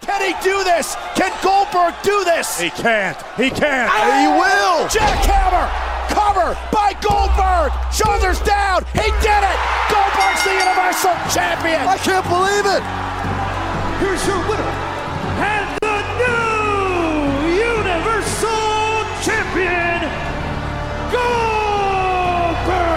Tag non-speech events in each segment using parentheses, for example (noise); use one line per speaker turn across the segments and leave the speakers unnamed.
Can he do this? Can Goldberg do this?
He can't. He can't.
he will. Jackhammer. Cover by Goldberg. Shoulders down. He did it. Goldberg's the Universal Champion.
I can't believe it. Here's your winner.
and the new Universal Champion, Goldberg!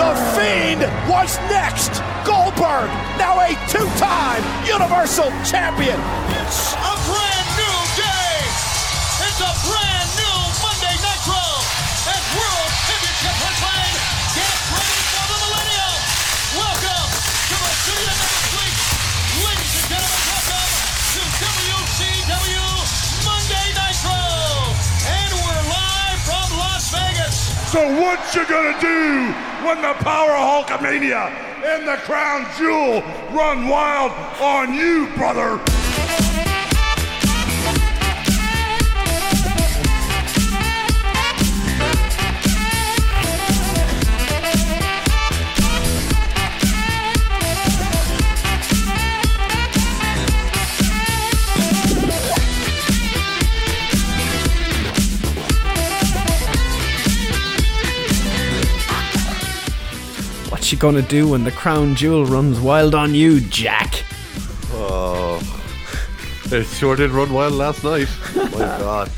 The Fiend was next. Goldberg, now a two-time Universal Champion.
It's a brand new day. It's a brand new Monday Nitro. As World Championship Hotline gets ready for the millennium. Welcome to the city of next week. Ladies and gentlemen, welcome to WCW Monday Nitro. And we're live from Las Vegas.
So what you gonna do when the power of Hulkamania and the crown jewel run wild on you, brother?
What you gonna do when the crown jewel runs wild on you, Jack?
Oh. (laughs)
It sure did run wild last
(laughs)
night. My God.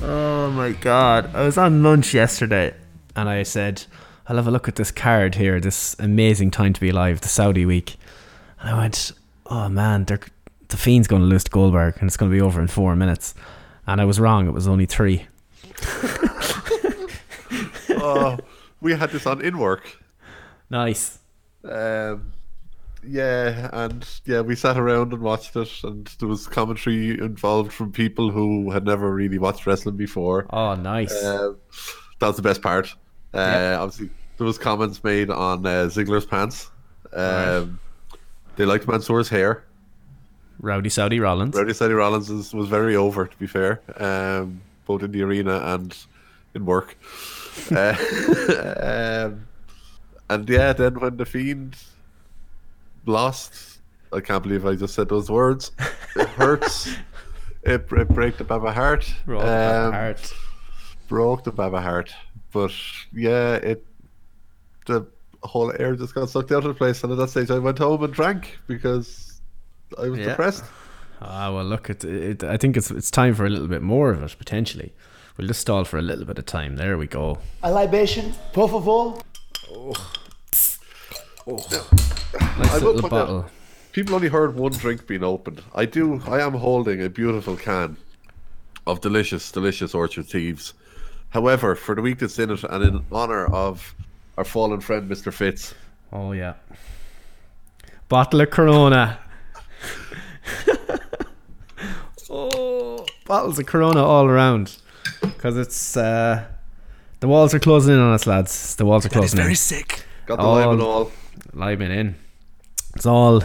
Oh my god. I was on lunch yesterday and I said, I'll have a look at this card here, this amazing time to be alive, the Saudi week. And I went, oh man, they're, the Fiend's going to lose to Goldberg and it's going to be over in four minutes. And I was wrong, it was only three.
We had this on in work.
Nice.
Um, yeah, and yeah, we sat around and watched it, and there was commentary involved from people who had never really watched wrestling before.
Oh, nice.
Um, that was the best part. Uh, Obviously, there was comments made on uh, Ziggler's pants. Um, They liked Mansoor's hair.
Rowdy Saudi Rollins.
Rowdy Steady Rollins is, was very over, to be fair, um, both in the arena and in (laughs) work. Uh, um, and yeah, then when the Fiend lost, I can't believe I just said those words. It (laughs) hurts. it, it broke the Baba heart.
Rolled by
Um,
heart.
Broke the Baba heart. But yeah, it the whole air just got sucked out of the place. And at that stage, I went home and drank because I was
Yeah.
depressed.
Ah, well, look, it, it, I think it's, it's time for a little bit more of it, potentially. We'll just stall for a little bit of time. There we go.
A libation, por favor.
I
Nice
will
little
point out-
bottle.
People only heard one drink being opened. I do. I am holding a beautiful can of delicious, delicious Orchard Thieves. However, for the week that's in it, and in honor of our fallen friend Mr. Fitz,
Oh yeah. Bottle of Corona. (laughs) oh, bottles of Corona all around. Cause it's uh, the walls are closing in on us, lads. The walls are closing in.
sick.
got the
Oh.
lime and all.
Liming in. It's all.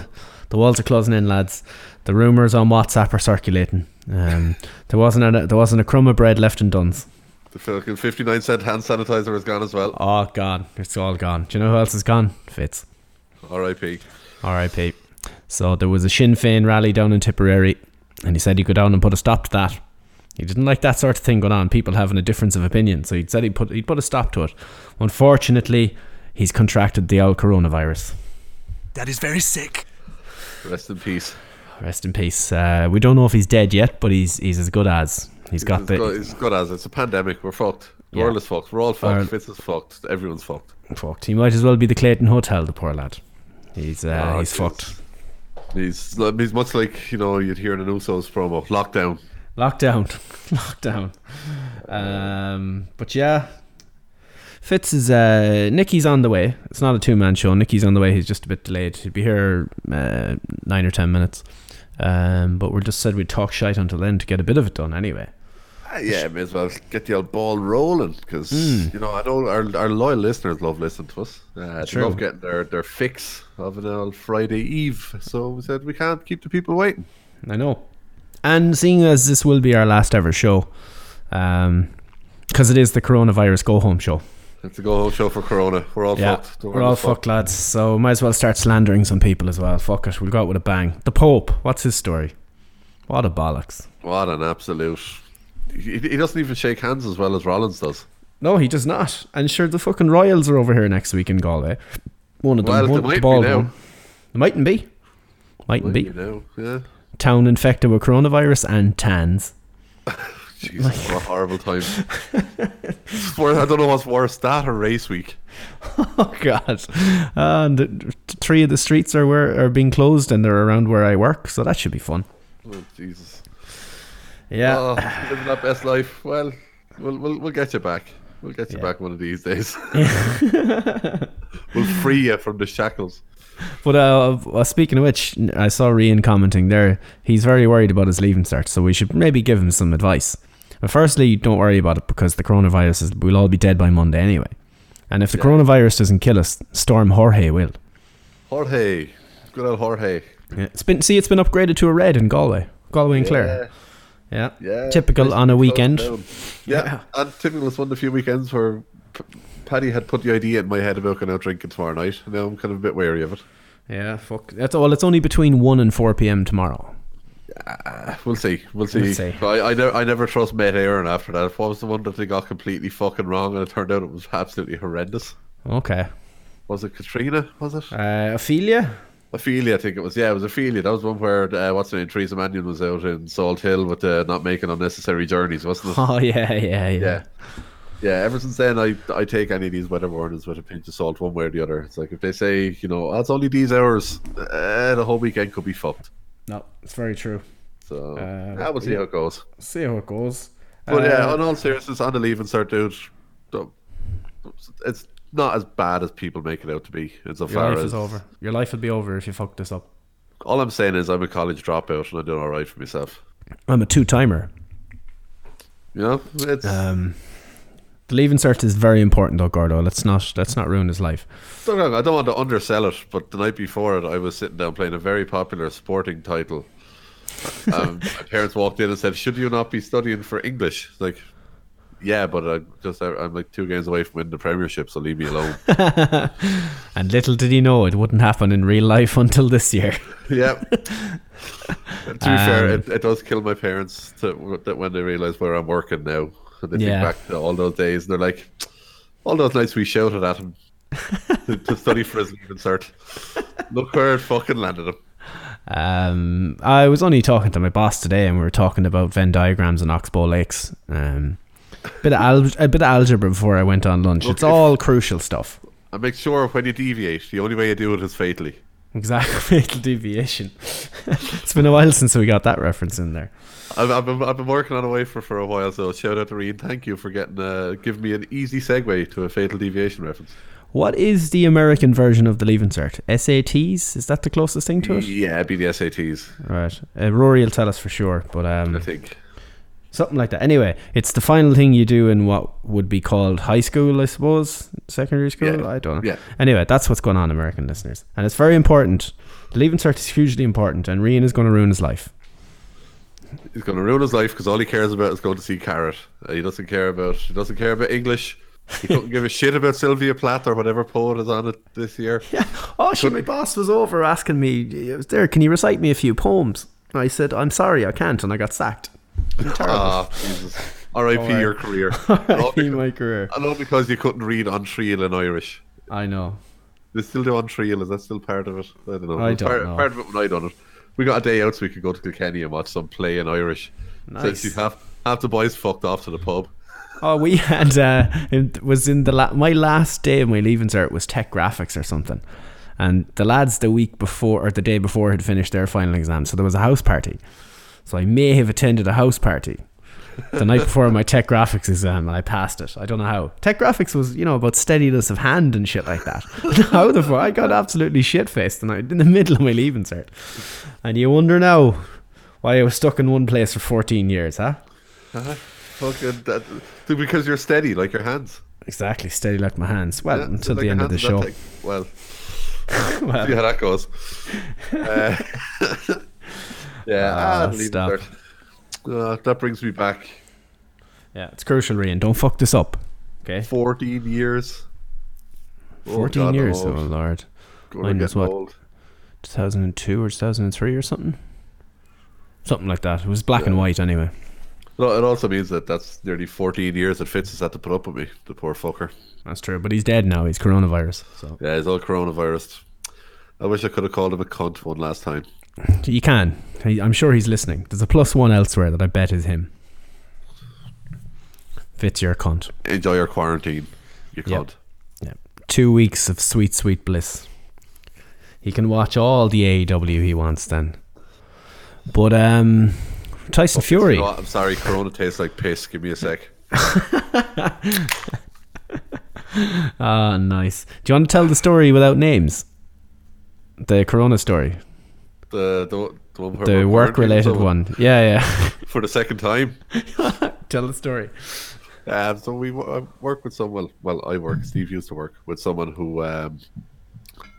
The walls are closing in, lads. The rumors on WhatsApp are circulating. Um, (laughs) there wasn't a there wasn't a crumb of bread left in Duns.
The fucking fifty-nine cent hand sanitizer is gone as well.
Oh, gone. It's all gone. Do you know who else is gone? Fitz.
R.I.P.
R.I.P. So there was a Sinn Féin rally down in Tipperary, and he said he'd go down and put a stop to that. He didn't like that sort of thing going on, people having a difference of opinion. So he said he'd put he'd put a stop to it. Unfortunately, he's contracted the old coronavirus.
That is very sick.
Rest in peace.
Rest in peace. Uh, we don't know if he's dead yet, but he's he's as good as he's got
It's
the
good, it's good as it's a pandemic. We're fucked. The
Yeah.
world is fucked. We're all fucked.
Ireland-
Fitz is fucked. Everyone's fucked.
fucked. He might as well be the Clayton Hotel, the poor lad. He's uh,
Oh,
he's
Jesus.
fucked.
He's he's much like you know you'd hear in an Usos promo. Lockdown.
(laughs) Lockdown, lockdown. Um, but yeah, Fitz is uh, Nicky's on the way. It's not a two-man show. Nicky's on the way. He's just a bit delayed. He'll be here uh, nine or ten minutes. Um, but we just said we'd talk shite until then to get a bit of it done anyway.
Ah, Yeah, may as well get the old ball rolling because
Hmm.
you know I know our, our loyal listeners love listening to us. Uh, they
True.
love getting their, their fix of an old Friday Eve. So we said we can't keep the people waiting.
I know. And seeing as this will be our last ever show, um, because it is the coronavirus go home show.
It's a go home show for Corona. We're all
Yeah,
fucked. The
we're
world
all
is
fucked, lads. So might as well start slandering some people as well. Fuck it, we'll go out with a bang. The Pope, what's his story? What a bollocks.
What an absolute. He, he doesn't even shake hands as well as Rollins does.
No, he does not. And sure, the fucking Royals are over here next week in Galway. One of them.
Well,
one,
they
the
might be
bald
now.
one. They mightn't be. Mightn't be.
You know, yeah.
Town infected with coronavirus and tans.
Jesus, what a horrible time. It's worse- I don't know what's worse, that or race week.
(laughs) Oh God! And the, three of the streets are where are being closed, and they're around where I work, so that should be fun.
Oh, Jesus.
Yeah.
Oh, (sighs) living that best life. Well, we'll we'll, we'll get you back. We'll get you
Yeah.
back one of these
(laughs)
days. (laughs) we'll free you from the shackles.
But uh, uh, speaking of which, I saw Rian commenting there. He's very worried about his leaving cert, so we should maybe give him some advice. But firstly, don't worry about it because the coronavirus is. We'll all be dead by Monday anyway. And if the coronavirus doesn't kill us, Storm Jorge will.
Jorge, good old Jorge.
Yeah. It's been see, it's been upgraded to a red in Galway, Galway and Clare. Yeah.
Yeah,
Typical on a
basically
weekend.
closed down. Yeah. and typical is one of the few weekends where P- Paddy had put the idea in my head about going out drinking tomorrow night. and Now I'm kind of a bit wary of it.
Yeah. Fuck. That's all. It's only between one and four p.m. tomorrow.
We'll see. We'll see.
We'll see.
I, I, ne- I never trust Matt Aaron after that. If I was the one that they got completely fucking wrong and it turned out it was absolutely horrendous.
Okay.
Was it Katrina? Was it?
Uh, Ophelia.
Ophelia, I think it was. Yeah, it was Ophelia. That was one where uh, what's her name? Teresa Mannion was out in Salt Hill with uh, not making unnecessary journeys, wasn't it?
(laughs) Oh yeah, yeah, yeah.
yeah, yeah. Ever since then, I I take any of these weather warnings with a pinch of salt, one way or the other. It's like if they say, you know, oh, it's only these hours, uh, the whole weekend could be fucked.
No, it's very true.
So yeah, we'll see how it goes.
See how it goes. Uh,
But yeah, on all seriousness, on the leave and start, dude. don't- It's not as bad as people make it out to be. It's a
Your
far
life
as
is over. Your life would be over if you fuck this up.
All I'm saying is I'm a college dropout and I'm doing all right for myself.
I'm a two timer.
You know, it's
The leave insert is very important though, Gordo. Let's not let's not ruin his life.
Don't get me wrong, I don't want to undersell it, but the night before it, I was sitting down playing a very popular sporting title. Um, my parents walked in and said, "Should you not be studying for English?" It's like, yeah, but I just I'm like two games away from winning the Premiership, so leave me alone.
And little did he know it wouldn't happen in real life (laughs) until this year.
yeah.
(laughs)
to be
Um,
fair, it, it does kill my parents to, that when they realise where I'm working now. And they think
Yeah.
back to all those days, and they're like, all those nights we shouted at
(laughs)
him to, to study for his leaving cert. Look where it fucking landed him.
Um, I was only talking to my boss today, and we were talking about Venn diagrams and Oxbow Lakes. Um, bit of al- a bit of algebra before I went on lunch. it's
if-
all crucial stuff. (laughs)
And make sure when you deviate, the only way you do it is fatally.
Exactly, fatal deviation. (laughs) it's been a while since we got that reference in there.
I've, I've, been, I've been working on a wafer for a while, so shout out to Reed. Thank you for getting uh, giving me an easy segue to a fatal deviation reference.
What is the American version of the leave insert? SATs? Is that the closest thing to it?
Yeah, it'd be the SATs,
Right. Uh, Rory will tell us for sure, but
I
um,
think.
something like that. Anyway, it's the final thing you do in what would be called high school, I suppose, secondary school.
Yeah.
I don't know.
Yeah.
Anyway, that's what's going on, American listeners, and it's very important. The leave insert is hugely important, and Rian is going to ruin his life.
He's going to ruin his life because all he cares about is going to see Carrot. Uh, he doesn't care about he doesn't care about English. He couldn't give a shit about Sylvia Plath or whatever poet is on it this year.
Oh, she, my boss was over asking me, I was there, can you recite me a few poems? And I said, I'm sorry, I can't, and I got
(laughs)
sacked.
Ah, Jesus. R.I.P. your
(laughs)
career. And all
In
because-
my career.
and all because you couldn't read on Trial in Irish.
I know.
They still do on trial. Is that still part of it? I don't know.
I
It was
don't
part,
know.
part of it when I done it. We got a day out so we could go to Kilkenny and watch some play in Irish.
Nice.
Since you half, half the boys fucked off to the pub.
Oh, we (laughs) had uh, it was in the la- my last day of my leaving cert was tech graphics or something, and the lads the week before or the day before had finished their final exam, so there was a house party. So I may have attended a house party the night before my tech graphics exam, and I passed it. I don't know how. Tech graphics was you know about steadiness of hand and shit like that. (laughs) how the fuck I got absolutely shit faced and I in the middle of my leaving cert, and you wonder now why I was stuck in one place for fourteen years, huh?
Fucking that, because you're steady like your hands.
Exactly, steady like my hands. Well,
Yeah,
until
like
the
your
end of the
hands and
show. (laughs)
that thing. Well, see how that goes. Uh, (laughs) yeah,
Ah,
I'd leave it
stop.
there. Uh, that brings me back
Yeah, it's crucial, Rian. Don't fuck this up. Okay.
14 years. Oh,
14
God,
years,
I'm
oh
old.
lord.
God, I'm
Mine was
getting
what?
old.
2002 or 2003 or something? Something like that. It was black and white anyway.
No, it also means that that's nearly 14 years that Fitz has had to put up with me, the poor fucker.
That's true. But he's dead now. He's coronavirus. So
Yeah, he's all coronavirus. I wish I could have called him a cunt one last time.
you can. He- I'm sure he's listening. There's a plus one elsewhere that I bet is him. Fits your cunt.
Enjoy your quarantine, you
Yep.
cunt.
Two weeks of sweet, sweet bliss. He can watch all the AEW he wants then. But um, Tyson Fury.
You know what? I'm sorry, Corona tastes like piss. Give me a sec.
Ah, nice. Do you want to tell the story without names? The Corona story,
The the, the one where
the
we're
work-related
quarantining someone
one. Yeah, yeah. (laughs)
for the second time.
tell the story.
Um, so we wo- I work with someone. Well, I work. Steve used to work with someone who um,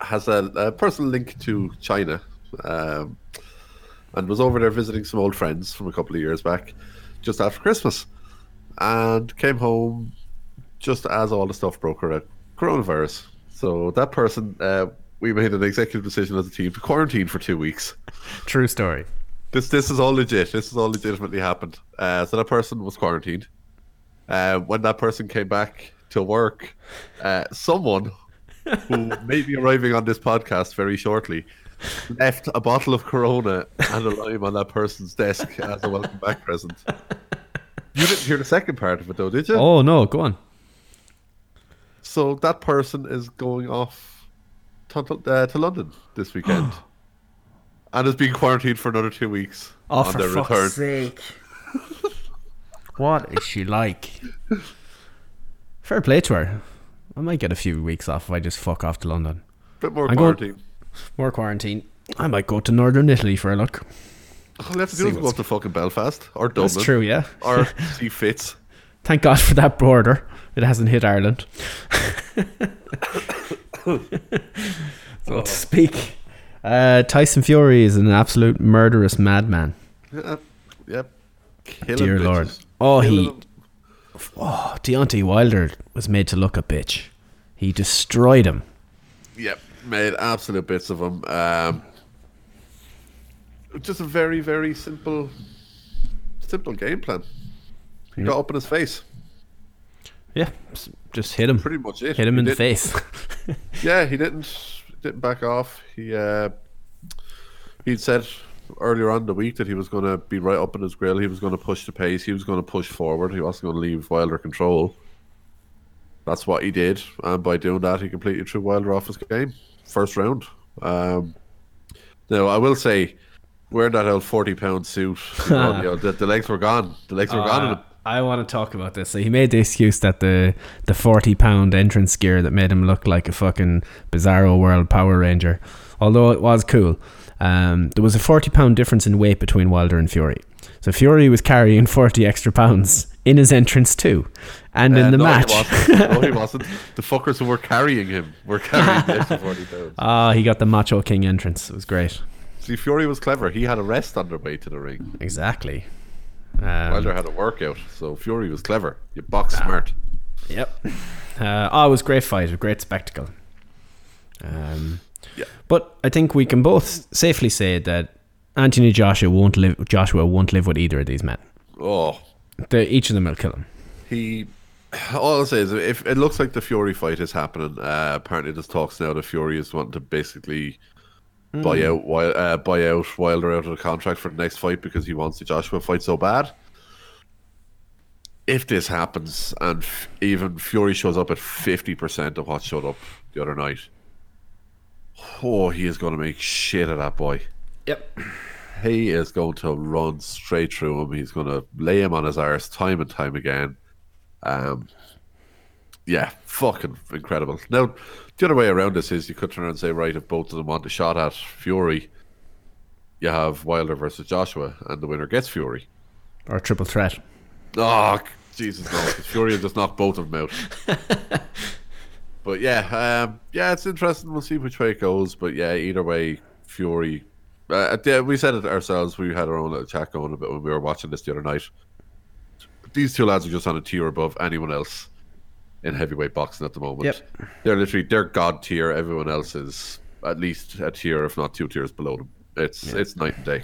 has a, a personal link to China, um, and was over there visiting some old friends from a couple of years back, just after Christmas, and came home just as all the stuff broke out, coronavirus. So that person, uh, we made an executive decision as a team to quarantine for two weeks.
True story.
This this is all legit. This is all legitimately happened. Uh, so that person was quarantined. Uh, when that person came back to work, uh, someone who may be arriving on this podcast very shortly left a bottle of Corona and a lime on that person's desk as a welcome back present. You didn't hear the second part of it though, did you?
Oh no, go on.
So that person is going off to, uh, to London this weekend and is being quarantined for another two weeks
Oh,
on their return.
sake! (laughs) what is she like? Fair play to her. I might get a few weeks off if I just fuck off to London.
Bit more
I'm going-
quarantine.
More quarantine. I might go to northern Italy for a look.
All we have to do is go up to fucking Belfast or Dublin.
That's true, yeah.
Or
(laughs)
see Fitz.
Thank God for that border. It hasn't
(laughs)
hit Ireland. so to speak. Uh, Tyson Fury is an absolute murderous madman.
Yep. Yep. Killing
Dear
bitches.
Lord. Oh,
Killing
he-
them.
Oh, Deontay Wilder was made to look a bitch. He destroyed him.
Yep. Made absolute bits of him. Um, just a very, very simple, simple game plan. He got up in his face.
Yeah, s- just hit him.
Pretty much it.
Hit him
He
in the
did-
face.
(laughs) Yeah, he didn't didn't back off. He uh, he'd said earlier on in the week that he was going to be right up in his grill. He was going to push the pace. He was going to push forward. He wasn't going to leave Wilder control. That's what he did, and by doing that, he completely threw Wilder off his game. First round. Um, now I will say, wearing that old forty pound
(laughs)
suit, you know, you know, the, the legs were gone. The legs were gone. in it.
Uh, I want to talk about this. So he made the excuse that the the forty pound entrance gear that made him look like a fucking bizarro world Power Ranger, although it was cool. Um, there was a forty pound difference in weight between Wilder and Fury. So Fury was carrying (laughs) forty extra pounds in his entrance too, and
Uh,
in the
no,
match.
He wasn't. No, he wasn't. the fuckers who were carrying him were carrying the extra forty pounds.
(laughs) Ah, he got the Macho King entrance. It was great.
See, Fury was clever. He had a rest on their way to the ring.
Exactly. Um,
Wilder had a workout, so Fury was clever. You box smart.
Yep. Uh, oh, it was a great fight, a great spectacle. Um,
Yeah.
But I think we can both safely say that Anthony Joshua won't live. Joshua won't live with either of these men.
Oh,
The, each of them will kill him.
he. All I'll say is, if it looks like the Fury fight is happening, uh, apparently there's talks now that Fury is wanting to basically buy out Wil- uh, buy out Wilder out of the contract for the next fight because he wants the Joshua fight so bad. If this happens, and f- even Fury shows up at fifty percent of what showed up the other night, oh, he is going to make shit of that boy.
Yep.
he is going to run straight through him. He's going to lay him on his arse time and time again. Um, yeah, fucking incredible. Now, the other way around this is you could turn around and say, right, if both of them want a shot at Fury, you have Wilder versus Joshua, and the winner gets Fury.
Or a triple threat. Ah,
Oh, (laughs) Jesus, no. 'cause Fury will just knock both of them out.
(laughs)
but yeah, um, yeah, it's interesting. We'll see which way it goes. But yeah, either way, Fury. Uh, at the- we said it ourselves. We had our own little chat going a bit when we were watching this the other night. These two lads are just on a tier above anyone else in heavyweight boxing at the moment.
Yep.
They're literally they're god tier. Everyone else is at least a tier, if not two tiers below them. It's it's night and day.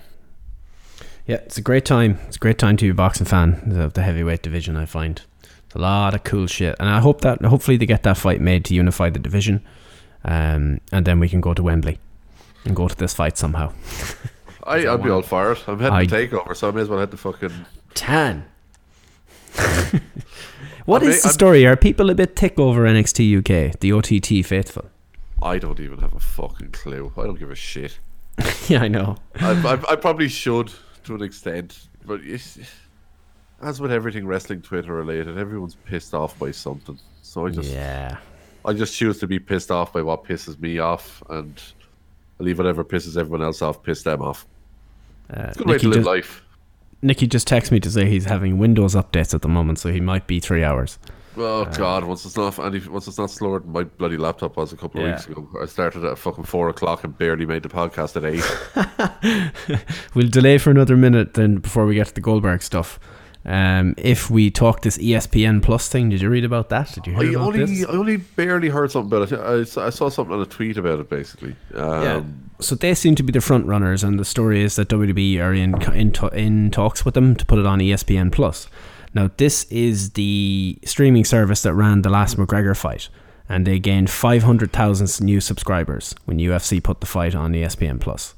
Yeah, it's a great time. It's a great time to be a boxing fan of the heavyweight division. I find it's a lot of cool shit, and I hope that hopefully they get that fight made to unify the division, um, and then we can go to Wembley and go to this fight somehow.
I, I'd be all for it. I'm heading
I-
to takeover, so I may as well head to fucking.
Tan. (laughs) What is
I may-
the
I'm-
story? Are people a bit tick over NXT UK, the OTT faithful? (laughs)
I don't even have a fucking clue. I don't give a shit.
yeah, I know.
I, I, I probably should to an extent, but it's, as with everything wrestling Twitter related, everyone's pissed off by something. So I just
Yeah.
I just choose to be pissed off by what pisses me off, and I leave whatever pisses everyone else off, piss them off.
Uh,
It's a good way to live
just,
life.
Nicky just texted me to say he's having Windows updates at the moment, so he might be three hours.
Oh
Uh,
God! Once it's not any, once it's not slower than my bloody laptop was a couple of
Yeah.
weeks ago. I started at fucking four o'clock and barely made the podcast at eight.
We'll delay for another minute then before we get to the Goldberg stuff. Um, if we talk this E ESPN Plus thing, did you read about that? Did you hear
I
about
only
this?
I only barely heard something about it. I, s- I saw something on a tweet about it basically. Um,
Yeah. so they seem to be the front runners, and the story is that WWE are in in, to- in talks with them to put it on E ESPN Plus. Now, this is the streaming service that ran the last McGregor fight, and they gained five hundred thousand new subscribers when UFC put the fight on E ESPN Plus.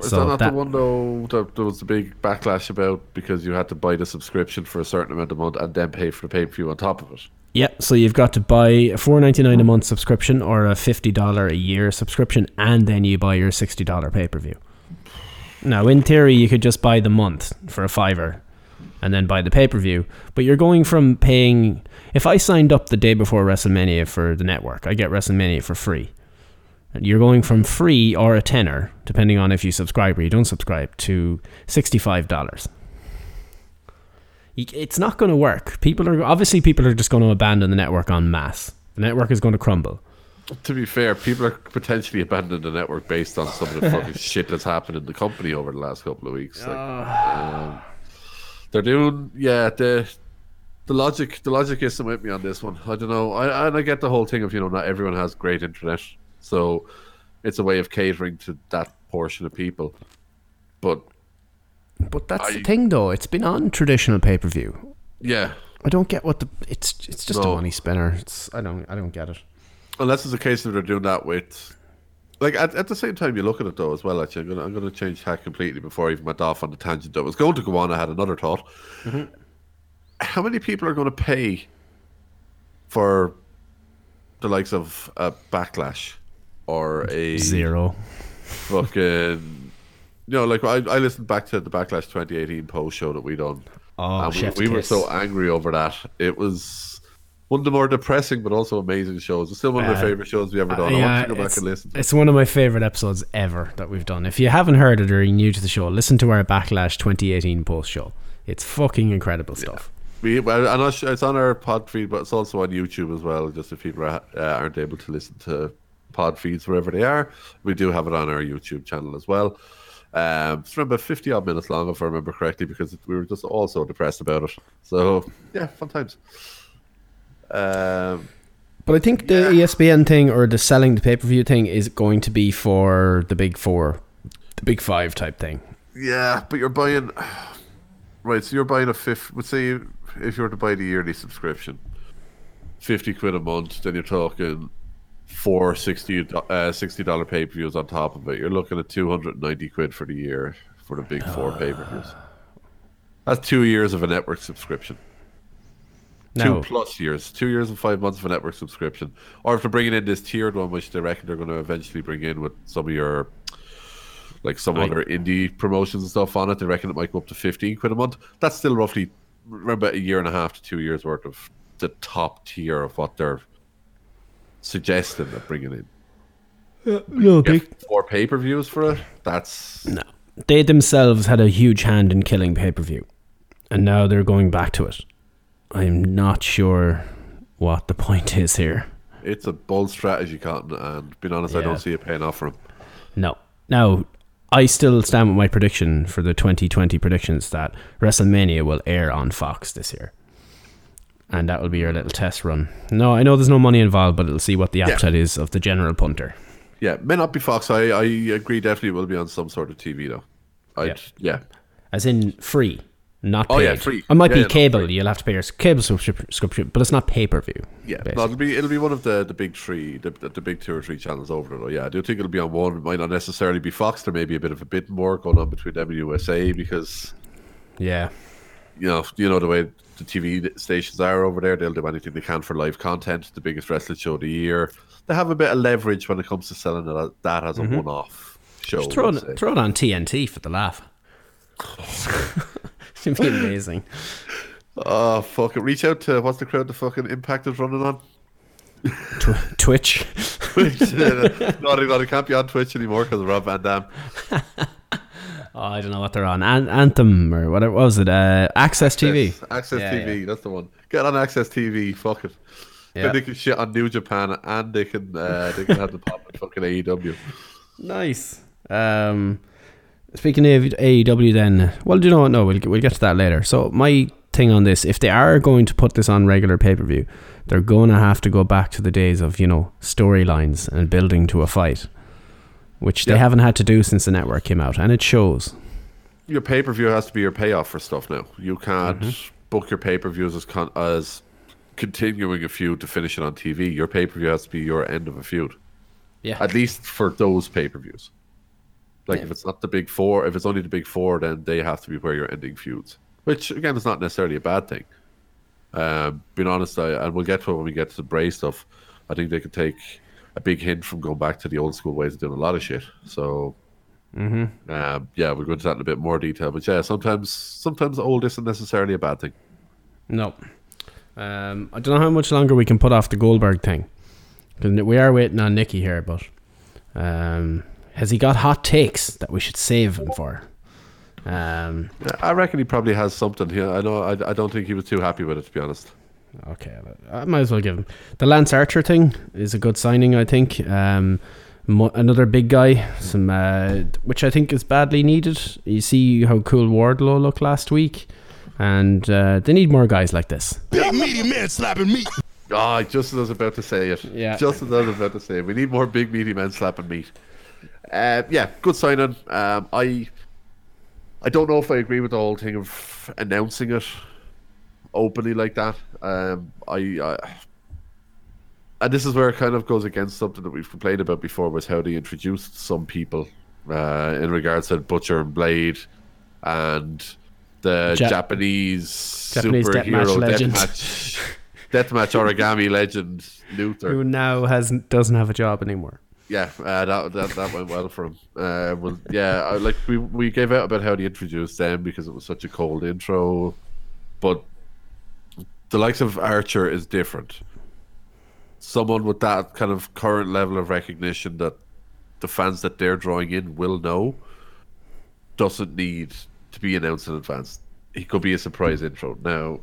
Is
So
that not
that-
the one though that there was a big backlash about because you had to buy the subscription for a certain amount a month and then pay for the pay per view on top of it?
Yeah, so you've got to buy a four ninety nine a month subscription or a fifty dollar a year subscription, and then you buy your sixty dollar pay per view. Now, in theory, you could just buy the month for a fiver, and then buy the pay per view. But you're going from paying. If I signed up the day before WrestleMania for the network, I get WrestleMania for free. And You're going from free or a tenner, depending on if you subscribe or you don't subscribe, to sixty five dollars. You- it's not going to work. People are obviously people are just going to abandon the network en masse. The network is going to crumble.
To be fair, people are potentially abandoning the network based on some of the fucking shit that's happened in the company over the last couple of weeks. Like, um, they're doing, yeah. The the logic, the logic isn't with me on this one. I don't know. I and I get the whole thing of you know not everyone has great internet, so it's a way of catering to that portion of people. But
But that's the
I-
thing, though. It's been on traditional pay per view.
yeah,
I don't get what the it's it's just a
No.
money spinner. It's I don't I don't get it.
unless it's a case of they're doing that with like at, at the same time you look at it though as well actually i'm gonna, I'm gonna change tack completely before i even went off on the tangent that was going to go on i had another thought how many people are going to pay for the likes of a backlash or a
Zero. (laughs)
fucking you know like I, I listened back to the backlash 2018 post show that we done
Oh,
and
chef
Ah, we, we were
kiss.
so angry over that it was one of the more depressing but also amazing shows it's still one of my
Uh,
favorite shows we ever done i
Yeah,
want you to go back
it's,
and listen to it.
it's one of my favorite episodes ever that we've done. If you haven't heard it or you're new to the show, listen to our Backlash 2018 post show. It's fucking incredible stuff.
we, well, I'm not sure, it's on our pod feed but it's also on youtube as well just if people are, uh, aren't able to listen to pod feeds wherever they are we do have it on our youtube channel as well um, it's around about 50 odd minutes long if I remember correctly because we were just all so depressed about it so yeah fun times um,
But I think the E ESPN thing or the selling the pay per view thing is going to be for the big four, the big five type thing.
Yeah, but you're buying. Right, so you're buying a fifth. Let's say you- if you were to buy the yearly subscription, fifty quid a month, then you're talking four sixty uh, sixty dollar pay per views on top of it. You're looking at two hundred and ninety quid for the year for the big four pay per views. That's two years of a network subscription.
Now,
Two plus years, two years and five months of a network subscription, or if they're bringing in this tiered one, which they reckon they're going to eventually bring in with some of your, like some other indie promotions and stuff on it, they reckon it might go up to fifteen quid a month. That's still roughly around about a year and a half to two years worth of the top tier of what they're suggesting they're bringing in.
no,
Get
they,
four pay per views for it. That's
no, they themselves had a huge hand in killing pay per view, and now they're going back to it. I'm not sure what the point is here.
it's a bold strategy, Cotton, and being honest, I
Yeah.
don't see it paying off for them.
No. Now, I still stand with my prediction for the 2020 predictions that WrestleMania will air on Fox this year. And that will be your little test run. No, I know there's no money involved, but it'll see what the appetite is of the general punter.
Yeah, may not be Fox. I, I agree. Definitely will be on some sort of TV though. I yeah. yeah.
as in free, not paid.
Oh, yeah, free.
It might
Yeah,
be
yeah, no,
cable. You'll have to pay your s- cable subscrip- subscription, but it's not pay per view.
Yeah, no, it'll be it'll be one of the, the big three, the, the the big two or three channels over there. though. Yeah, I do think it'll be on one. It might not necessarily be Fox. There may be a bit of a bit more going on between them and USA because
yeah.
you know you know the way the TV stations are over there. They'll do anything they can for live content. The biggest wrestling show of the year. They have a bit of leverage when it comes to selling that, that as a one off show.
Mm-hmm. Just throw
we'll say.
it, throw it on TNT for
(laughs)
the laugh. (laughs) It'd
(laughs)
be amazing.
Oh fuck it! Reach out to what's the crowd the fucking impact is running on.
Tw- Twitch.
Twitch. (laughs) no, no, it can't be on Twitch anymore because Rob Van Dam.
Oh, I don't know what they're on. An- Anthem or whatever what was it? Uh, Access TV.
Access
Yeah,
TV, that's the one. Get on Access TV, fuck it.
Yeah.
Then they can shit on New Japan and they can uh, they can have the pop at fucking E AEW.
Nice. Um, speaking of AEW, then, well, do you know what? No, we'll get, we'll get to that later. So my thing on this, if they are going to put this on regular pay per view, they're going to have to go back to the days of you know storylines and building to a fight, which they
Yeah.
haven't had to do since the network came out, and it shows.
Your pay per view has to be your payoff for stuff now. You can't book your pay per views as con- as continuing a feud to finish it on TV. Your pay per view has to be your end of a feud.
Yeah.
At least for those pay per views. Like if it's not the big four, if it's only the big four, then they have to be where you're ending feuds. Which again is not necessarily a bad thing. Um, being honest, I, and we'll get to it when we get to the Bray stuff. I think they could take a big hint from going back to the old school ways of doing a lot of shit. So, um, yeah, we'll go into that in a bit more detail. But yeah, sometimes sometimes old isn't necessarily a bad thing.
No. Um, I don't know how much longer we can put off the Goldberg thing. 'Cause we are waiting on Nikki here, but um, has he got hot takes that we should save him for? Um,
I reckon he probably has something here. I know. I, I don't think he was too happy with it, to be honest.
okay, I might as well give him the Lance Archer thing is a good signing, I think. Um, mo- another big guy, some uh, which I think is badly needed. You see how cool Wardlow looked last week, and uh, they need more guys like this.
Big meaty man slapping meat.
Ah, just as I was about to say it.
Yeah.
Just as I was about to say it. We need more big meaty men slapping meat. Uh, yeah, good signing. Um, I I don't know if I agree with the whole thing of announcing it openly like that. Um, I, I and this is where it kind of goes against something that we've complained about before was how they introduced some people uh, in regards to Butcher and Blade and the
Ja-
Japanese,
Japanese
superhero
deathmatch legend.
deathmatch, deathmatch origami legend Luther
Who now has doesn't have a job anymore?
yeah, uh, that, that that went well for him. Uh, well, yeah, I, like we we gave out about how they introduced them because it was such a cold intro, but the likes of Archer is different. Someone with that kind of current level of recognition that the fans that they're drawing in will know doesn't need to be announced in advance. He could be a surprise intro. Now,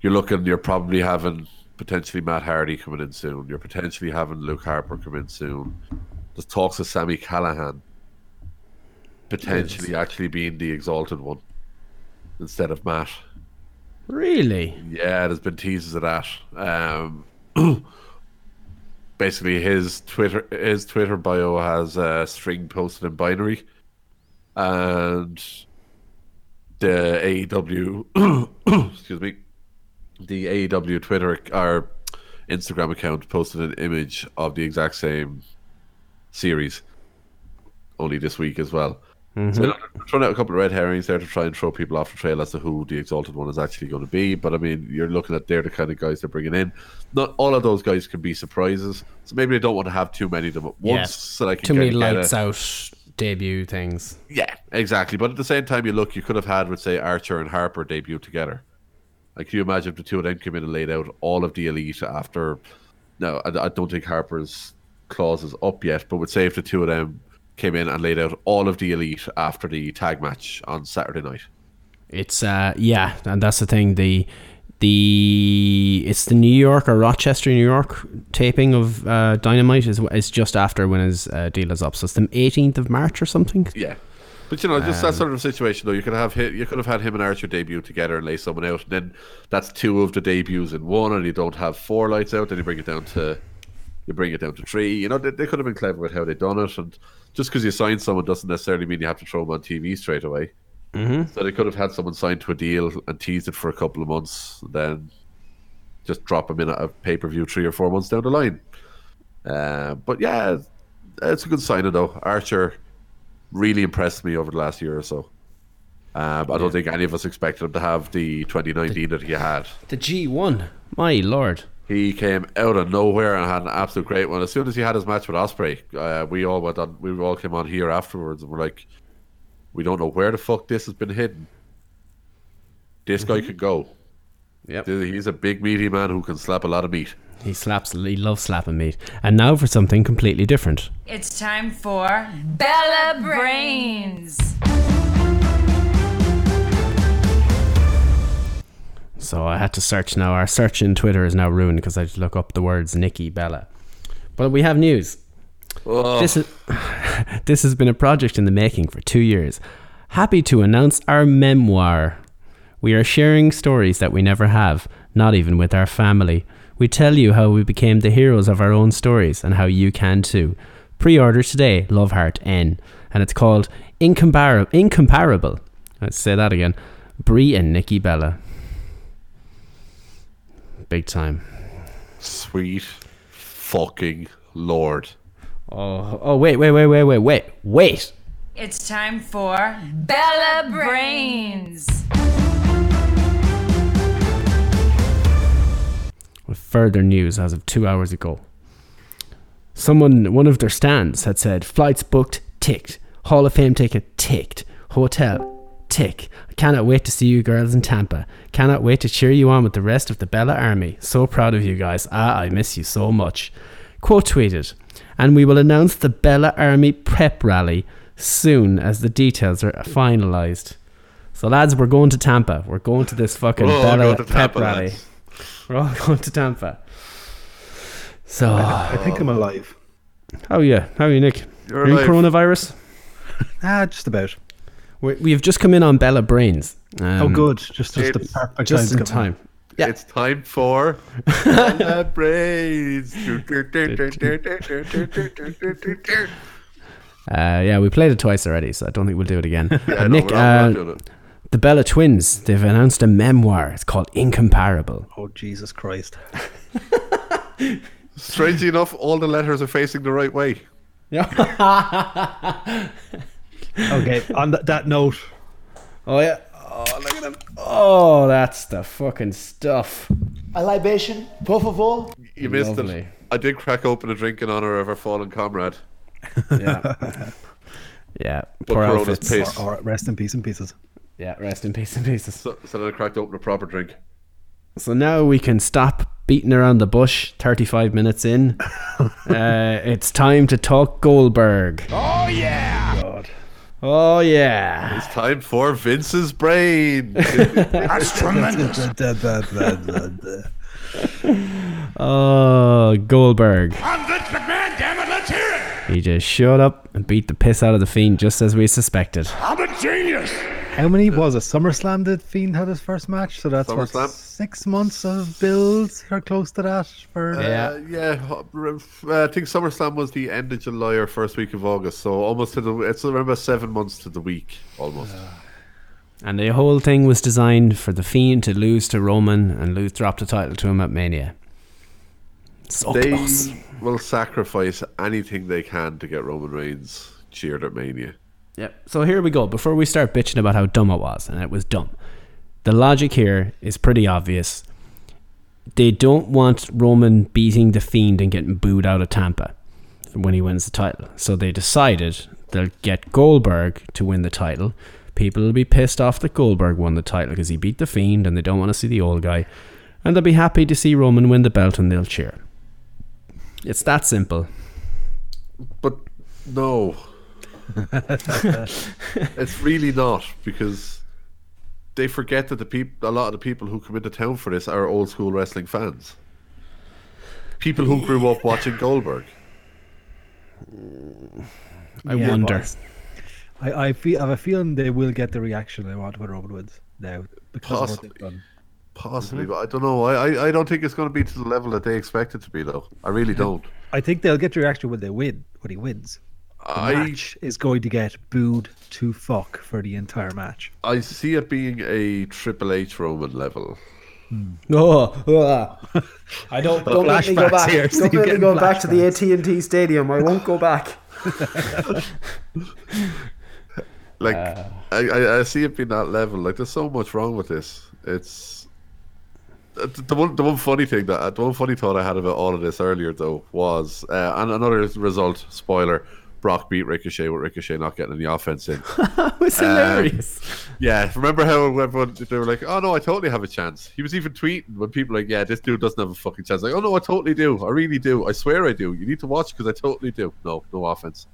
you're looking, you're probably having potentially Matt Hardy coming in soon. You're potentially having Luke Harper come in soon. There's talks of Sammy Callahan potentially actually being the exalted one instead of Matt.
Really?
Yeah, there's been teases of that. Um, (clears throat) basically, his Twitter his Twitter bio has a string posted in binary, and the AEW (coughs) excuse me, the AEW Twitter ac- or Instagram account posted an image of the exact same series, only this week as well.
Mm-hmm.
So they're throwing out a couple of red herrings there to try and throw people off the trail as to who the exalted one is actually going to be. But I mean, you're looking at they're the kind of guys they're bringing in. Not all of those guys can be surprises, so maybe they don't want to have too many of them at once. So they can
too many
kinda get
lights
a-
out debut things.
Yeah, exactly. But at the same time, you look, you could have had, with say, Archer and Harper debut together. Like, can you imagine if the two of them came in and laid out all of the elite after? No, I, I don't think Harper's clause is up yet, but would say if the two of them came in and laid out all of the elite after the tag match on Saturday night.
It's uh yeah, and that's the thing. The the it's the New York or Rochester, New York taping of uh, Dynamite is is just after when his uh, deal is up. So it's the eighteenth of March or something.
Yeah. But you know, just that sort of situation though, you could have hit, you could have had him and Archer debut together and lay someone out, and then that's two of the debuts in one, and you don't have four lights out. Then you bring it down to, you bring it down to three. You know, they, they could have been clever with how they done it, and just because you sign someone doesn't necessarily mean you have to throw them on TV straight away. So they could have had someone signed to a deal and teased it for a couple of months, then just drop him in at a pay per view three or four months down the line. Uh, but yeah, it's a good signing though. Archer really impressed me over the last year or so. Um, I don't think any of us expected him to have the 2019 that he had.
The G1. My lord.
He came out of nowhere and had an absolute great one. As soon as he had his match with Osprey, uh, we all went on. We all came on here afterwards, and we're like, "We don't know where the fuck this has been hidden. This guy can go.
Yep.
He's a big meaty man who can slap a lot of meat."
He slaps. He loves slapping meat. And now for something completely different.
It's time for Bella Brains.
So I had to search now. Our search in Twitter is now ruined because I had to look up the words Nikki Bella. But we have news. This is (laughs) this has been a project in the making for two years. Happy to announce our memoir. We are sharing stories that we never have, not even with our family. We tell you how we became the heroes of our own stories and how you can too. Pre-order today, Love Heart N, and it's called Incompar- Incomparable. Let's say that again. Brie and Nikki Bella. Big time.
Sweet fucking lord.
Oh, oh wait, wait, wait, wait, wait, wait, wait.
It's time for Bella Brains.
with further news as of two hours ago. Someone, one of their stands had said, flights booked, ticked. Hall of Fame ticket, ticked. Hotel, tick. I cannot wait to see you girls in Tampa. Cannot wait to cheer you on with the rest of the Bella Army. So proud of you guys. Ah, I miss you so much. Quote tweeted, and we will announce the Bella Army prep rally soon as the details are finalized. So, lads, we're going to Tampa. We're going to this fucking
We're all
Bella
going to
prep
Tampa,
rally.
lads.
We're all (laughs) going to Tampa. So,
I think I'm alive.
how are you? Oh, How are you, Nick?
You're
Are you
alive.
coronavirus?
Ah, just about.
We, we have just come in on Bella Brains. Um,
oh, good. Just, just the
it's
perfect
Just in
time. to come
time. Yeah.
It's time for celebrates. yeah,
Uh, yeah, we played it twice already, so I don't think we'll do it again. Uh,
no,
Nick,
we're not- we're not
uh,
doing it.
the Bella twins, they've announced a memoir. It's called Incomparable.
in. Oh, Jesus Christ.
Strangely enough, all the letters are facing the right way.
Okay, on th- that note,
Oh, yeah. Oh, look at them. Oh, that's the fucking stuff.
A libation, por favor.
You missed
Lovely.
it. I did crack open a drink in honor of our fallen comrade.
Yeah. yeah.
But
Poor
Corona's
outfits.
pissed.
or rest in peace and pieces.
Yeah, rest in peace and pieces.
So, so then I cracked open a proper drink.
So now we can stop beating around the bush 35 minutes in. uh, it's time to talk Goldberg.
Oh, yeah.
Oh, yeah.
It's time for Vince's
(laughs)
(laughs)
brain.
That's tremendous.
Oh, Goldberg.
I'm Vince McMahon, damn it, let's hear it.
He just showed up and beat the piss out of the Fiend just as we suspected.
I'm a genius.
How many was it? SummerSlam did Fiend had his first match, so that's what,
SummerSlam.
six months of builds or close to that for
Uh, yeah, ho- re- f- uh, I think SummerSlam was the end of July or first week of August, so almost to the it's around about seven months to the week almost.
And the whole thing was designed for the Fiend to lose to Roman and lose drop the title to him at Mania. So
they
close.
will sacrifice anything they can to get Roman Reigns cheered at Mania.
Yep. So here we go. Before we start bitching about how dumb it was, and it was dumb, the logic here is pretty obvious. They don't want Roman beating the Fiend and getting booed out of Tampa when he wins the title. So they decided they'll get Goldberg to win the title. People will be pissed off that Goldberg won the title because he beat the Fiend and they don't want to see the old guy. And they'll be happy to see Roman win the belt and they'll cheer. It's that simple.
But no, it's really not because they forget that the people, a lot of the people who come into town for this are old school wrestling fans, people who grew up watching Goldberg.
I
Yeah,
wonder. (laughs)
but I, I feel I have a feeling they will get the reaction they want when Roman wins now because of what they've
Possibly.
done.
Possibly, but I don't know. I, I, I don't think it's going to be to the level that they expect it to be, though. I really don't.
I think they'll get the reaction when they win when he wins. match is going to get booed to fuck for the entire match.
I see it being a Triple H Roman level.
Oh,
I don't don't let me
flashbacks
go back.
here, Steve,
don't let me
getting
go back to the AT and T Stadium. I won't go back.
Like I, I, I see it being that level. Like there's so much wrong with this. It's uh, th- the one the one funny thing that uh, the one funny thought I had about all of this earlier though was uh, and another result spoiler. Brock beat Ricochet with Ricochet not getting any offense in.
It was
Uh,
hilarious.
yeah, remember how everyone they were like, "Oh no, I totally have a chance." He was even tweeting when people were like, "Yeah, this dude doesn't have a fucking chance." Like, "Oh no, I totally do. I really do. I swear I do. You need to watch because I totally do." No, no offense.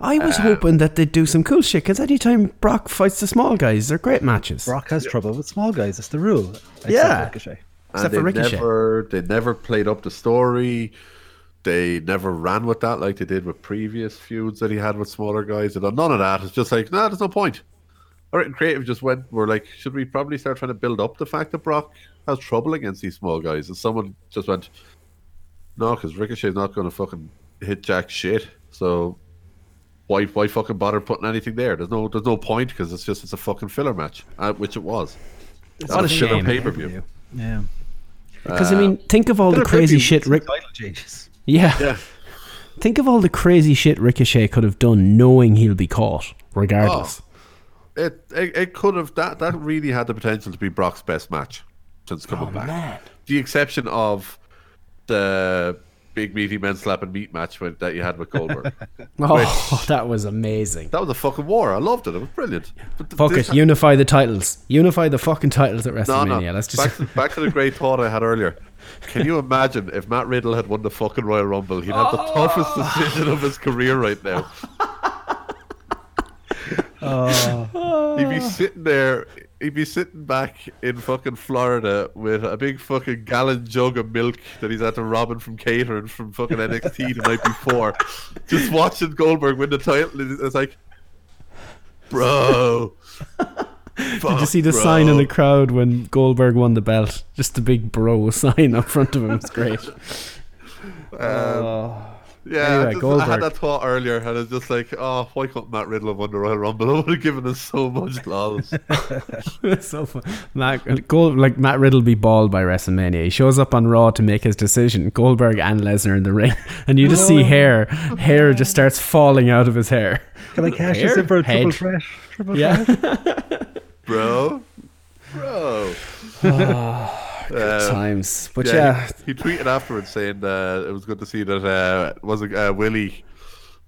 I was
uh,
hoping that they'd do some cool shit because anytime Brock fights the small guys, they're great matches.
Brock has trouble with small guys. That's the rule. Except
Yeah.
Ricochet.
Except
they
for Ricochet.
Never, they never played up the story. They never ran with that like they did with previous feuds that he had with smaller guys. And none of that. It's just like, nah, there's no point. All right, and creative just went. We're like, should we probably start trying to build up the fact that Brock has trouble against these small guys? And someone just went, no, because Ricochet's not going to fucking hit jack shit. So why, why fucking bother putting anything there? There's no, there's no point because it's just it's a fucking filler match, uh, which it was.
What a shame.
pay per view.
Yeah.
Because Uh, I mean, think of all the
Could've
crazy
maybe
shit.
some
Ric-
title changes.
yeah.
Yeah.
Think of all the crazy shit Ricochet could have done, knowing he'll be caught,
Oh,
regardless.
Oh, it, it it could have that that really had the potential to be Brock's best match since coming
Oh,
back. The exception of the big meaty men slapping meat match with, that you had with Goldberg.
Oh, (laughs) that was amazing.
that was a fucking war. I loved it. It was brilliant. But th-
Fuck
this
it, unify the titles. Unify the fucking titles at WrestleMania. Let's just
back, to,
(laughs)
back to the great thought I had earlier. Can you imagine if Matt Riddle had won the fucking Royal Rumble? He'd have the
Oh.
toughest decision of his career right now.
Oh.
He'd be sitting there. He'd be sitting back in fucking Florida with a big fucking gallon jug of milk that he's had to robbing from catering from fucking NXT the night before, just watching Goldberg win the title. and It's like, bro.
(laughs) Did you see the sign in the crowd when Goldberg won the belt? Just the big bro (laughs) sign up front of him. It's great.
Yeah,
Anyway,
I, just, I
Goldberg.
had that thought earlier, and I was just like, oh, why couldn't Matt Riddle have won the Royal Rumble? (laughs) I would have given us so much
(laughs)
love.
It's (laughs) so fun. Matt, Gold, like Matt Riddle be bald by WrestleMania. He shows up on Raw to make his decision. Goldberg and Lesnar in the ring, (laughs) and you just see hair, hair just starts falling out of his hair.
Can I cash
Hair?
this in for a triple
Head.
threat?
(laughs)
Triple
Yeah.
threat?
bro. Bro. Uh,
(laughs) Times, but yeah,
yeah, he, he tweeted afterwards saying uh, it was good to see that uh, it was uh, Willie.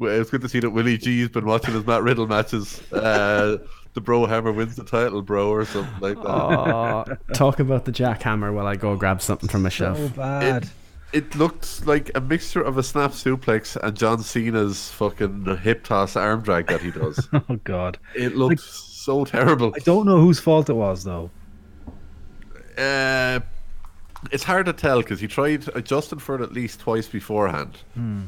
It was good to see that Willie G's been watching his Matt Riddle matches. Uh, (laughs) the Bro Hammer wins the title, bro, or something like that.
Aw, talk about the jackhammer while I go grab something from my shelf.
So Oh,
(laughs)
bad.
It looked like a mixture of a snap suplex and John Cena's fucking hip toss arm drag that he
(laughs)
does.
Oh god.
It looked so terrible.
I don't know whose fault it was though.
Uh, it's hard to tell because he tried adjusting for it at least twice beforehand,
Hmm.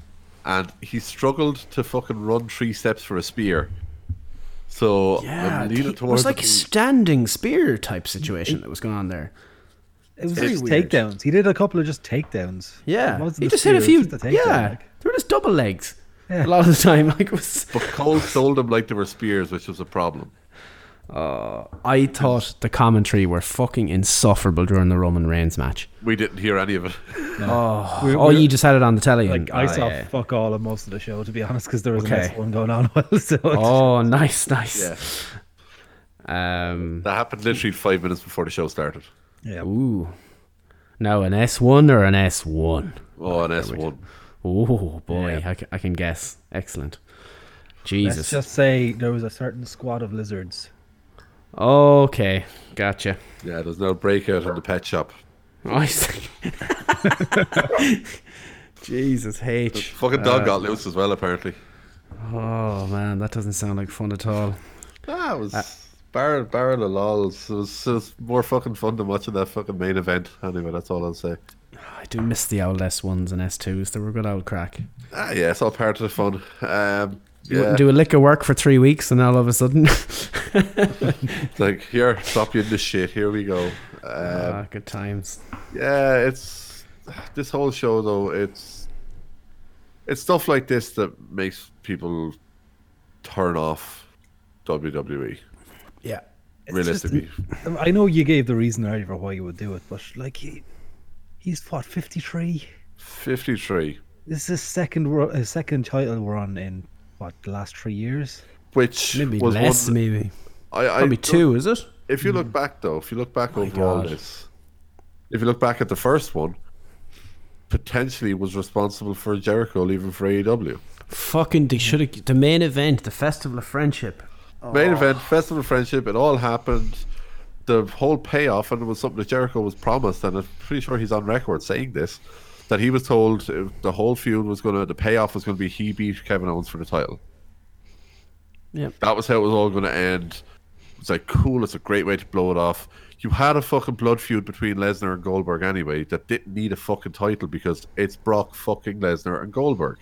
and he struggled to fucking run three steps for a spear. So
Yeah,
I'm
he-
leaning
it
towards
was like a
it-
standing spear type situation that was going on there.
It was
very
just
weird.
takedowns. He did a couple of just takedowns. It
Yeah,
wasn't
he
the
just hit a
spear, it
few.
was just a takedown,
yeah,
like.
they were just double legs.
Yeah.
A lot of the time, (laughs) like it was.
but Cole sold him like they were spears, which was a problem.
I thought the commentary were fucking insufferable during the Roman Reigns match.
We didn't hear any of it. (laughs)
We-
Oh,
we-
you just had it on the telly.
like
and-
I
oh,
saw
yeah.
fuck all of most of the show to be honest because there was
Okay.
a mess one going on (laughs) while so
Oh, nice, nice.
Yeah.
Um.
That happened literally five minutes before the show started.
yeah.
Ooh. Now an S one or an S one?
Oh, and S one.
Oh boy, I, ca- I can guess. Excellent. Jesus.
Let's just say there was a certain squad of lizards.
Okay, gotcha. (laughs)
Yeah, there's no breakout in the pet shop.
I
(laughs)
see. Jesus H.
Fucking dog got loose as well, apparently.
Oh man, that doesn't sound like fun at all.
Ah, it
Uh,
was barrel barrel of lols. It was, it was more fucking fun than watching that fucking main event. Anyway, that's all I'll say.
I do miss the old S ones and S twos. They were good old crack.
Ah, yeah, it's all part of the fun. Um,
You
yeah,
wouldn't do a lick of work for three weeks, and all of a sudden,
it's like here, stop you in the shit. Here we go. Uh,
Ah, good times.
yeah, it's this whole show though. It's it's stuff like this that makes people turn off WWE.
Yeah.
Realistically.
I know you gave the reason earlier for why you would do it, but like he, he's what fifty three.
53.
This is his second wor- his second title we're on in what the last three years.
Which
Maybe
was
less,
one-
maybe.
I, I
Probably two, is it?
If you look back, though, if you look back over all
God.
this, if you look back at the first one, potentially was responsible for Jericho leaving for E AEW.
Fucking, they should have. The main event, the Festival of Friendship.
Main event, Festival of Friendship, it all happened. The whole payoff, and it was something that Jericho was promised, and I'm pretty sure he's on record saying this, that he was told if the whole feud was going to, the payoff was going to be he beat Kevin Owens for the title.
Yeah.
That was how it was all going to end. It's like, cool, it's a great way to blow it off. You had a fucking blood feud between Lesnar and Goldberg anyway that didn't need a fucking title because it's Brock fucking Lesnar and Goldberg.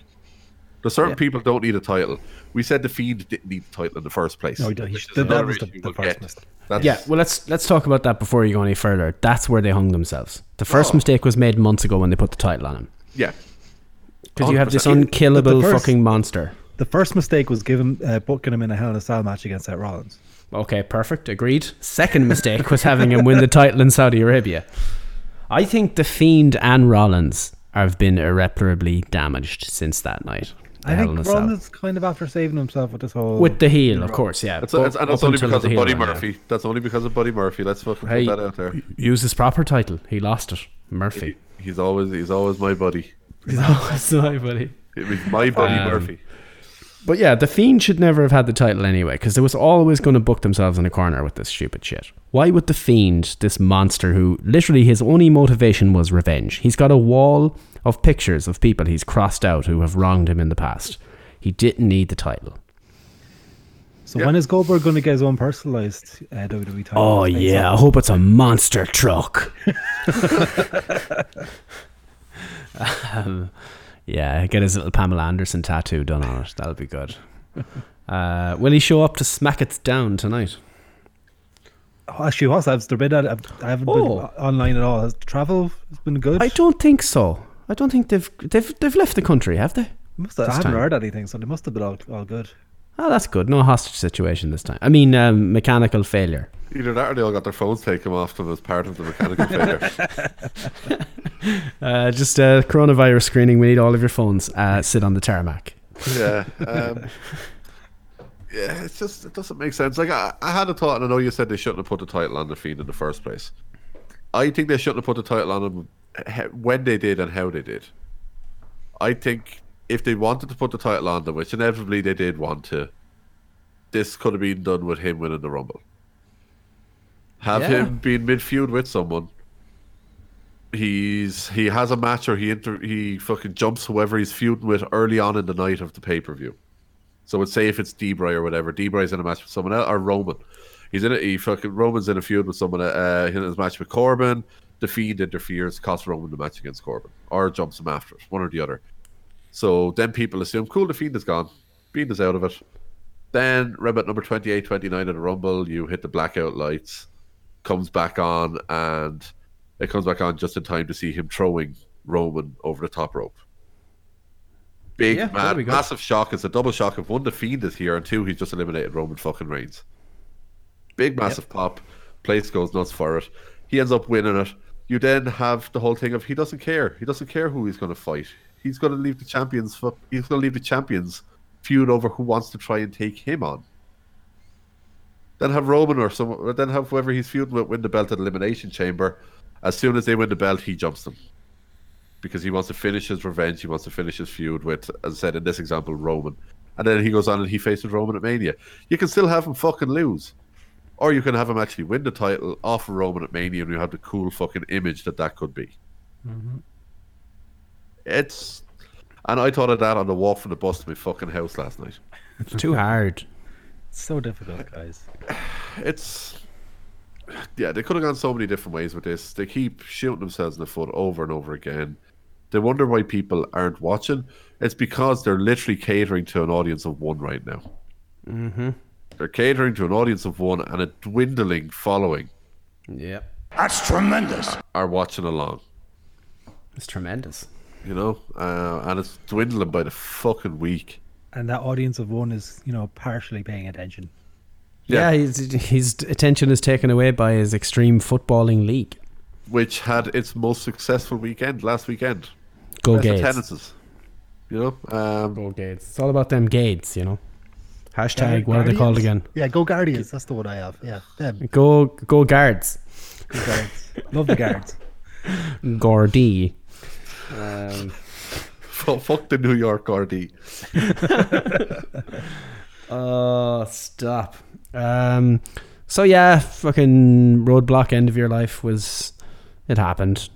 The certain people don't need a title. We said The Fiend didn't need the title in the first place.
No, he don't- he
which
sh-
is
that- that
another
was the-
issue
the
we'll
first
get.
mistake.
That's-
Yeah, well, let's let's talk about that before you go any further. That's where they hung themselves. The first mistake was made months ago when they put the title on him
Yeah.
because you have this
100%.
unkillable
The first-
fucking monster.
The first mistake was giving uh, booking him in a Hell in a Cell match against Seth Rollins.
Okay, perfect. Agreed. Second mistake was having him win the title in Saudi Arabia. I think the Fiend and Rollins have been irreparably damaged since that night.
I
Hell in a
think
Cell.
Rollins kind of after saving himself with this whole
with the heel, of course. Yeah,
That's,
Up-
that's- and that's
up
only
until
because
the
of
heel
Buddy
run, yeah.
Murphy. That's only because of Buddy Murphy. Let's fucking
Hey,
put that out there.
Use his proper title. He lost it. Murphy.
He's always he's always my buddy.
(laughs) He's always (laughs) my buddy.
It was my buddy
Um,
Murphy.
But yeah, the Fiend should never have had the title anyway, because they was always going to book themselves in a corner with this stupid shit. Why would the Fiend, this monster who literally his only motivation was revenge, he's got a wall of pictures of people he's crossed out who have wronged him in the past. He didn't need the title.
So when is Goldberg going to get his own personalized uh, WWE title?
Oh
Based
yeah, I
on-
hope it's a monster (laughs) truck. um, yeah, get his little Pamela Anderson tattoo done on it. That'll be (laughs) good. Uh, will he show up to smack it down tonight?
Oh, actually, what's I've there been? I I haven't
Oh.
been online at all. Has travel has been good.
I don't think so. I don't think they've they've they've left the country, have they?
Must have, I
This
haven't
time.
heard anything, so they must have been all, all good.
Oh, that's good. No hostage situation this time. I mean, um, mechanical failure.
Either that or they all got their phones taken off them as part of the mechanical failure.
Uh, just uh, coronavirus screening. We need all of your phones. Uh, sit on the tarmac.
yeah. Um, (laughs) yeah, it's just it doesn't make sense. Like I, I had a thought, and I know you said they shouldn't have put the title on the fiend in the first place. I think they shouldn't have put the title on him he- when they did and how they did. I think if they wanted to put the title on them, which inevitably they did want to, this could have been done with him winning the rumble. Have
Yeah.
him been mid feud with someone. He's he has a match or he inter- he fucking jumps whoever he's feuding with early on in the night of the pay per view. So let's say if it's Debray or whatever, Debray's in a match with someone else, or Roman. He's in it. He fucking Roman's in a feud with someone. Uh, in his match with Corbin, the Fiend interferes, costs Roman the match against Corbin, or jumps him after it, one or the other. So then people assume, cool, the Fiend is gone, Fiend is out of it. Then Rebet number 28, 29 in the Rumble, you hit the blackout lights, comes back on, and it comes back on just in time to see him throwing Roman over the top rope. Big
Yeah, that'd be
mad,
good.
massive shock. It's a double shock of one, the Fiend is here, and two, he's just eliminated Roman fucking Reigns. Big massive pop. Place goes nuts for it. He ends up winning it. You then have the whole thing of he doesn't care. He doesn't care who he's going to fight. He's going to leave the champions. fu- He's going to leave the champions feud over who wants to try and take him on. Then have Roman or someone. Then have whoever he's feuding with win the belt at Elimination Chamber. As soon as they win the belt, he jumps them because he wants to finish his revenge. He wants to finish his feud with, as I said in this example, Roman. And then he goes on and he faces Roman at Mania. You can still have him fucking lose. Or you can have him actually win the title off of Roman at Mania and you have the cool fucking image that that could be. It's. And I thought of that on the walk from the bus to my fucking house last night.
It's too hard.
It's so difficult, guys.
It's. Yeah, they could have gone so many different ways with this. They keep shooting themselves in the foot over and over again. They wonder why people aren't watching. It's because they're literally catering to an audience of one right now.
Mm-hmm.
They're catering to an audience of one and a dwindling following
Yep.
That's tremendous.
are watching along,
It's tremendous.
you know? Uh, and it's dwindling by the fucking week.
and that audience of one is, you know, partially paying attention.
Yeah, his, his attention is taken away by his extreme footballing league.
which had its most successful weekend last weekend.
Go
Best
Gades.
attendances, You know, um, (laughs)
go Gades. It's all about them Gates, you know. Hashtag, what are they called again?
Guardians? Yeah, go Guardians. That's the one I have. Yeah, them.
Go go guards.
Go Guards. (laughs) Love the Guards.
Gordy.
Um, fuck the New York RD.
Oh, stop. Um, so yeah, fucking roadblock end of your life was it happened.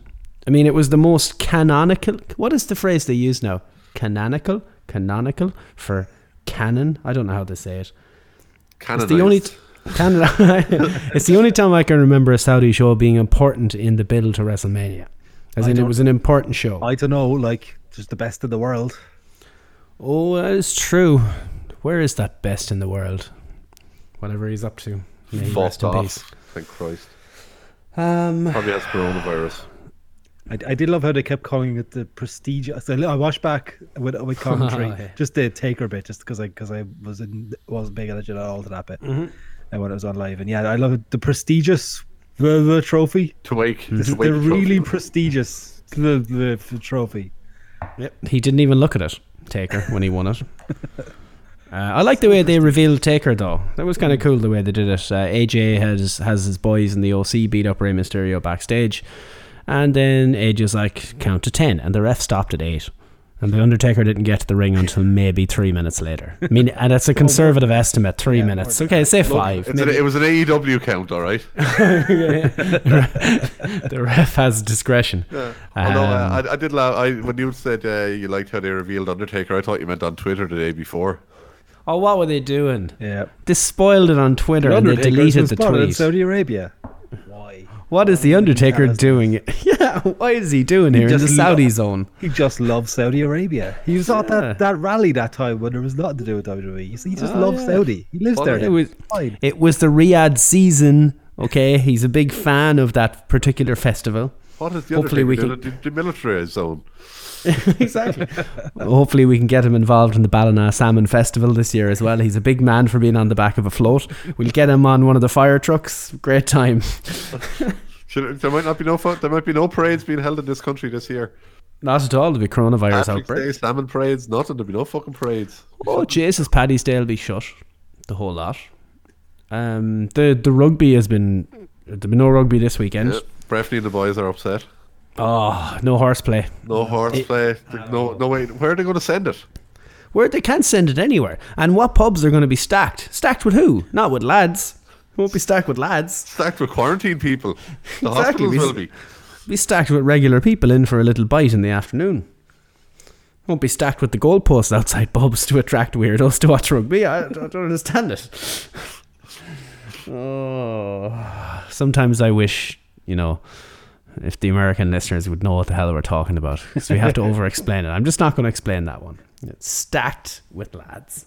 I mean, it was the most canonical. What is the phrase they use now? Canonical, canonical for canon. I don't know how to say it. It's the only. T- Canada. (laughs) it's the only time I can remember a Saudi show being important in the build to WrestleMania. As
I
in, it
don't-
was an important show.
I don't know, like just the best in the world.
Oh, that is true. Where is that best in the world? Whatever he's up to. May he rest
Fucked
in
off.
peace.
Thank Christ.
Um,
Probably has coronavirus.
I, I did love how they kept calling it the prestige. So I watched back
(laughs)
with with commentary,
Yeah.
just the taker bit, just because I because I was in, wasn't paying attention at all to that bit,
Mm-hmm.
and when it was on live, and yeah, I love the prestigious the, the trophy,
To wake.
Mm-hmm.
This
To
is
wake
the really
really.
prestigious the, the, the trophy.
Yep. He didn't even look at it, Taker, when he won it. Uh, I like the way they revealed Taker though. That was kind of cool the way they did it. Uh, AJ has has his boys in the OC beat up Rey Mysterio backstage, and then AJ's like count to ten, and the ref stopped at eight, and the Undertaker didn't get to the ring until maybe three minutes later. I mean, and that's a conservative estimate, three minutes. Okay, say five.
It's an,
maybe.
it was an AEW count, all right.
the ref has discretion.
Although
(laughs) Um,
uh, I, I did laugh. I, when you said uh, you liked how they revealed Undertaker, I thought you meant on Twitter the day before.
oh, what were they doing?
Yeah,
They spoiled it on Twitter and they
Undertaker's
deleted
was
the
spotted in
tweet.
Saudi Arabia.
What is the Undertaker
has
doing? (laughs) Yeah, why is he doing here in the
just
Saudi
lo-
zone?
He just loves Saudi Arabia. He was at
Yeah.
that, that rally that time when there was nothing to do with WWE. You see, he just
Oh,
loves
yeah.
Saudi. He lives
Well,
there.
It
now.
was,
Fine.
it was the Riyadh season. Okay, he's a big fan of that particular festival.
What is the
Hopefully we
Undertaker doing in the, the military zone?
exactly. (laughs) Hopefully, we can get him involved in the Ballina Salmon Festival this year as well. He's a big man for being on the back of a float. We'll get him on one of the fire trucks. Great time. (laughs)
Should, there might not be no fun, there might be no parades being held in this country this year.
Not at all. There'll be coronavirus
Patrick's
outbreak.
Day, salmon parades, nothing. There'll be no fucking parades.
Oh Jesus, Paddy's Day will be shut. The whole lot. Um, the the rugby has been there's been no rugby this weekend.
Yeah, Breffney and the boys are upset.
Oh, no horseplay.
No horseplay. No, no way. Where are they going to send it?
Where they can't send it anywhere. And what pubs are going to be stacked? Stacked with who? Not with lads. Won't be stacked with lads.
Stacked with quarantine people. The
Exactly,
hospitals
we-
will be.
Be stacked with regular people in for a little bite in the afternoon. Won't be stacked with the goalposts outside pubs to attract weirdos to watch rugby. I, I don't understand it. Oh, sometimes I wish you know if the American listeners would know what the hell we're talking about because we have to over-explain it. I'm just not going to explain that one. It's stacked with lads.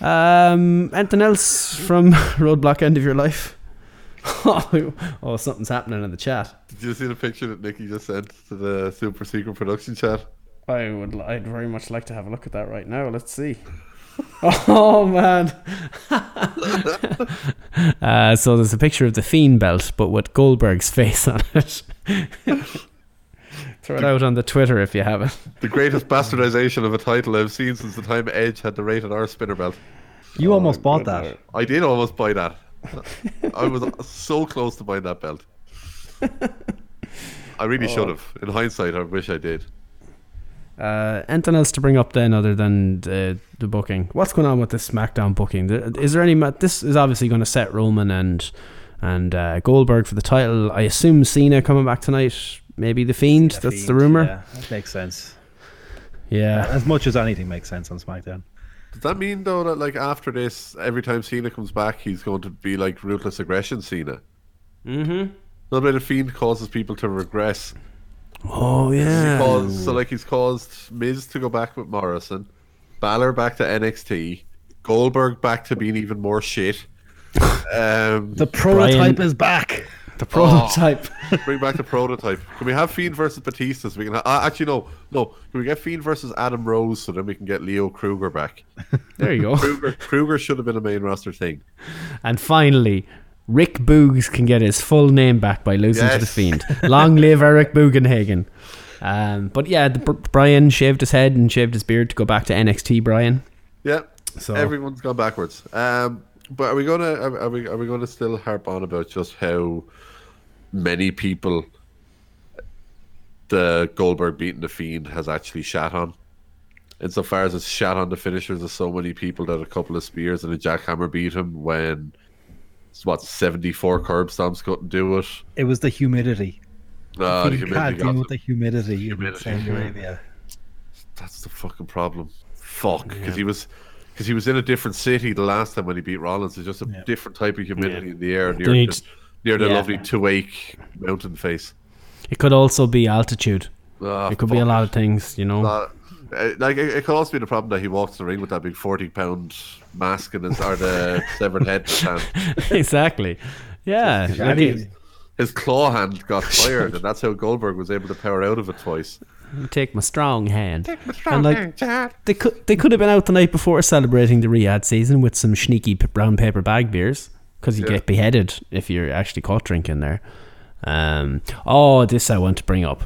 Um, anything else from (laughs) Roadblock End of Your Life? (laughs) oh, something's happening in the chat.
Did you see the picture that Nikki just sent to the super secret production chat?
I would. li- I'd very much like to have a look at that right now. Let's see. (laughs) oh man! (laughs) uh, so there's a picture of the fiend belt, but with Goldberg's (laughs) face on it. Throw it out on the Twitter if you have it.
The greatest bastardization of a title I've seen since the time Edge had the rated R spinner belt.
You almost bought that.
Oh,
I did almost buy that. I was so close to buying that belt. I really should have. In hindsight, I wish I did.
Uh, anything else to bring up then, other than the, the booking? What's going on with this SmackDown booking? Th- Is there any? ma- This is obviously going to set Roman and and uh, Goldberg for the title. I assume Cena coming back tonight. Maybe the Fiend. That's the rumor.
Yeah, that makes sense.
yeah.
As much as anything makes sense on SmackDown.
Does that mean though that like after this, every time Cena comes back, he's going to be like ruthless aggression Cena?
Mm-hmm.
Not that the fiend causes people to regress.
Oh yeah.
Caused- so like he's caused Miz to go back with Morrison, Balor back to NXT, Goldberg back to being even more shit. Um,
The prototype
Brian-
is back.
The (laughs) prototype.
Bring back the prototype. Can we have Fiend versus Batista? So we can ha- uh, actually no, no. Can we get Fiend versus Adam Rose so then we can get Leo Kruger back?
There you go.
Kruger, Kruger should have been a main roster thing.
(laughs) And finally, Rick Boogs can get his full name back by losing to the
Yes.
(laughs) Fiend. Long live Eric Bugenhagen. Um, but yeah, the, Br- Brian shaved his head and shaved his beard to go back to NXT. Brian.
Yep.
So-
everyone's gone backwards. Um, but are we gonna are, are we are we gonna still harp on about just how many people the Goldberg beating the Fiend has actually shat on? Insofar as it's shat on the finishers of so many people that a couple of spears and a jackhammer beat him when it's what seventy four curb stomps couldn't do it.
It was the humidity.
Ah, the
Fucking
humidity
can't
got
deal
them.
with the humidity, in
Humidity.
Saudi Arabia.
That's the fucking problem. Fuck, because he was because he was in a different city the last time when he beat Rollins. It's just a different type of humidity in the air near,
They need-
the, near the
yeah.
lovely Tuwake mountain face.
It could also be altitude.
Ah,
it could be a
fuck
lot of things, you know.
Uh, uh, like it, it could also be the problem that he walks in the ring with that big forty pound mask and his or (laughs) the severed head. in his hand.
(laughs) exactly. Yeah. like it-
His claw hand (laughs) got fired, and that's how Goldberg was able to power out of it twice.
take my strong hand. Take my
strong hand, Chad.
They could they could have been out the night before celebrating the Riyadh season with some sneaky p- brown paper bag beers because you
Yeah.
get beheaded if you're actually caught drinking there. Um, oh, this I want to bring up.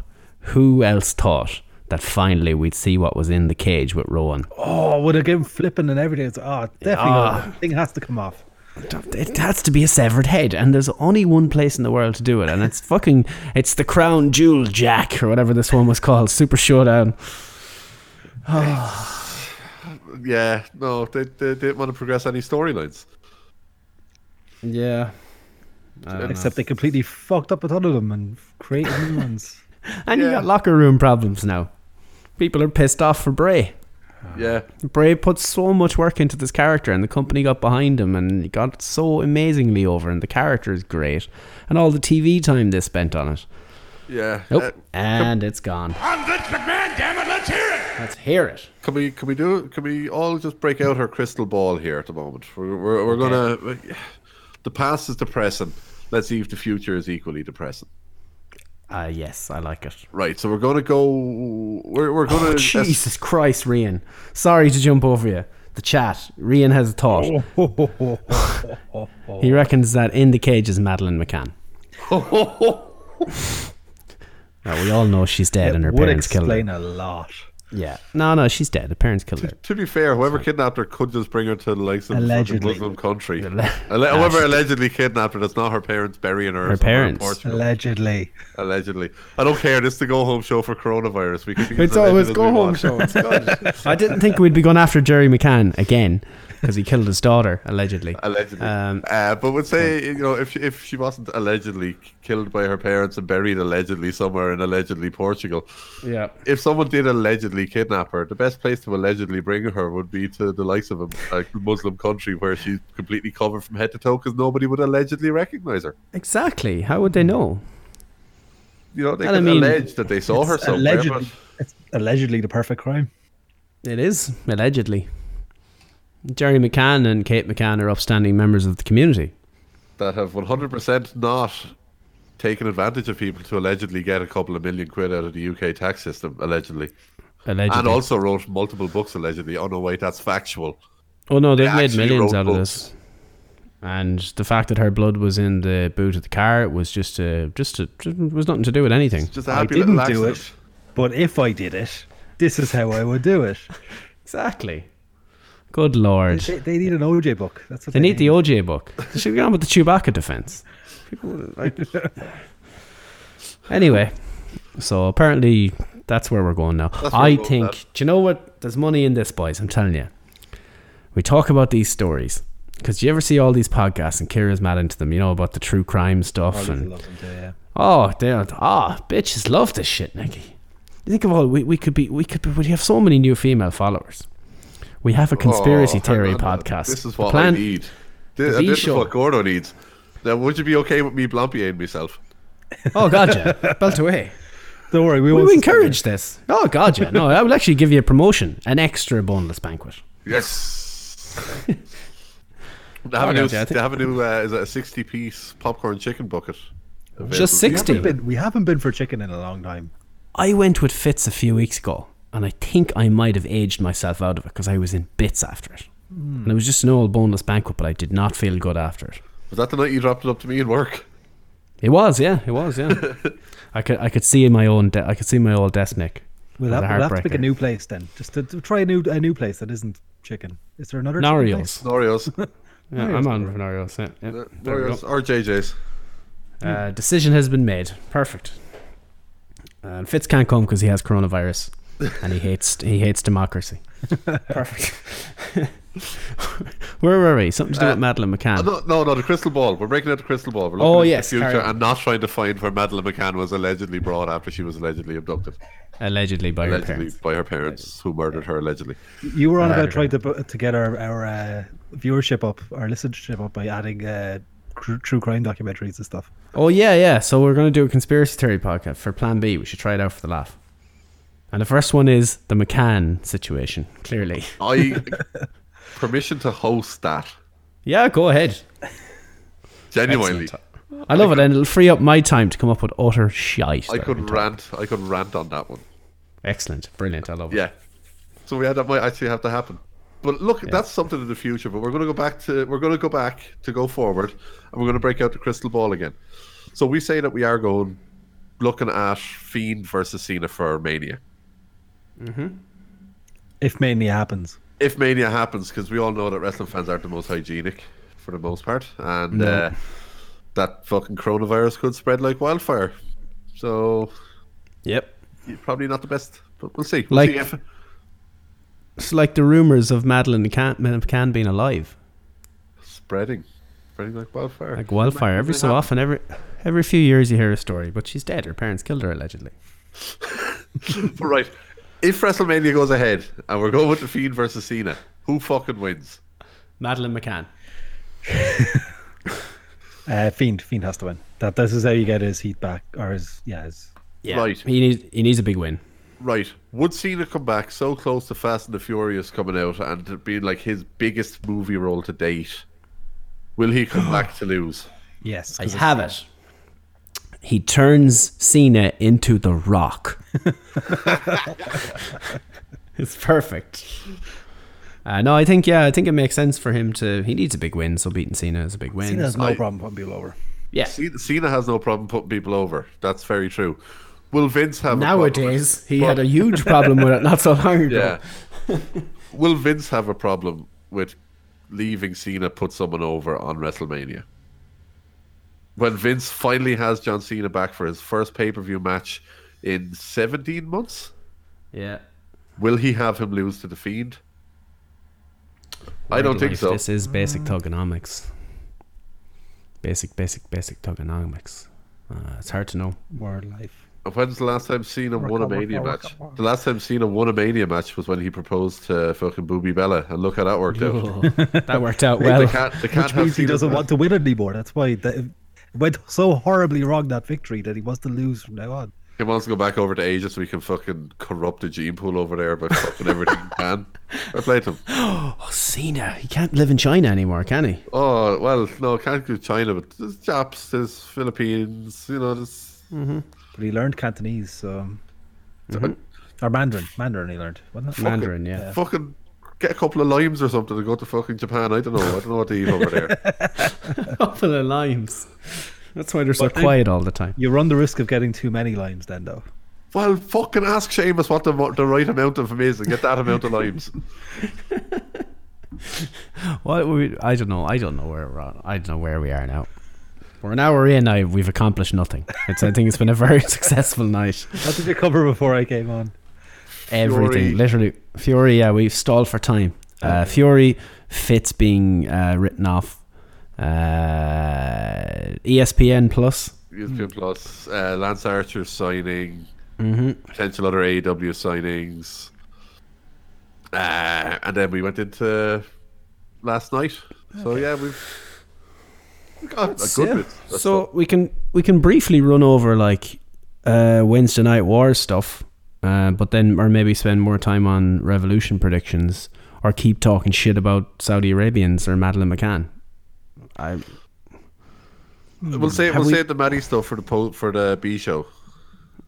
Who else thought that finally we'd see what was in the cage with Rowan?
Oh, with a game flipping and everything. It's, oh, definitely.
Ah.
The thing has to come off.
It has to be a severed head, and there's only one place in the world to do it, and it's fucking it's the Crown Jewel Jack or whatever this one was called, Super Showdown.
Yeah, no, they, they didn't want to progress any storylines.
Yeah.
Except they completely fucked up a ton of them and created new ones.
And you
Yeah.
got locker room problems now. People are pissed off for Bray.
Yeah,
Bray put so much work into this character, and the company got behind him, and he got so amazingly over, and the character is great, and all the TV time they spent on it.
yeah.
Nope.
Uh,
and it's gone.
I'm Vince McMahon, damn it, let's hear it!
Let's hear it.
Can we can we do can we all just break out our crystal ball here at the moment? We're we're, we're gonna the past is depressing. Let's see if the future is equally depressing.
Ah, yes, I like it.
Right, so we're gonna go. We're we're gonna.
Oh, Jesus Christ, Rian. Sorry to jump over you. The chat. Rian has a thought. Oh. He reckons that in the cage is Madeline (laughs) McCann. Now, we all know she's dead (laughs) and her
Would
parents killed her.
explain a lot.
Yeah. No, no, she's dead. The parents killed her.
To be fair, whoever kidnapped her could just bring her to the likes of the fucking
Allegedly.
Muslim country.
Alle-
Alle-
Nah,
whoever
she-
allegedly kidnapped her, that's not her parents burying her. somewhere
Her
in
parents.
Portugal.
Allegedly.
Allegedly, I don't care. This is the go home show for coronavirus. We can. be
It's
as alleged
always
as we
go home
want.
show. (laughs)
(laughs)
I didn't think we'd be going after Jerry McCann again because he killed his daughter, allegedly.
allegedly.
Um,
uh, but would say you know if she, if she wasn't allegedly killed by her parents and buried allegedly somewhere in allegedly Portugal,
Yeah.
if someone did allegedly kidnap her, the best place to allegedly bring her would be to the likes of a, a Muslim country where she's completely covered from head to toe because nobody would allegedly recognize her.
Exactly. How would they know?
You know, they
And I
could
mean,
allege that they saw her
It's
somewhere.
allegedly,
but-
it's allegedly the perfect crime.
It is, allegedly. Jerry McCann and Kate McCann are upstanding members of the community.
that have 100% not taken advantage of people to allegedly get a couple of million quid out of the UK tax system, allegedly.
Allegedly.
And also wrote multiple books, allegedly. Oh, no, wait, that's factual.
oh no, they've
they
made
actually
millions
wrote
out of
books.
this. And the fact that her blood was in the boot of the car was just a just a it was nothing to do with anything.
Just a
I
happy
didn't
little
do
accident.
it, but if I did it, this is how I
(laughs)
would do it.
Exactly. Good lord.
They, they need an OJ book. That's what
They need the OJ book. They should get on with the Chewbacca defense. People, like- (laughs) anyway, so apparently that's where we're going now.
where
I
we're going,
think.
lad.
Do you know what? There's money in this, boys. I'm telling you. We talk about these stories because you ever see all these podcasts and Kira's mad into them. You know about the true crime stuff
Probably
and
love them too, yeah.
oh, they are ah bitches love this shit, Nicky. You think of all we, we could be we could be, we have so many new female followers. We have a
Oh,
conspiracy
hang
theory
on now.
podcast.
This is
The
what I
plan-
need. This, uh,
the
this is
show.
what Gordo needs. Now, would you be okay with me blampying myself?
(laughs) Oh,
(laughs)
gotcha. Belt away.
Don't worry,
We
we won't
will
suspend you.
encourage this. Oh, God, yeah. No, I will actually give you a promotion, an extra boneless banquet. (laughs)
Yes. they have
Oh,
a new,
gotcha, I think-
they have a new uh, is it a 60 piece popcorn chicken bucket.
Just
We
60.
haven't, been, we haven't been for chicken in a long time.
I went with Fitz a few weeks ago, and I think I might have aged myself out of it because I was in bits after it.
Hmm.
And it was just an old boneless banquet, but I did not feel good after it.
Was that the night you dropped it up to me in work?
It was, yeah, it was, yeah. I could, I could see my own, de- I could see my old desk nick.
We'll have, we'll have to pick a new place then, just to, to try a new a new place that isn't chicken. Is there another chicken place?
Norios. (laughs) yeah, I'm
Norios.
on for Norios. Yeah, yeah.
Uh,
There we go.
Norios or JJ's.
Uh, decision has been made. Perfect. And Fitz can't come because he has coronavirus, and he hates he hates
(laughs)
democracy. Perfect. (laughs) Where were we? Something to do
Uh,
with Madeline
Uh,
McCann.
no, no, no, the crystal ball. We're breaking out the crystal ball. We're looking
Oh,
into
yes,
the future
sorry.
and not trying to find where Madeline McCann was allegedly brought after she was allegedly abducted.
Allegedly by
her parents. by her parents, who murdered her allegedly.
You were on
Uh,
about trying to bu- to get our our uh, viewership up, our listenership up by adding uh, cr- true crime documentaries and stuff.
Oh yeah, yeah. So we're gonna do a conspiracy theory podcast for Plan B. We should try it out for the laugh. And the first one is the McCann situation. Clearly,
(laughs) I permission to host that.
yeah. Go ahead.
Genuinely,
I love it, and it'll free up my time to come up with utter shite.
I
that
could
can talk.
rant. I could rant on that one.
Excellent, brilliant. I love it.
Yeah. So yeah, that might actually have to happen. But look, that's something in the future. But we're going to go back to we're going to go back to go forward, and we're going to break out the crystal ball again. So we say that we are going looking at Fiend versus Cena for Mania.
Mm-hmm. If mainly happens.
If Mania happens, because we all know that wrestling fans aren't the most hygienic for the most part, and
No.
uh, that fucking coronavirus could spread like wildfire. So,
yep,
probably not the best, but we'll see. We'll
Like
see if
It's like the rumors of Madeline McCann, McCann being alive,
spreading, spreading like wildfire,
like wildfire. Every so often, every every few years, you hear a story, but she's dead. Her parents killed her allegedly.
But right, if WrestleMania goes ahead and we're going with the Fiend versus Cena, who fucking wins?
Madeline McCann.
Uh, Fiend, Fiend has to win. That this is how you get his heat back, or his yeah, his
Yeah,
Right.
He needs he needs a big win.
Right, would Cena come back so close to Fast and the Furious coming out and it being like his biggest movie role to date? Will he
(gasps)
come back to lose?
yes.
I have it. He turns Cena into the Rock. (laughs) it's perfect. Uh, no, I think yeah, I think it makes sense for him to. He needs a big win, so beating Cena is a big win.
Cena has no
I-
problem putting people over.
Yeah.
Cena, Cena has no problem putting people over. That's very true. Will Vince have
Nowadays,
a problem?
he had a huge problem with it not so long ago.
Yeah. (laughs) Will Vince have a problem with leaving Cena put someone over on WrestleMania? When Vince finally has John Cena back for his first pay per view match in 17 months,
Yeah.
will he have him lose to The Fiend? I
Word
don't think
life.
so.
This is basic tokenomics. Basic, basic, basic tokenomics. Uh, it's hard to know.
Word life.
When's the last time Cena
Work
won a
on, work
Mania
on, work
match?
on, work on.
The last time Cena won a Mania match was when he proposed to fucking Booby Bella, and look how that worked out.
that worked out
(laughs) They
well.
can't-
(laughs)
they can't
Which
have
means he
Cena
doesn't
back.
want to win anymore. That's why that, it went so horribly wrong that victory that he wants to lose from now on.
He wants to go back over to Asia so we can fucking corrupt the gene pool over there by fucking everything we can. I played him.
Oh, Cena, he can't live in China anymore, can he?
Oh well, no, can't go China, but there's Japs, there's Philippines, you know, there's
Mm-hmm. But he learned Cantonese, so
Mhm.
Mm-hmm.
or Mandarin. Mandarin he learned, wasn't it?
fucking- Fucking get a couple of limes or something and go to fucking Japan. I don't know. I don't know what to eat over
(laughs)
there.
(laughs) Couple of limes. That's why they're so
But I-
quiet all the time.
You run the risk of getting too many limes then, though.
Well, fucking ask Seamus what the, the right amount of him is and get that amount of limes.
What we, I don't know. I don't know where we're on. I don't know where we are now. We're an hour in. I we've accomplished nothing. It's, I think it's been a very (laughs) successful night.
What did you cover before I came on?
Everything, literally. Fury, yeah, we've stalled for time. Uh, Fury, Fitz being uh, written off. Uh, ESPN Plus.
ESPN Plus, uh, Lance Archer signing,
Mhm.
potential other AEW signings, uh, and then we went into last night. So yeah, we've we got a good
Yeah.
bit. That's
So we can we can briefly run over like uh, Wednesday night war stuff, uh, but then or maybe spend more time on revolution predictions or keep talking shit about Saudi Arabians or Madeline McCann. I
We'll say
Have
we'll
we-
save the Maddie stuff for the po- for the B show.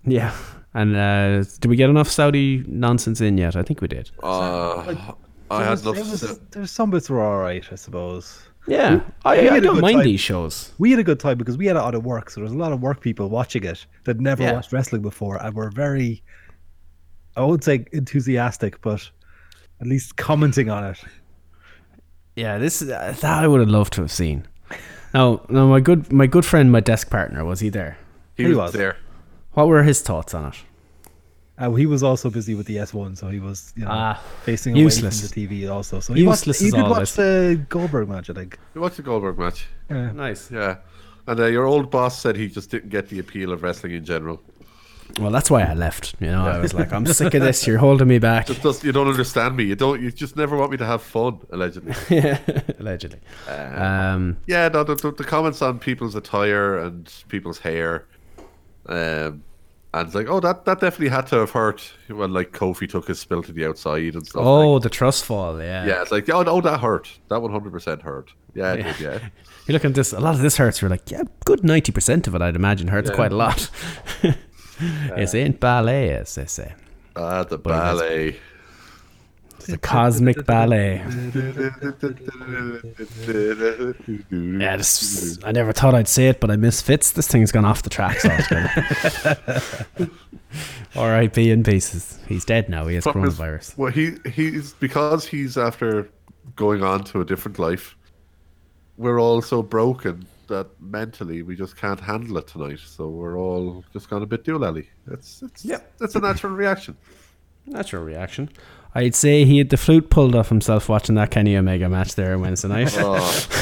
Yeah. And uh, did we get enough Saudi nonsense in yet? I think we did.
Like,
Uh, I
there
had
was-
enough.
there was-
to-
There's some bits were all right, I suppose.
Yeah, I-
we
I
had a
don't
good
mind
time.
these shows.
We had a good time because we had it out of work, so there was a lot of work people watching it that never
Yeah.
watched wrestling before and were very, I won't say enthusiastic, but at least commenting on it.
Yeah, this uh, that I would have loved to have seen. Now, now my good my good friend, my desk partner, was he there?
He was there.
What were his thoughts on it?
Uh, he was also busy with the S1, so he was you know,
Ah,
facing
useless.
away from the TV also. So he watched,
Useless
he
as
did watch
always.
the Goldberg match, I think.
You watched the Goldberg match.
Yeah.
Nice.
Yeah, and uh, your old boss said he just didn't get the appeal of wrestling in general.
Well, that's why I left. You know, I was like, I'm sick of this. You're holding me back. (laughs)
Just, just you don't understand me. You don't. You just never want me to have fun. Allegedly.
Yeah, allegedly. Um,
yeah. No. The, the, the comments on people's attire and people's hair, um, and it's like, oh, that that definitely had to have hurt when like Kofi took his spill to the outside and stuff.
oh, the trust fall. Yeah.
Yeah, it's like, oh, oh that hurt. That 100% hurt. Yeah, it did, yeah.
You're looking at this. A lot of this hurts. You're like, yeah, good ninety percent of it, I'd imagine, hurts
Yeah.
quite
(laughs)
a lot. it ain't ballet, as they say.
Ah,
(laughs)
the
it has-
ballet.
It's the cosmic
(laughs)
ballet. Yeah, this, I never thought I'd say it, but I miss Fitz. This thing's gone off the
(laughs)
tracks altogether. R.I.P. in pieces. He's dead now. He has
Fuck is-
coronavirus.
Well, he he's because he's after going on to a different life. We're all so broken that mentally we just can't handle it tonight. So we're all just gone a bit doolally. That's it's yeah, that's a natural reaction.
Natural reaction. I'd say he had the flute pulled off himself watching that Kenny Omega match there Wednesday night.
(laughs)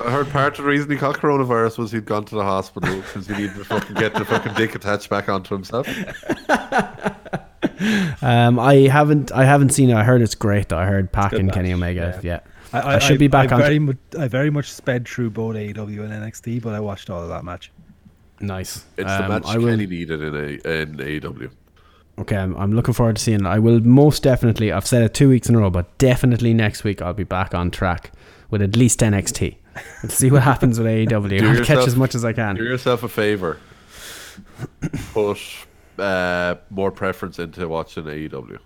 Oh. I heard part of the reason he got coronavirus was he'd gone to the hospital because he needed to fucking get the fucking dick attached back onto himself.
Um, I haven't, I haven't seen it. I heard it's great. Though. I heard Pac
good
and Kenny
match,
Omega. Yeah,
I, I,
should be back
I
on.
Very mu- I very much sped through both AEW and NXT, but I watched all of that match.
nice.
It's the
Um,
match
I will-
Kenny needed in a E in AEW.
Okay, I'm, I'm looking forward to seeing it. I will most definitely, I've said it two weeks in a row, but definitely next week I'll be back on track with at least NXT. Let's see what happens with AEW. I'll catch as much as I
Do
can.
yourself a favor. Put uh, more preference into watching E AEW.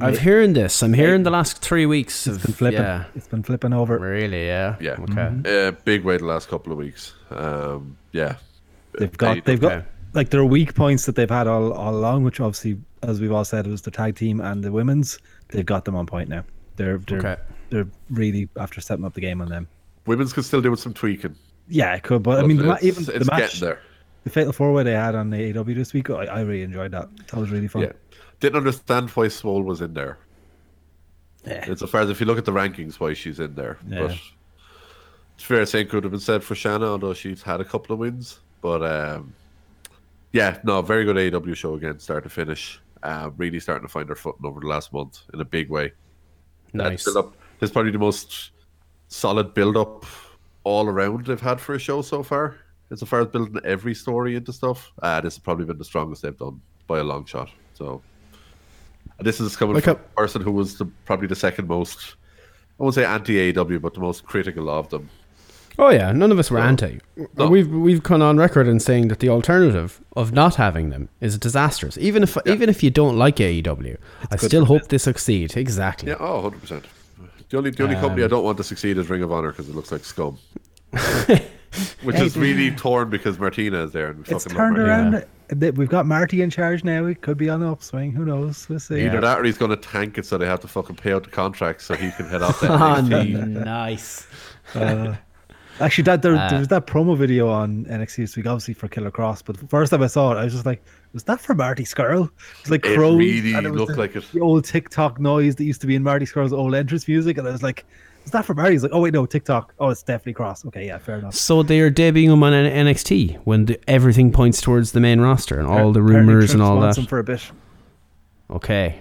I'm hearing this. I'm hearing the last three weeks of
Been flipping.
yeah,
It's been flipping over.
really, yeah,
Yeah.
Okay,
Mm-hmm.
Uh, big way the last couple of weeks. Um, yeah.
They've got they've got
okay.
like their weak points that they've had all, all along, which obviously, as we've all said, was the tag team and the women's. They've got them on point now. They're they're
Okay.
they're really after stepping up the game on them.
Women's can still do with some tweaking.
Yeah, it could, but I mean, the ma-
It's-
even
it's
the match,
getting there.
the fatal four way they had on the AW this week, I, I really enjoyed that. That was really fun.
Yeah. Didn't understand why Swole was in there.
Yeah.
It's a fair if you look at the rankings why she's in there.
Yeah.
But it's fair to say it could have been said for Shanna, although she's had a couple of wins. But um, yeah, no, very good AEW show again, start to finish. Uh, really starting to find her footing over the last month in a big way. That
nice.
build-up is probably the most solid build up all around they've had for a show so far. As far as building every story into stuff, uh, this has probably been the strongest they've done by a long shot. So, and this is coming
Like
from
a-
a person who was the, probably the second most, I won't say anti AEW, but the most critical of them.
Oh yeah, none of us were anti.
No.
We've we've gone on record in saying that the alternative of not having them is disastrous. Even if even if you don't like AEW, I still hope they succeed. Exactly.
(laughs)
Yeah, oh, 100%. The only, the only company I don't want to succeed is Ring of Honor because it looks like scum. Which is really torn because Martina is there. And we
It's
fucking love
turned
Martina.
around. Th- We've got Marty in charge now. It could be on the upswing. Who knows? We'll see.
Either that or he's going to tank it so they have to fucking pay out the contracts so he can head
(laughs)
off to
Oh,
Ah,
NXT.
nice.
Actually, that
Uh,
there, there was that promo video on NXT this week, obviously for Killer Cross. But the first time I saw it, I was just like, "Was that for Marty Skrull?" It's like
It
crows,
really
and was
looked
the,
like it.
The old TikTok noise that used to be in Marty Skrull's old entrance music, and I was like, "Is that for Marty?" He's like, "Oh wait, no, TikTok. Oh, it's definitely Cross. Okay, yeah, fair enough."
So they are debuting him on N- NXT when the, everything points towards the main roster and all the
Apparently
rumors and
Trips
all
wants
that.
him for a bit.
okay.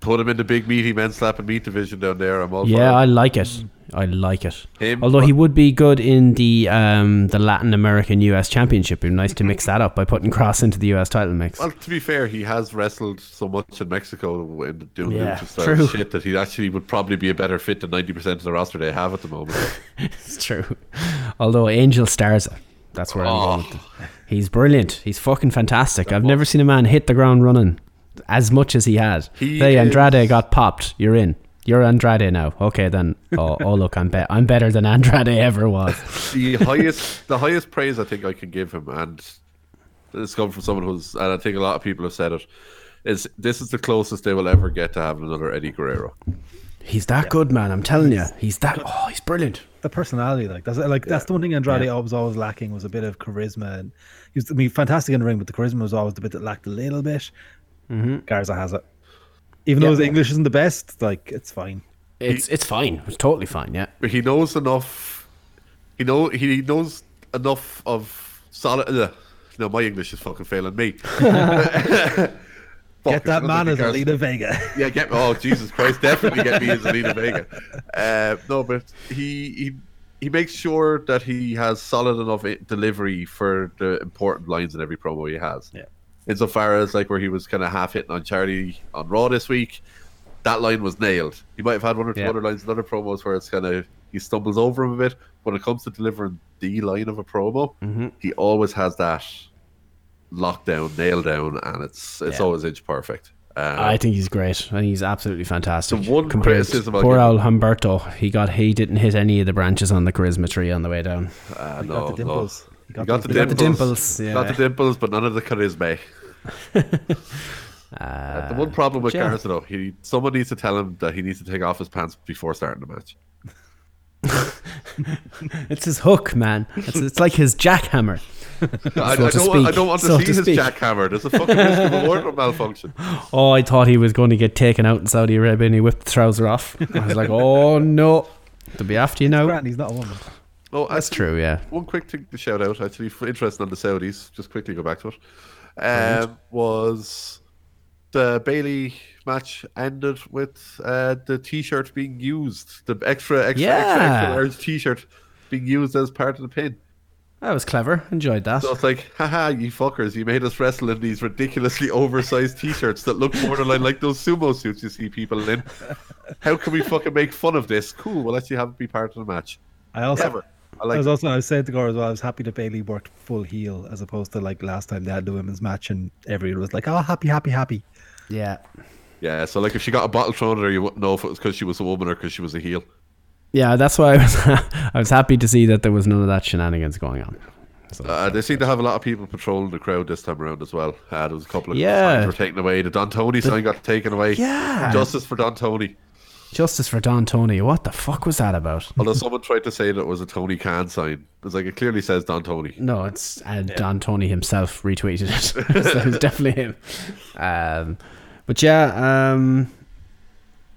Put him in the big meaty men slapping meat division down there. I'm all for
Yeah,
it.
I like it. I like it.
Him-
Although he would be good in the um, the Latin American US Championship. It'd be nice to mix that up by putting Cross into the US title mix.
Well, to be fair, he has wrestled so much in Mexico and doing
Yeah,
yeah, style
true.
shit that he actually would probably be a better fit than ninety percent of the roster they have at the moment.
It's true. Although Angel Starza, that's where I'm going with
Oh.
it. He's brilliant. He's fucking fantastic. I've never seen a man hit the ground running as much as he has.
He
hey, Andrade
is-
got popped. You're in. You're Andrade now. Okay then. Oh, oh look, I'm be- I'm better than Andrade ever was.
the highest the highest praise I think I can give him, and it's come from someone who's, and I think a lot of people have said it, is this is the closest they will ever get to having another Eddie Guerrero.
He's that good, man. I'm telling you. He's that. Oh, he's brilliant.
the personality like that's like that's the one thing Andrade was always lacking was a bit of charisma and he was I mean fantastic in the ring but the charisma was always the bit that lacked a little bit Garza has it even though his English isn't the best like it's fine
It's it's fine. It's totally fine. Yeah.
But he knows enough. He know he knows enough of solid. Uh, no, my English is fucking failing me. (laughs)
get that man as Alina Vega (laughs)
Yeah, get me. Oh Jesus Christ! Definitely get me as Alina Vega. Uh, no, but he he he makes sure that he has solid enough i- delivery for the important lines in every promo he has.
Yeah.
Insofar as like where he was kind of half hitting on charity on Raw this week, that line was nailed. He might have had one or two
Yeah.
other lines in other promos where it's kind of he stumbles over him a bit. When it comes to delivering the line of a promo,
Mm-hmm.
he always has that lockdown, nail down, and it's it's
Yeah.
always inch perfect. Um,
I think he's great. I think he's absolutely fantastic.
The one
Compared to
criticism I'll
poor
give-
old Humberto, he got he didn't hit any of the branches on the charisma tree on the way down.
Uh,
got
no,
the
no.
dimples. He
You
got
got
the-
the
(laughs)
got the
dimples.
dimples,
You
yeah.
Got the dimples, but none of the
(laughs)
charisma. Uh, the one problem with
yeah.
Garza, though, he someone needs to tell him that he needs to take off his pants before starting the match.
It's his hook, man. It's, it's like his jackhammer.
I, I
So
don't,
to
want, I
speak.
don't want to
So
see
to
his
speak.
jackhammer. There's a fucking risk of a wardrobe
(laughs)
malfunction.
Oh, I thought he was going to get taken out in Saudi Arabia and he whipped the trouser off. I was like, oh no. They'll be after you now.
Grant, he's not a woman
No,
That's
actually,
true, yeah.
One quick thing to shout out, actually, for interesting on the Saudis. Just quickly go back to it. Um, was the Bailey match ended with uh, the T-shirt being used, the extra extra extra,
Yeah.
extra large T-shirt being used as part of the pin.
That was clever. Enjoyed that.
So it's like, haha, you fuckers, you made us wrestle in these ridiculously oversized t-shirts that look borderline like those sumo suits you see people in. How can we fucking make fun of this? Cool, we'll let you have it be part of the match.
I also
Clever. I
I
like
was also I was saying to Gore as well. I was happy that Bailey worked full heel as opposed to like last time they had the women's match and everyone was like, "Oh, happy, happy, happy."
yeah.
Yeah, so like if she got a bottle thrown at her, you wouldn't know if it was because she was a woman or because she was a heel.
Yeah, that's why I was (laughs) I was happy to see that there was none of that shenanigans going on.
Uh, they seem to have a lot of people patrolling the crowd this time around as well. Uh, there was a couple of
Yeah.
signs were taken away. The Don Tony sign got taken away.
Yeah.
Justice for Don Tony.
Justice for Don Tony. What the fuck was that about?
Although someone tried to say that it was a Tony Khan sign. It's like it clearly says Don Tony.
No, it's uh, Don Tony himself retweeted it. (laughs) so it was definitely him. Um, but yeah, um,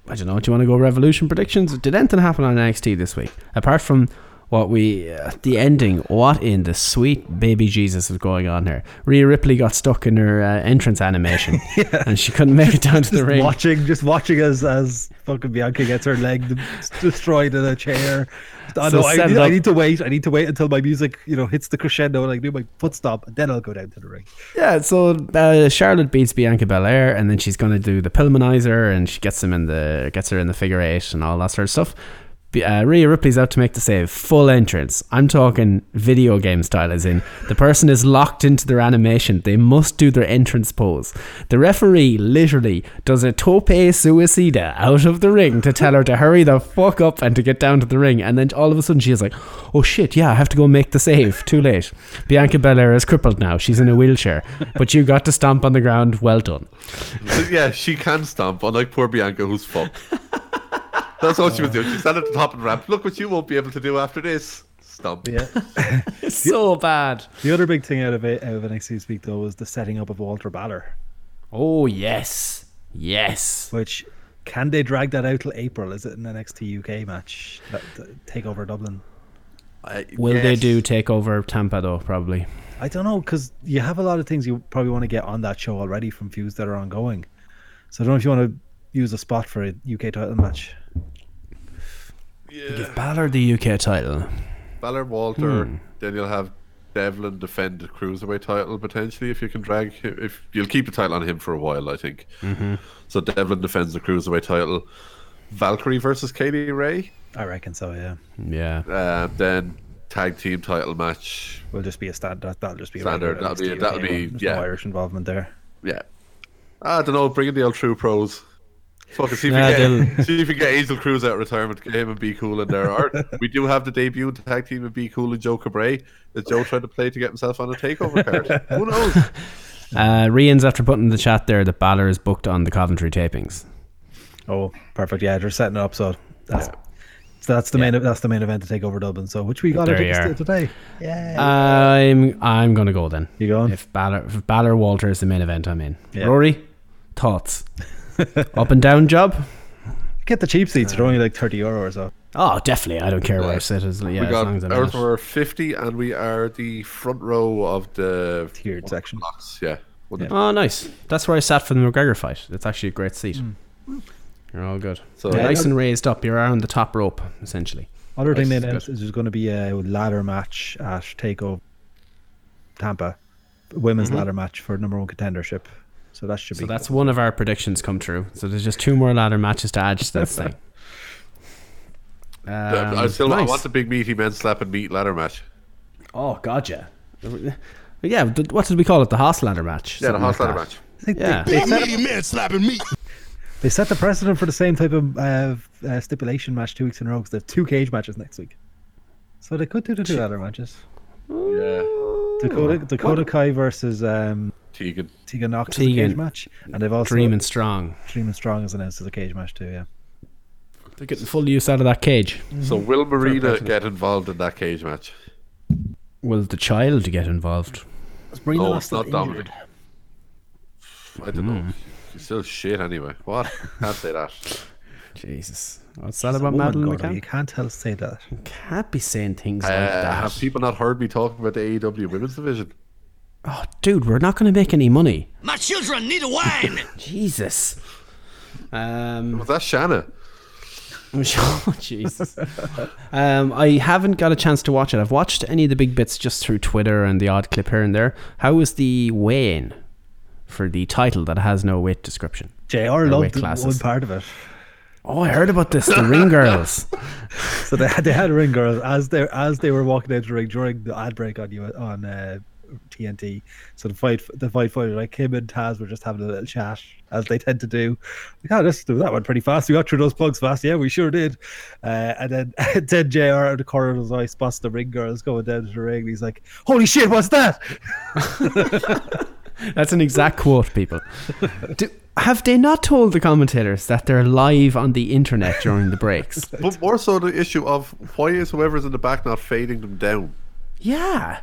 I don't know. Do you want to go Revolution predictions? Did anything happen on NXT this week apart from what we uh, the ending? What in the sweet baby Jesus was going on here? Rhea Ripley got stuck in her uh, entrance animation, and she couldn't make it down to the
Just
ring.
watching, just watching as as fucking Bianca gets her leg d- destroyed in a chair. I,
So
know, I,
set
need,
it
I
up.
need to wait. I need to wait until my music, you know, hits the crescendo and I do my foot stop, and then I'll go down to the ring.
Yeah, so uh, Charlotte beats Bianca Belair, and then she's going to do the Pillmanizer, and she gets him in the gets her in the figure eight and all that sort of stuff. B- Uh, Rhea Ripley's out to make the save, full entrance. I'm talking video game style, as in the person is locked into their animation. They must do their entrance pose. The referee literally does a tope suicida out of the ring to tell her to hurry the fuck up and to get down to the ring. And then all of a sudden she's like, oh shit, yeah, I have to go make the save. Too late. Bianca Belair is crippled now. She's in a wheelchair. But you got to stomp on the ground. Well done.
(laughs) yeah, she can stomp, unlike poor Bianca, who's fucked. That's all she was doing. She sat at the top of the ramp. Look what you won't be able to do after this. Stomp.
Yeah.
It's so bad.
the other big thing out of it, out of NXT this week though was the setting up of Walter Balor,
Oh, yes. Yes.
which can they drag that out till April? Is it an NXT UK match? That, that- Takeover Dublin.
I-
Will they
yes.
do take over Tampa, though? Probably.
I don't know because you have a lot of things you probably want to get on that show already from feuds that are ongoing. So I don't know if you want to use a spot for a UK title match.
Give Balor the UK title.
Balor Walter,
Hmm.
then you'll have Devlin defend the cruiserweight title potentially if you can drag him. If you'll keep the title on him for a while, I think.
Mhm.
So Devlin defends the cruiserweight title. Valkyrie versus Katie Ray.
I reckon so. Yeah,
Yeah.
Uh, then tag team title match.
will just be a standard. That'll just be a
Standard,
regular
that'll be-
NXT
that'll
one.
be-
There's
yeah.
no Irish involvement there.
Yeah. I don't know. Bring in the old True Pros. Fucking see if,
Nah,
we
they'll-
get, (laughs) see if we get Angel Cruz out of retirement. Get him and Be Cool in there. Or we do have the debut tag team of Be Cool and Joe Cabray. Is Joe trying to play to get himself on a takeover card? Who knows?
Uh, Rian's after putting in the chat there that Balor is booked on the Coventry tapings.
Oh, perfect. Yeah, they're setting it up. So that's so that's the main that's the main event to take over Dublin. So which we got
There
our tickets
you
to
are.
today. Yeah.
I'm I'm gonna go then.
You going?
If Balor if Balor Walter is the main event, I'm in.
Yeah.
Rory,
(laughs)
thoughts? Up and down job?
Get the cheap seats. They're only like thirty euro or so.
Oh, definitely. I don't care where I sit. As, yeah,
we
as
got
long as I'm in
Earth
it.
Hour 50 and we are the front row of the
Tiered section.
blocks. Yeah. Well, the-
Oh, nice. That's where I sat for the McGregor fight. It's actually a great seat.
Hmm.
You're all good.
So-
You're
Yeah,
nice
I-
and raised up. You're on the top rope, essentially.
Other thing they
Nice,
announced is there's going to be a ladder match at Takeover Tampa, women's
Mm-hmm.
ladder match for number one contendership. So that should be.
So that's one of our predictions come true. So there's just two more ladder matches to add to this thing.
Yeah, I
Um,
still I
nice.
want the big meaty men slapping meat ladder match.
Oh, God, yeah. Yeah, th- what did we call it? The Haas ladder match?
Yeah, the
Something
horse
like
ladder
that.
match.
I think
Yeah.
they, they, set,
Meaty men slapping meat.
they set the precedent for the same type of uh, uh, stipulation match two weeks in a row because they have two cage matches next week. So they could do the two ladder matches.
Yeah.
Dakota, Dakota Kai versus um,
Tegan.
Tegan Knox is a cage
Tegan.
match, and they've also
Dream and strong.
Dream and Strong is announced as a cage match too. Yeah,
They're getting full use out of that cage.
So will Marina get involved in that cage match?
Will the child get involved?
No, it's not Dominic. I don't
Mm.
know. She's still shit anyway. What? Can't say
(laughs)
that.
Jesus. What's that about
Woman,
Madeline
Gordon,
McCann?
Oh You can't tell say that.
can't be saying things
Uh,
like that.
have people not heard me talking about the AEW women's division?
Oh, dude, we're not going to make any money.
My children need wine.
Jesus. Um, (laughs)
Was that Shanna?
oh, Jesus. Um, I haven't got a chance to watch it. I've watched any of the big bits just through Twitter and the odd clip here and there. How was the weigh-in for the title that has no weight description?
Jr.
weight
loved one
classes.
part of it.
Oh, I heard about this. The Ring (laughs) Girls.
So they had, they had ring girls as they as they were walking out the ring during the ad break on you on uh, TNT. So the fight the fight fighter like Kim and Taz were just having a little chat as they tend to do. We got this that went pretty fast. We got through those plugs fast. Yeah, we sure did. Uh, and then (laughs) then Jr. out of the corner of his eye spots the ring girls going down to the ring. And he's like, "Holy shit, what's that?"
That's an exact quote, (laughs) people. Do, have they not told the commentators that they're live on the internet during the (laughs) breaks?
But more so the issue of why is whoever's in the back not fading them down?
Yeah.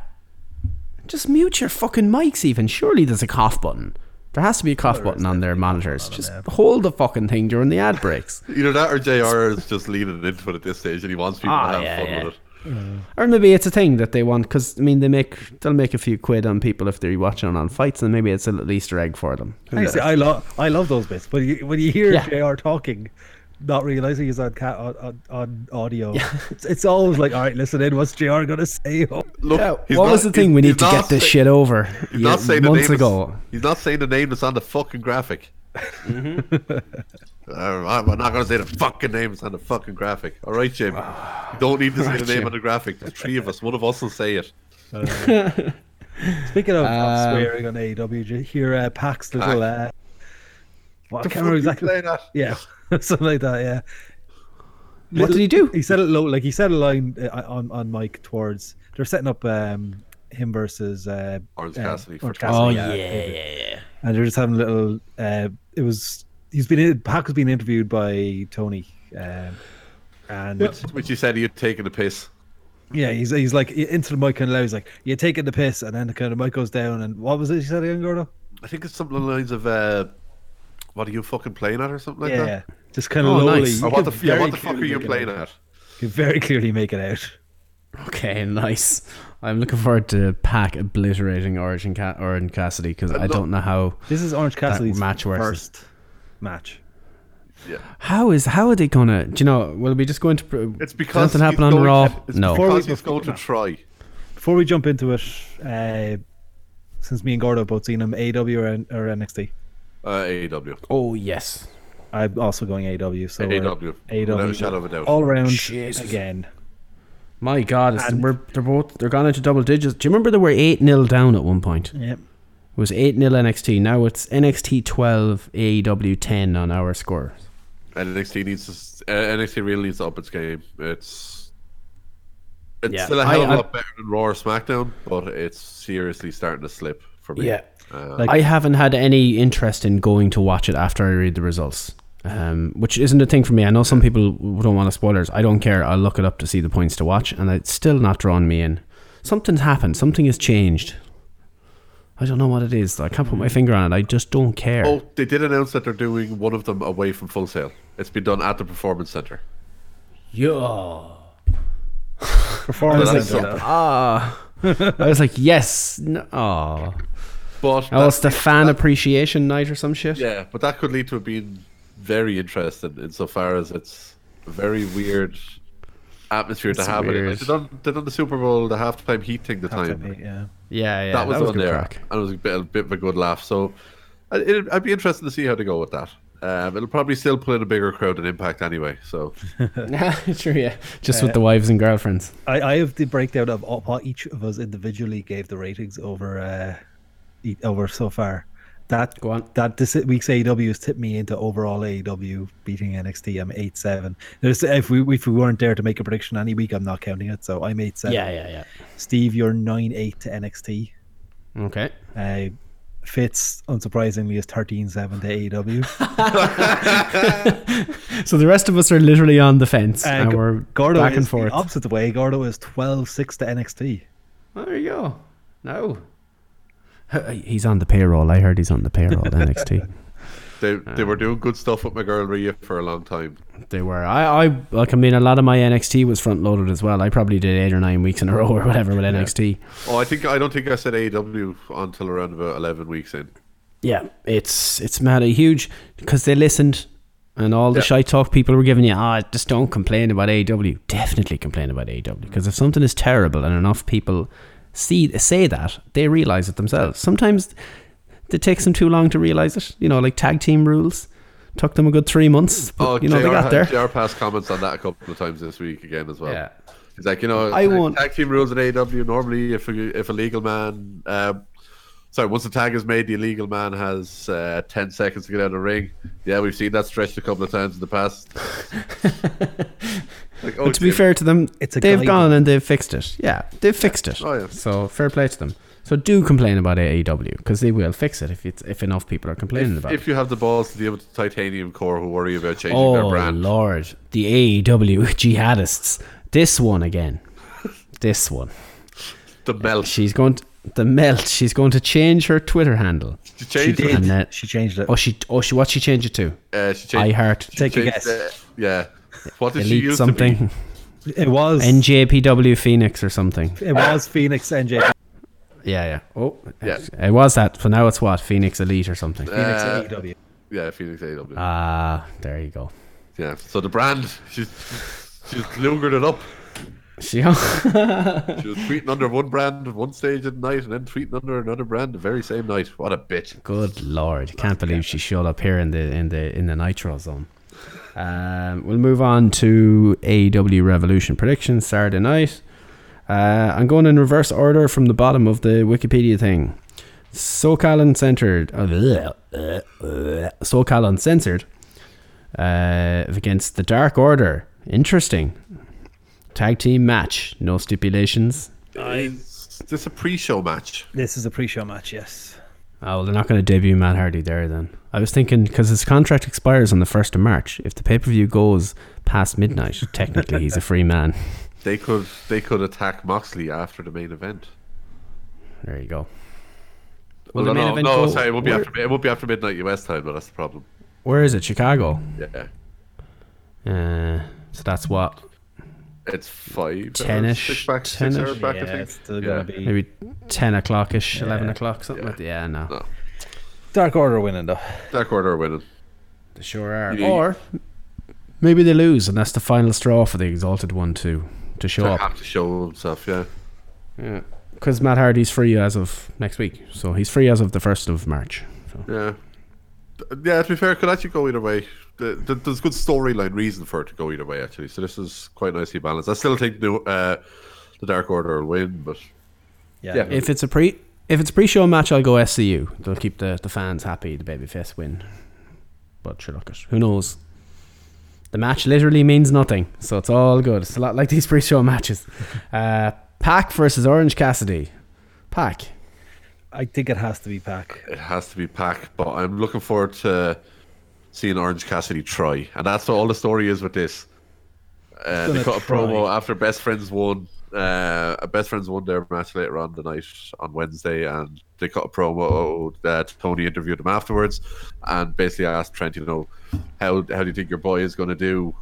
Just mute your fucking mics, even. Surely there's a cough button. There has to be a cough button on their monitors. Just hold the fucking thing during the ad (laughs) breaks.
Either that or JR is just leaning into it at this stage and he wants people
Ah,
to have
yeah,
fun
yeah.
with it.
or maybe it's a thing that they want because I mean they make they'll make a few quid on people if they're watching it on fights, and maybe it's a little Easter egg for them.
I see, I love I love those bits. But you, when you hear
Yeah.
Jr. talking. Not realizing he's on cat on, on, on audio. It's, it's always like, all right, listen in. What's Jr. gonna say? (laughs)
Look, he's
what
not-
was the thing
he's-
we
he's
need to
not
get this
say-
shit over?
He's not saying the
months
name
ago.
Is, he's not saying the name that's on the fucking graphic.
Mm-hmm.
(laughs) Uh, I'm I'm not going to say the fucking name that's on the fucking graphic. All right,
(sighs)
Jim. You don't need to say the name on the graphic. There's three of us. One of us will say it.
Speaking of, of swearing on AEW, did you hear uh, Pac's little. Uh, what, I can't remember
Fuck you
exactly.
say that.
Yeah, (laughs) something like that. Yeah.
What did he do?
He said it low, like he said a line uh, on on Mike towards they're setting up um him versus uh,
Orange
uh,
Cassidy for
Orange
Oh
Cassidy,
yeah, yeah,
David.
yeah.
and they're just having a little. Uh, it was he's been in- Pac was being interviewed by Tony, um, and.
Which he said he'd taken the piss.
Yeah, he's he's like into the mic and loud. He's like, "You're taking the piss," and then the kind of mic goes down. And what was it? You said again, Gordo?
I think it's something along the lines of, uh, what are you fucking playing at or something like
yeah,
that?
just kind of
Oh,
lowly.
nice.
You
Or what
could
the, f- yeah,
very
what the fuck are
clearly
you
make it
playing
out.
at?
You could very clearly (laughs) make it out.
Okay, (laughs) nice. I'm looking forward to Pack obliterating Origin Ca- Orange Cassidy because I don't know how.
This is Orange Cassidy's
match works.
first match.
Yeah.
How is how are they gonna? Do you know? Will we just go into? pro-
It's
did
because
something happened
he's
on
going-
Raw.
It's
no,
because he's going to try.
Before we jump into it, uh, since me and Gordo have both seen him, AW or, N- or NXT?
Uh, AEW.
Oh yes.
I'm also going AW. So we're-
AEW,
AW.
without a shadow of a doubt.
All round
Jesus.
again.
My God, it's,
And-
we're, they're both they're gone into double digits. Do you remember they were eight 0 down at one point?
Yep.
It was eight 0 NXT. Now it's NXT twelve, AEW ten on our score.
NXT needs to, s- uh, NXT really needs to up its game. It's it's
Yeah,
still a hell of a
I- I-
lot better than Raw or SmackDown, but it's seriously starting to slip for me.
Yeah.
Uh,
Like-
I haven't had any interest in going to watch it after I read the results, um, which isn't a thing for me. I know some people w- don't want to spoilers. I don't care. I'll look it up to see the points to watch, and it's still not drawn me in. Something's happened. Something has changed. I don't know what it is. I can't put my finger on it. I just don't care.
oh, they did announce that they're doing one of them away from Full Sail. It's been done at the Performance Center.
Yeah.
Performance
That's
center,
something.
though.
Ah. I was like, yes. No. Oh.
But
Oh, it's
that,
the fan appreciation night or some shit.
yeah, but that could lead to it being very interesting insofar as it's a very weird atmosphere to
It's
have. it in. Like,
weird.
They done they done the Super Bowl the halftime heat thing the time.
Definitely, Yeah.
Yeah, yeah.
that was on
good
there, (laughs)
crack. (laughs)
and it was a bit, a bit of a good laugh. So I- it'd, I'd be interested to see how they go with that. Um, it'll probably still pull in a bigger crowd and impact anyway.
(laughs)
So
True, yeah. Just
Uh,
with the wives and girlfriends.
I, I have the breakdown of all- what each of us individually gave the ratings over uh, e- over so far. That
Go on.
that this week's AEW has tipped me into overall AEW beating NXT. I'm eight seven. There's if we if we weren't there to make a prediction any week, I'm not counting it. So I'm eight seven.
Yeah, yeah,
Steve, you're nine eight to NXT.
yeah. Okay.
Uh, Fitz, unsurprisingly, is thirteen seven to E
(laughs)
AEW.
So the rest of us are literally on the fence, and
Uh, G-
we're
Gordo
back and
is the
forth.
opposite way. Gordo is twelve six to NXT.
There you go. No. uh, He's on the payroll. I heard he's on the payroll at
(laughs)
NXT.
they they were doing good stuff with my girl Rhea for a long time.
They were. I, I like. I mean, a lot of my NXT was front loaded as well. I probably did eight or nine weeks in a row or whatever with NXT.
Oh, I think I don't think I said E AEW until around about eleven weeks in.
Yeah, it's it's mad a huge because they listened and all the
Yeah.
shy talk people were giving you. Ah, just don't complain about AEW. Definitely complain about AEW because if something is terrible and enough people see say that, they realize it themselves. Sometimes it takes them too long to realize it. You know, like tag team rules took them a good three months. But,
Oh,
you know,
JR,
they got
had-
there.
JR passed comments on that a couple of times this week again as well.
Yeah.
He's like, you know,
I
the
won't-
tag team rules at AEW normally if a, if a legal man, uh, sorry, once the tag is made, the illegal man has uh, ten seconds to get out of the ring. Yeah, we've seen that stretched a couple of times in the past.
(laughs)
like, oh,
But to be
Jim,
fair to them,
It's a
they've
guide.
gone and they've fixed it. Yeah, they've fixed it.
Oh, yeah.
So fair play to them. So do complain about AEW because they will fix it if it's, if enough people are complaining about
if
it.
you have the balls to deal with the titanium core who worry about changing their
Oh
brand,
Lord, the AEW (laughs) jihadists. This one again. (laughs) This one.
the melt.
She's going to the melt. She's going to change her Twitter handle.
She changed.
She
it.
did.
And that-
she changed it.
Oh she. Oh she. What she changed it to?
Uh, she
I
changed.
heart.
she
Take a
changed
guess.
the- yeah. What did she
Delete
use something?
something. (laughs)
It was
NJPW Phoenix or something.
it was Phoenix NJ.
Yeah, yeah. Oh,
Yeah.
It was that. So now it's what Phoenix Elite or something.
Phoenix
Uh,
E AEW.
Yeah, Phoenix AEW.
Ah, there you go.
yeah. So the brand, she's she's lugered it up.
She (laughs) oh,
She was tweeting under one brand at one stage at night and then tweeting under another brand the very same night. What a bitch.
Good lord! Can't believe she showed up here in the in the in the Nitro zone. Um, we'll move on to AEW Revolution predictions Saturday night. Uh, I'm going in reverse order from the bottom of the Wikipedia thing. SoCal Uncensored. Uh, bleh, uh, uh, SoCal Uncensored uh, against the Dark Order. Interesting. Tag team match. No stipulations.
Is this a pre-show match?
This is a pre-show match, yes.
Oh, well, they're not going to debut Matt Hardy there then. I was thinking because his contract expires on the 1st of March. If the pay per view goes past midnight, technically he's a free man.
They could they could attack Moxley after the main event.
There you go.
Well, no,
Will the main
no,
event
no,
go-
sorry, it won't be
where-
after it won't be after midnight US time, but that's the problem.
Where is it? Chicago.
Yeah,
Uh, so that's what?
it's five.
Ten-ish,
hours, six back, six
ten-ish.
hours back. I
yeah,
think.
it's still
Yeah.
gonna be
Maybe 10 o'clock ish, 11 o'clock, something like that. Yeah, no.
No.
Dark Order winning though.
Dark Order are winning.
They sure are.
You know, you-
or maybe they lose, and that's the final straw for the exalted one to to show
They
up.
have to show himself, yeah.
Yeah. Because Matt Hardy's free as of next week, so he's free as of the first of March.
Yeah. Th- Yeah, to be fair, it could actually go either way. The, the, there's good storyline reason for it to go either way, actually. So this is quite nicely balanced. I still think the, uh, the Dark Order will win, but yeah,
If it's a pre if it's a pre show match, I'll go SCU. They'll keep the, the fans happy. The babyface win. But sure, look it. Who knows? The match literally means nothing, so it's all good. It's a lot like these pre show (laughs) matches. Uh, Pack versus Orange Cassidy. Pack.
I think it has to be Pack.
it has to be Pack. But I'm looking forward to seeing Orange Cassidy try, and that's what all the story is with this. Uh, they
gonna
cut a
try.
promo after Best Friends won. Uh, a Best Friends won their match later on the night on Wednesday, and they cut a promo that Tony interviewed him afterwards, and basically asked Trent, you know, how how do you think your boy is going to do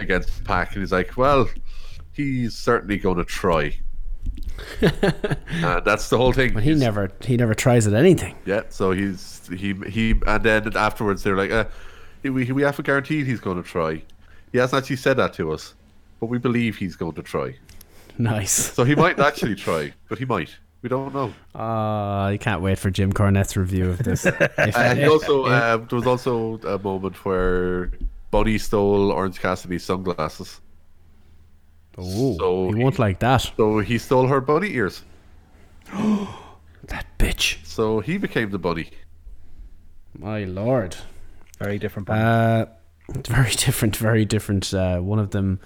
against Pack? And he's like, well, he's certainly going to try. and that's the whole thing.
But he never he never tries at anything. (laughs)
Yeah, so he's he he, and then afterwards they're like, uh, we we have a guaranteed he's going to try. He hasn't actually said that to us, but we believe he's going to try.
Nice.
So he might
(laughs)
actually try, but he might. We don't know.
Uh, I can't wait for Jim Cornette's review of this. If-
And he also um, there was also a moment where Buddy stole Orange Cassidy's sunglasses.
Oh,
So
he won't like that.
so he stole her bunny ears.
That bitch.
So he became the bunny.
My lord.
Very different.
Uh, very (laughs) different, very different. Uh, one of them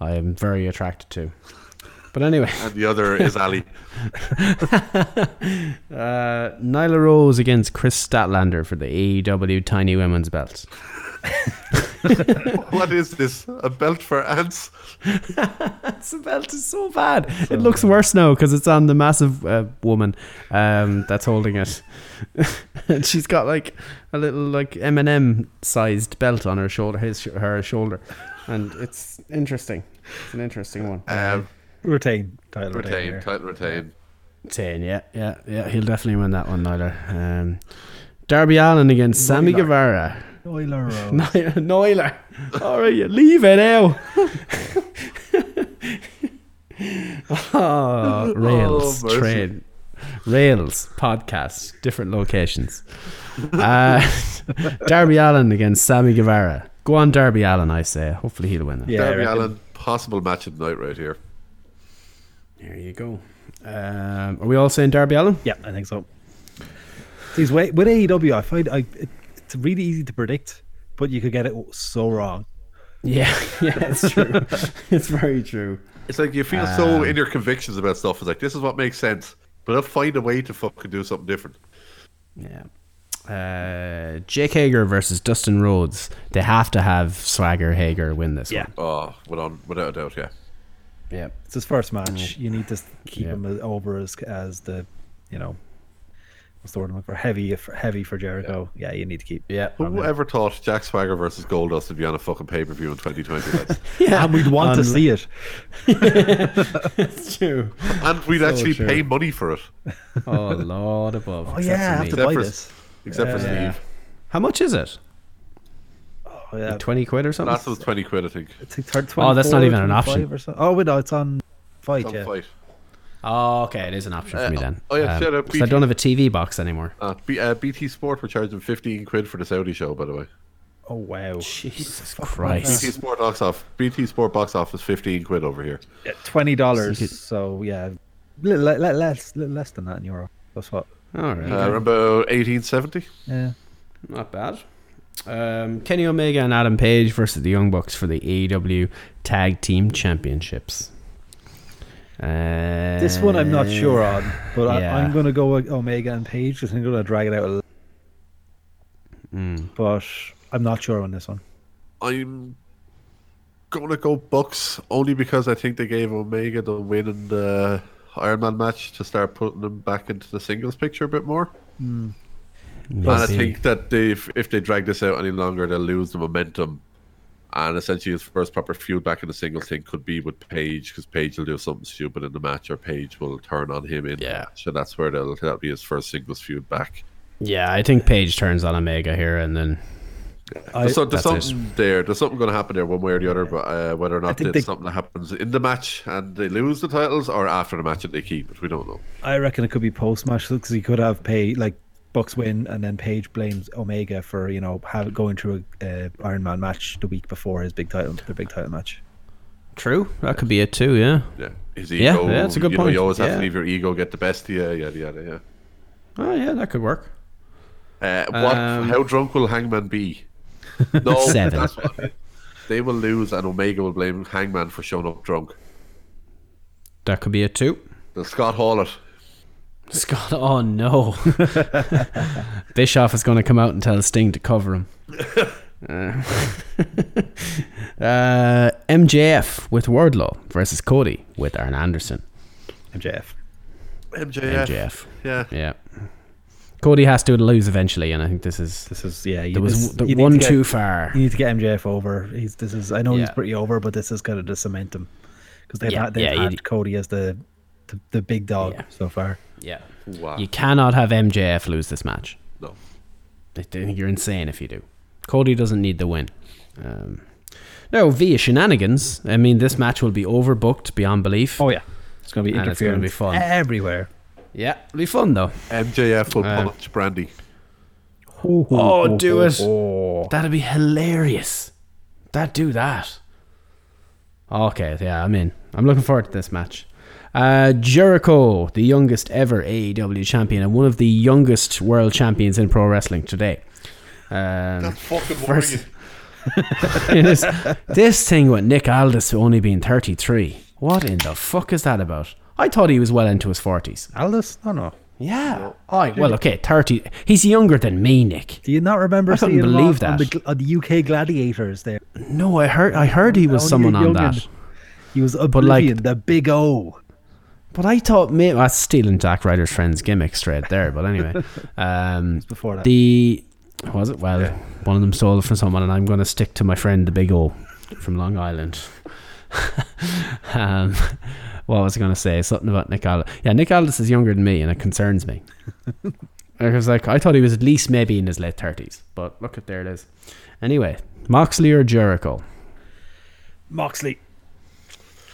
I am very attracted to. But anyway,
And the other
(laughs)
is Ali.
uh, Nyla Rose against Chris Statlander for the AEW Tiny Women's Belt.
what is this? A belt for ants?
That's the belt is so bad. it looks worse now because it's on the massive uh, woman um, that's holding it. (laughs) and she's got like a little like M&M sized belt on her shoulder, his, her shoulder. And it's interesting. It's an interesting one.
Um,
Retain. Title retain.
retain,
here.
title retain.
10, yeah, yeah, yeah. He'll definitely win that one, Nyler. Um, Darby Allen against Sammy Guevara. (laughs)
Oiler Road.
Nyler. All right, you leave it (laughs) out. (laughs) oh, rails,
mercy.
train, rails, podcast, different locations. Uh, (laughs) Darby Allen against Sammy Guevara. Go on, Darby Allen, I say. Hopefully he'll win that.
Yeah, I
Darby
reckon.
Allen, possible match of the night right here.
There you go. Um, are we all saying Darby Allen?
Yeah, I think so. These way with AEW, I find I it, it's really easy to predict, but you could get it so wrong.
Yeah, (laughs) yeah, it's true. (laughs) it's very true.
It's like you feel so in your convictions about stuff. It's like this is what makes sense, but I'll find a way to fucking do something different.
Yeah. Uh, Jake Hager versus Dustin Rhodes. They have to have Swagger Hager win this
Yeah.
one.
Oh, without without a doubt, yeah.
Yeah.
It's his first match. You need to keep
Mm. Yeah.
him as- over as as the, you know, what's the word I'm looking for? Heavy, for, heavy for Jericho. Yeah. you need to keep.
Yeah.
Whoever thought Jack Swagger versus Goldust would be on a fucking pay per view in 2020? lads?
(laughs) And we'd want to
Um,
see it.
That's true.
and we'd actually
true.
pay money for it,
(laughs) Oh, Lord above.
(laughs) Oh yeah, I have to
Except
buy
for-
this.
except for Steve.
How much is it?
Oh,
Uh,
yeah.
20 quid or something?
Last was 20 quid, I think.
It's like third-
Oh, that's not
24,
even an
25
option.
Or so. Oh, wait, no, it's on fight.
Some
yeah,
fight.
Oh, okay. It is an option for me then.
oh, yeah, shout out
'cause I
BT.
don't have a TV box anymore.
Oh,
Uh, B, uh, BT Sport were charging 15 quid for the Saudi show, by the way.
Oh wow,
Jesus
BT
Christ.
Sport box off. BT Sport box office 15 quid over here.
Yeah, twenty dollars. So yeah, little, le- le- less little less than that in euro. That's what.
All right.
Uh, about 1870.
Yeah.
Not bad. Um, Kenny Omega and Adam Page versus the Young Bucks for the AEW Tag Team Championships. Uh,
This one I'm not sure on, but
Eh, yeah.
I, I'm going to go with Omega and Page because I'm going to drag it out a little.
Hmm.
But I'm not sure on this one.
I'm gonna go Bucks only because I think they gave Omega the win in the Iron Man match to start putting them back into the singles picture a bit more. and I
Uh, Maybe.
think that they, if, if they drag this out any longer, they'll lose the momentum. And essentially, his first proper feud back in the singles thing could be with Paige because Paige will do something stupid in the match, or Paige will turn on him in
Yeah.
the match, and that's where they'll that'll be his first singles feud back.
Yeah, I think Page turns on Omega here, and then
There's, some- there's
That's it.
something there. There's something going to happen there, one way or the other. But uh, whether or not
think
it's
they-
something that happens in the match and they lose the titles, or after the match and they keep it, we don't know.
I reckon it could be post match because you could have pay like Bucks win and then Paige blames Omega for you know have, going through a uh, Iron Man match the week before his big title their big title match.
True. That could be it too. Yeah.
Yeah, his ego.
Yeah, yeah, that's a good
you Know,
point.
you always have
Yeah.
to leave your ego get the best of you. Yada yada. Yeah.
Oh yeah, that could work.
Uh, what?
Um,
how drunk will Hangman be? No,
(laughs) Seven.
that's what I mean. They will lose, and Omega will blame Hangman for showing up drunk.
That could be it too.
They'll Scott Hall it.
Scott, (laughs) oh no. Bischoff is going to come out and tell Sting to cover him. Uh, (laughs) uh, MJF with Wardlow versus Cody with Arn Anderson.
MJF.
MJF.
MJF.
Yeah.
Yeah. Cody has to lose eventually, and I think this is
This is yeah. You,
there was
this-
w- the
you need
one
to get-
too far.
You need to get MJF over. He's this is I know he's
Yeah.
pretty over, but this is kind of to cement him because they've
Yeah,
had they've
yeah, you
had
need-
Cody as the the, the big dog
Yeah.
so far.
Yeah,
Wow.
you cannot have MJF lose this match.
No.
I think you're insane if you do. Cody doesn't need the win. Um, no, via shenanigans. I mean, this match will be overbooked beyond belief.
Oh yeah, it's gonna be
And it's gonna
interference
be fun.
everywhere.
Yeah, it'll be fun though.
MJF will
Uh,
punch Brandy.
Oh, do it.
Oh.
That'd be hilarious. That do that. Okay, yeah, I'm in. I'm looking forward to this match. Uh, Jericho, the youngest ever AEW champion and one of the youngest world champions in pro wrestling today. Um,
Fucking
First- (laughs) it is- this thing with Nick Aldis only being 33. What in the fuck is that about? I thought he was well into his 40s.
Aldous? No, no.
Yeah. I, well, okay, 30. He's younger than me, Nick.
Do you not remember
I couldn't
seeing him
believe
on- on
that.
the, gl- on the UK Gladiators there?
No, I heard I heard he was
Only a
someone on
youngin.
that.
He was
like-
Oblivion, the big O.
But I thought maybe that's stealing Zack Ryder's friend's gimmick straight there. But anyway, um,
before that.
the was it? Well, one of them stole it from someone, and I'm going to stick to my friend the Big O from Long Island. (laughs) um, what was I going to say? Something about Nick Aldis. Yeah, Nick Aldis is younger than me, and it concerns
(laughs)
me. I was like, I thought he was at least maybe in his late thirties, but look at there it is. Anyway, Moxley or Jericho?
Moxley.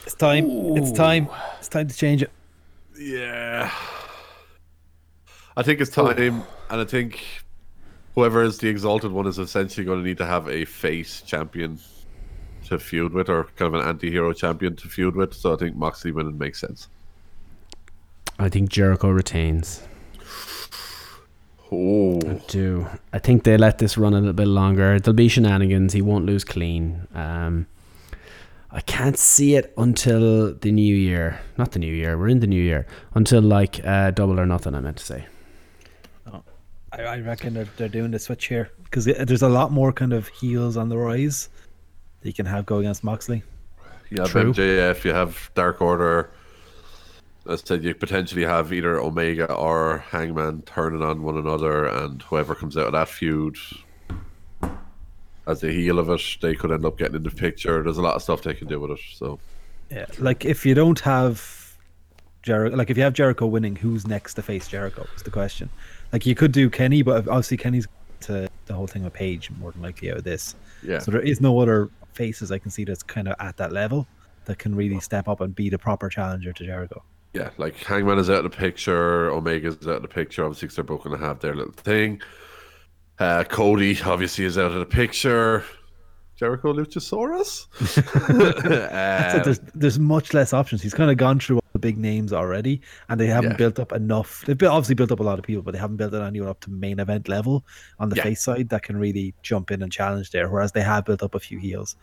It's time. It's time. It's time to change it.
Yeah. I think it's time, and I think whoever is the exalted one is essentially going to need to have a face champion to feud with, or kind of an anti-hero champion to feud with. So I think Moxley winning makes sense.
I think Jericho retains.
Oh,
do. I think they let this run a little bit longer. There'll be shenanigans. He won't lose clean. Um, I can't see it until the new year. Not the new year. We're in the new year. Until like uh, double or nothing. I meant to say.
I, I reckon they're, they're doing the switch here because there's a lot more kind of heels on the rise that you can have go against Moxley.
you have
True.
MJF, you have Dark Order. As I said, you potentially have either Omega or Hangman turning on one another, and whoever comes out of that feud as the heel of it, they could end up getting in the picture. There's a lot of stuff they can do with it. So
Yeah. Like if you don't have Jericho, like if you have Jericho winning, who's next to face Jericho is the question. Like you could do Kenny, but obviously Kenny's to the whole thing with Paige more than likely out of this.
Yeah.
So there is no other faces I can see that's kind of at that level that can really step up and be the proper challenger to Jericho.
yeah, like Hangman is out of the picture, Omega's out of the picture. Obviously, 'cause they're both going to have their little thing. Uh, Cody obviously is out of the picture. Jericho Luchasaurus. Uh,
It's
Um,
like there's there's much less options. He's kind of gone through all the big names already, and they haven't
Yeah.
built up enough. They've built, obviously built up a lot of people, but they haven't built anyone up to main event level on the
Yeah.
face side that can really jump in and challenge there. Whereas they have built up a few heels.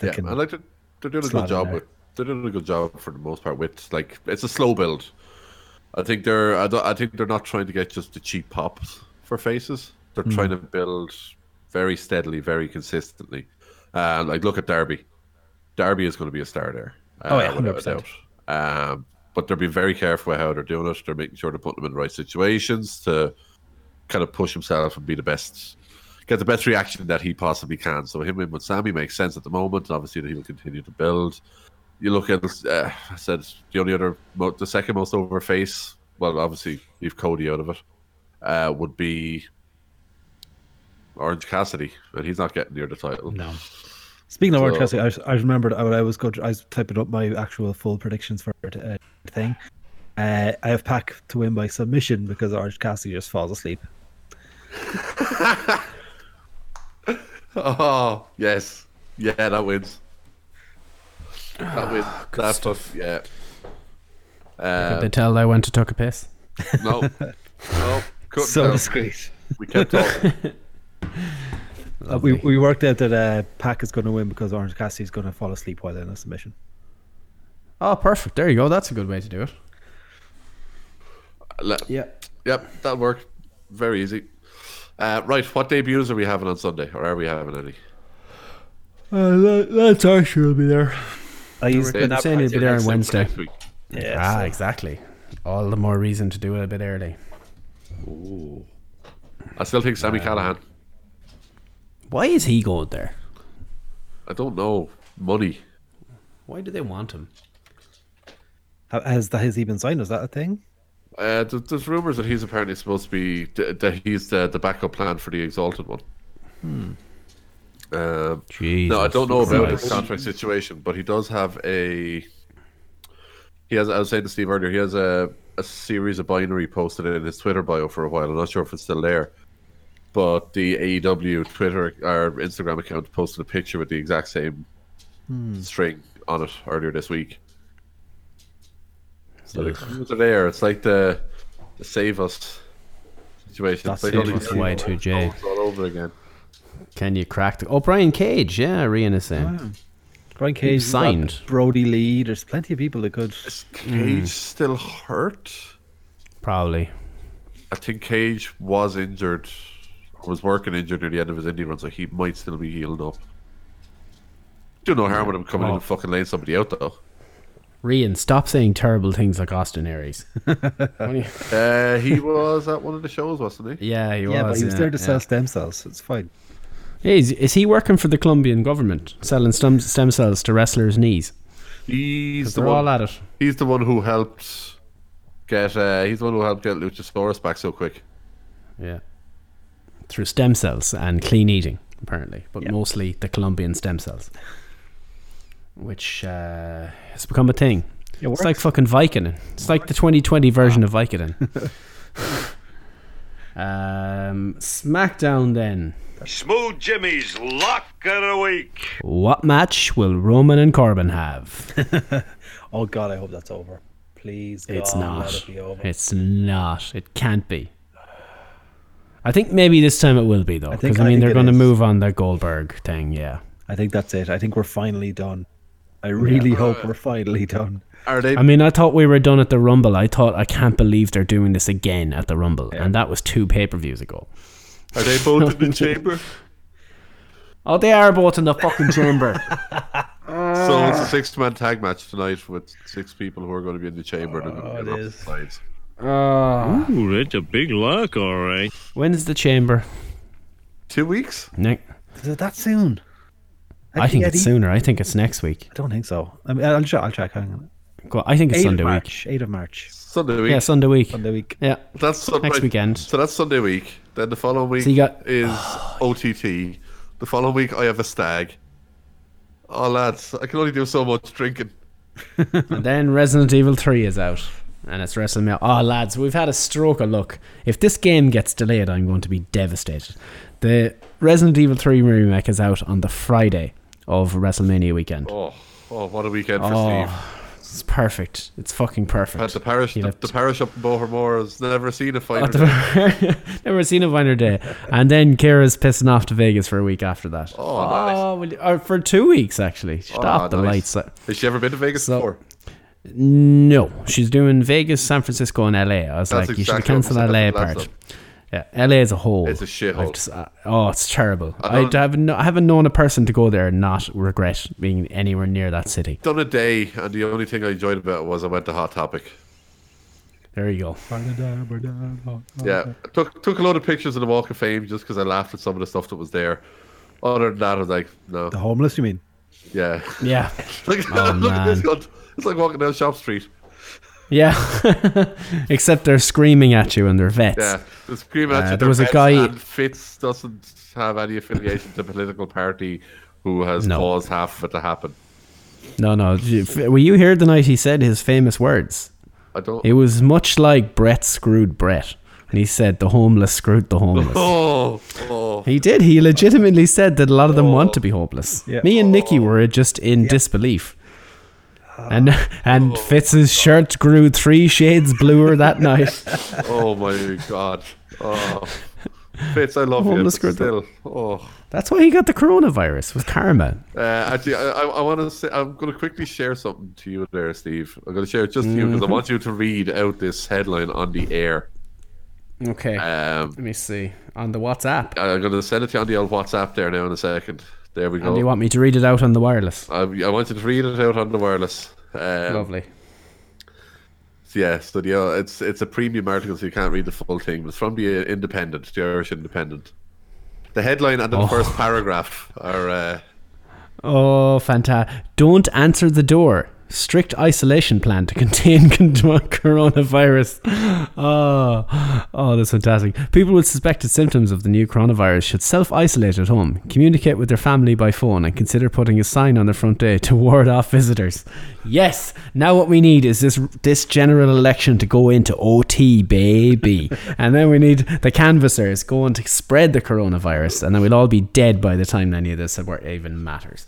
That
yeah,
can,
I like to, they're doing a
slot in
good job
there.
with. They're doing a good job for the most part with like it's a slow build. I think they're I, don't, I think they're not trying to get just the cheap pops for faces. They're trying to build very steadily, very consistently. Uh, like look at Derby. Derby is going to be a star there. Uh,
Oh, yeah,
without a
100%.
doubt. Um, but they're being very careful with how they're doing it. They're making sure to put them in the right situations to kind of push himself and be the best, get the best reaction that he possibly can. So him in with Sammy makes sense at the moment. Obviously, that he will continue to build. You look at, uh, I said the only other, mo- the second most over face. Well, obviously, leave Cody out of it. Uh, would be Orange Cassidy, and he's not getting near the title.
No. Speaking of Orange
So-
Cassidy, I, was- I remembered I, I was good. I was typing up my actual full predictions for the uh, thing. Uh, I have Pac to win by submission because Orange Cassidy just falls asleep.
Oh yes, yeah, that wins. That wins.
Ah,
That's tough. Yeah.
Could
Uh,
they tell I went to took a piss?
no,
(laughs)
no. couldn't
So
tell.
discreet.
We kept talking.
Uh, we, we worked out that uh, Pac is going to win because Orange Cassidy is going to fall asleep while in a submission.
Oh, perfect. There you go. That's a good way to do it.
Le-
Yeah.
Yep, that worked. Very easy. Uh, right, what debuts are we having on Sunday, or are we having any?
Uh, that, that's Archer will be there.
I used
They-
They're saying he'll be there on
Except for
Wednesday.
next week.
yeah,
Ah, exactly. All the more reason to do it a bit early.
I still think
Uh,
Sammy Callahan.
Why is he going there?
I don't know. Money.
Why do they want him?
Ha- Has that has he been signed? Is that a thing?
Uh, th- there's rumors that he's apparently supposed to be th- that he's the, the backup plan for the Exalted one.
Hmm.
Um,
Jesus.
no, I don't know about his
Christ.
contract situation, but he does have a. He has. I was saying to Steve earlier, he has a, a series of binary posted in his Twitter bio for a while. I'm not sure if it's still there, but the AEW Twitter or Instagram account posted a picture with the exact same string on it earlier this week. So the clues are there. It's like the, the save us situation.
That's
It's like all
Save
these
Us Y2J.
all over again.
Can you crack the. Oh, Brian Cage. Yeah, Rian is saying.
Oh, Brian Cage
He's signed.
you've got Brody Lee. There's plenty of people that could.
Is Cage still hurt?
Probably.
I think Cage was injured, was working injured near the end of his indie run, so he might still be healed up. Do no harm with him coming in and fucking laying somebody out though.
Rian, stop saying terrible things like Austin
(laughs)
Aries.
Uh, he was at one of the shows, wasn't he?
yeah, he was.
yeah, but he was
yeah,
there to
yeah.
sell stem cells. It's fine.
Yeah, Is, is he working for the Colombian government, selling stem, stem cells to wrestlers' knees?
(laughs) He's the
They're all
one.
at it.
He's the one who helped get. Uh, he's the one who helped get Luchasaurus back so quick.
Yeah. Through stem cells and clean eating, apparently, but mostly the Colombian stem cells, which uh, has become a thing. it's like fucking Vicodin. It's like the 2020 version of Vicodin. um, SmackDown then.
Smooth Jimmy's lock of the week.
What match will Roman and Corbin have?
Oh God, I hope that's over. Please, God,
It's
Let
not.
it be over.
It's not. It can't be. I think maybe this time it will be though,
think-
because I,
I
mean
think
they're
it
going to
is.
move on the Goldberg thing. Yeah,
I think that's it. I think we're finally done. I really hope we're finally done.
Are they?
I mean I thought we were done at the Rumble. I thought I can't believe they're doing this again at the Rumble, and that was two pay per views ago.
Are they both
(laughs)
in the chamber?
Oh, they are both in the fucking
(laughs)
chamber.
So it's a six-man tag match tonight with six people who are going to be in the chamber.
Oh,
and they're gonna be on
it
opposite
is.
sides.
Ooh, that's a big lock, all right.
when is the chamber?
Two weeks.
Ne-
Is it that soon?
I think it's
Eddie-
sooner. I think it's next week.
I don't think so. I mean, I'll check. I'll check. Hang on.
Go- I think it's
Eight
Sunday
of
week.
March. Eight of March.
Sunday week.
Yeah, Sunday week.
Sunday week.
Yeah.
That's Sun-
Next
right.
weekend.
So that's Sunday week. Then the following week
So you got- Oh,
is OTT. The following week I have a stag. Oh lads, I can only do so much drinking.
And then Resident Evil 3 is out. And it's WrestleMania. Oh, lads, we've had a stroke of luck. If this game gets delayed, I'm going to be devastated. The Resident Evil 3 remake is out on the Friday of WrestleMania weekend.
Oh, oh, what a weekend for Steve.
Oh, it's perfect. It's fucking perfect. (laughs)
At the parish,
You'll
the,
have
the
to-
parish up in Bohermore has never seen a
at (laughs)
fighter.
the- Never seen a finer day. And then Kira's pissing off to Vegas for a week after that.
Oh, nice.
well, or uh, for two weeks, actually. Stop
Oh,
Ah, the
nice.
lights. uh,
Has she ever been to Vegas
So-
before?
No, she's doing Vegas, San Francisco, and LA. I was
That's
like, you should
exactly what
cancel
we said
LA
at the last
part. Yeah, LA is a whole.
It's a shithole.
I've just- uh, Oh, it's terrible. I,
don't-
haven't kno- I haven't known a person to go there and not regret being anywhere near that city.
Done a day, and the only thing I enjoyed about it was I went to Hot Topic.
There you go. Oh,
Yeah, took took a lot of pictures of the Walk of Fame just because I laughed at some of the stuff that was there. Other than that, I was like, no,
The homeless, you mean?
yeah.
Yeah, Oh,
Like, look at this. God. It's like walking down Shop Street.
Yeah. (laughs) Except they're screaming at you and they're vets.
Yeah, the scream
Uh,
at you.
there was a guy.
and Fitz doesn't have any affiliation to political party who has caused half of it to happen.
No, no. you- f- Were you here the night he said his famous words?
I don't-
It was much like Brett screwed Brett. And he said, the homeless screwed the homeless.
(laughs) Oh, oh.
He did. He legitimately said that a lot of them want to be hopeless.
Yeah.
Me and Nikki were just in disbelief. And and Fitz's shirt grew three shades bluer that (laughs) night.
oh my god. Oh. Fitz, I love
(laughs) Oh,
you. But
let's go to-
still, oh.
That's why he got the coronavirus with karma.
Uh, actually, I, I, I want to say I'm going to quickly share something to you there, Steve. I'm going to share it just to you because I
Mhm.
want you to read out this headline on the air.
Okay.
Um,
Let me see on the WhatsApp.
I'm going to send it to you on the old WhatsApp there now in a second. There we go.
And do you want me to read it out on the wireless?
I, I want you to read it out on the wireless. Um,
Lovely.
So yeah, so the, uh, it's it's a premium article, so you can't read the full thing. But it's from the uh, Independent, the Irish Independent. The headline and the
Oh.
first paragraph are uh,
Oh, fantastic! Don't answer the door. Strict isolation plan to (laughs) contain con- coronavirus. Oh, oh, that's fantastic. People with suspected symptoms of the new coronavirus should self isolate at home, communicate with their family by phone, and consider putting a sign on their front door to ward off visitors. Yes, now what we need is this this general election to go into OT, baby. (laughs) and then we need the canvassers going to spread the coronavirus, and then we'll all be dead by the time any of this even matters.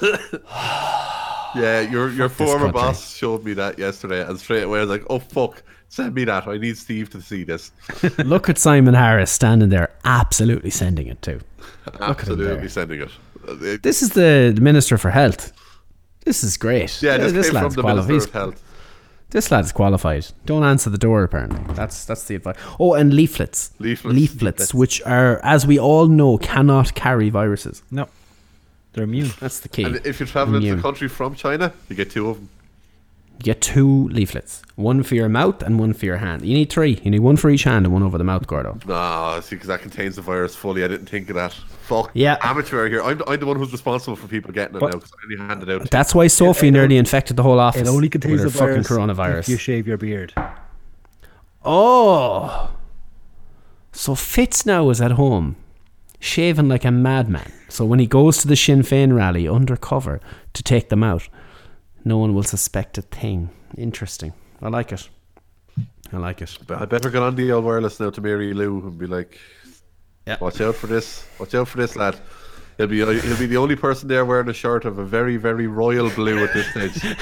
yeah. Your your
this
former
country.
boss showed me that yesterday, and straight away I was like, oh fuck, send me that. I need Steve to see this.
Look at Simon Harris standing there, absolutely sending it too. Look at him
Absolutely
there.
sending it. Uh, It-
This is the Minister for Health. This is great.
yeah, this, came from the
quali-
Minister
he's-
of Health.
This lad's qualified. Don't answer the door, apparently. That's that's the advice. Oh, and leaflets.
Leaflets.
Leaflets, which are, as we all know, cannot carry viruses.
No. They're immune.
That's the key.
And if you're traveling to
Immune.
the country from China, you get two of them.
You get two leaflets. One for your mouth and one for your hand. You need three. You need one for each hand and one over the mouth, Gordo.
No, see, because that contains the virus fully. I didn't think of that. Fuck.
Yeah.
Amateur here. I'm, I'm the one who's responsible for people getting it now
But-
'cause I only handed out.
That's why Sophie nearly infected the whole office.
It only contains the
with her
virus
fucking
If
coronavirus.
you shave your beard.
Oh. So Fitz now is at home, shaving like a madman. So when he goes to the Sinn Féin rally undercover to take them out, no one will suspect a thing. Interesting. I like it. I like it.
But I better get on the old wireless now to Mary Lou and be like, "Watch out for this! Watch out for this lad." He'll be uh, he'll be the only person there wearing a shirt of a very very royal blue at this
(laughs)
stage.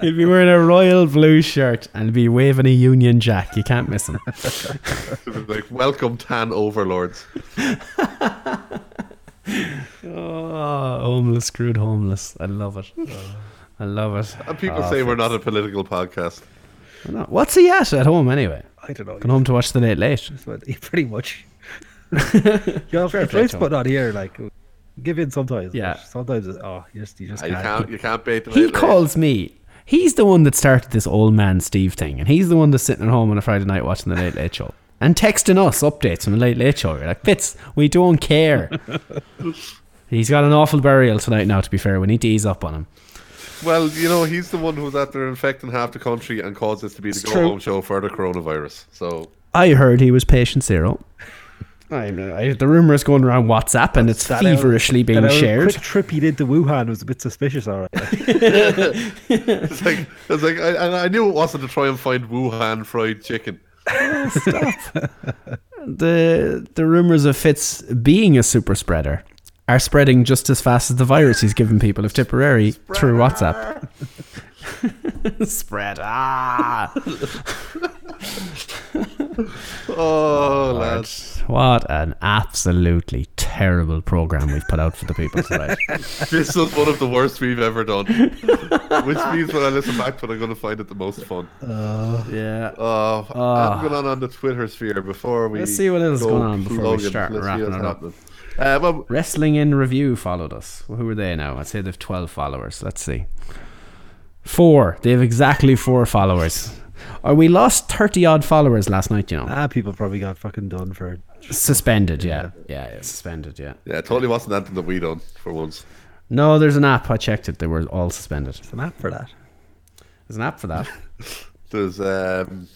He'll be wearing a royal blue shirt and be waving a Union Jack. You can't miss him.
like, welcome tan overlords.
(laughs) oh, homeless, screwed homeless. I love it. I love it.
And people
Oh,
say we're
Fitz.
not a political podcast.
No, What's he at at home anyway?
I don't know.
Going
(laughs)
home to watch the late late. (laughs)
Pretty much. you know,
Fair
if
play
it's
to him.
put on here, like, give in sometimes.
Yeah.
but Sometimes, it's, oh, you just, you just
Ah, You
can't.
can't you can't bait them. eh?
He calls me. He's the one that started this old man Steve thing, and he's the one that's sitting at home on a Friday night watching the Late Late Show and texting us updates from the Late Late Show. You're like, Fitz, we don't (laughs) care. he's got an awful burial tonight. Now, to be fair, we need to ease up on him.
Well, you know he's the one who's out there infecting half the country and caused this to be the go
true.
home show for the coronavirus. So
I heard he was patient zero. I, I, the rumor is going around WhatsApp, and it's
That
feverishly
our-
being
that our
shared.
Quick trip he did to Wuhan was a bit suspicious, all right.
it's like it's like I, and I knew it wasn't to try and find Wuhan fried chicken.
the the rumors of Fitz being a super spreader are spreading just as fast as the virus he's given people of Tipperary through (laughs) WhatsApp. Spread ah.
Oh,
Lord,
lads.
(laughs) what an absolutely terrible program we've put out for the people tonight.
this was one of the worst we've ever done. Which means when I listen back to it, I'm going to find it the most fun.
(laughs) yeah.
Oh,
Ah.
I'm going on on the Twitter sphere before we
Let's see what else is
go
going on before we
plugging.
start
Let's see
wrapping
what's
it up.
happening. Uh, well,
Wrestling in Review followed us. Who are they now? I'd say they've 12 followers. Let's see. Four. They have exactly four followers. Or we lost 30 odd followers last night, you know.
ah, people probably got fucking done for.
Suspended, yeah. Yeah, yeah suspended, yeah.
yeah, it totally wasn't that that we done for once.
No, there's an app. I checked it. They were all suspended.
It's an app for that.
There's an app for (laughs) that.
There's um,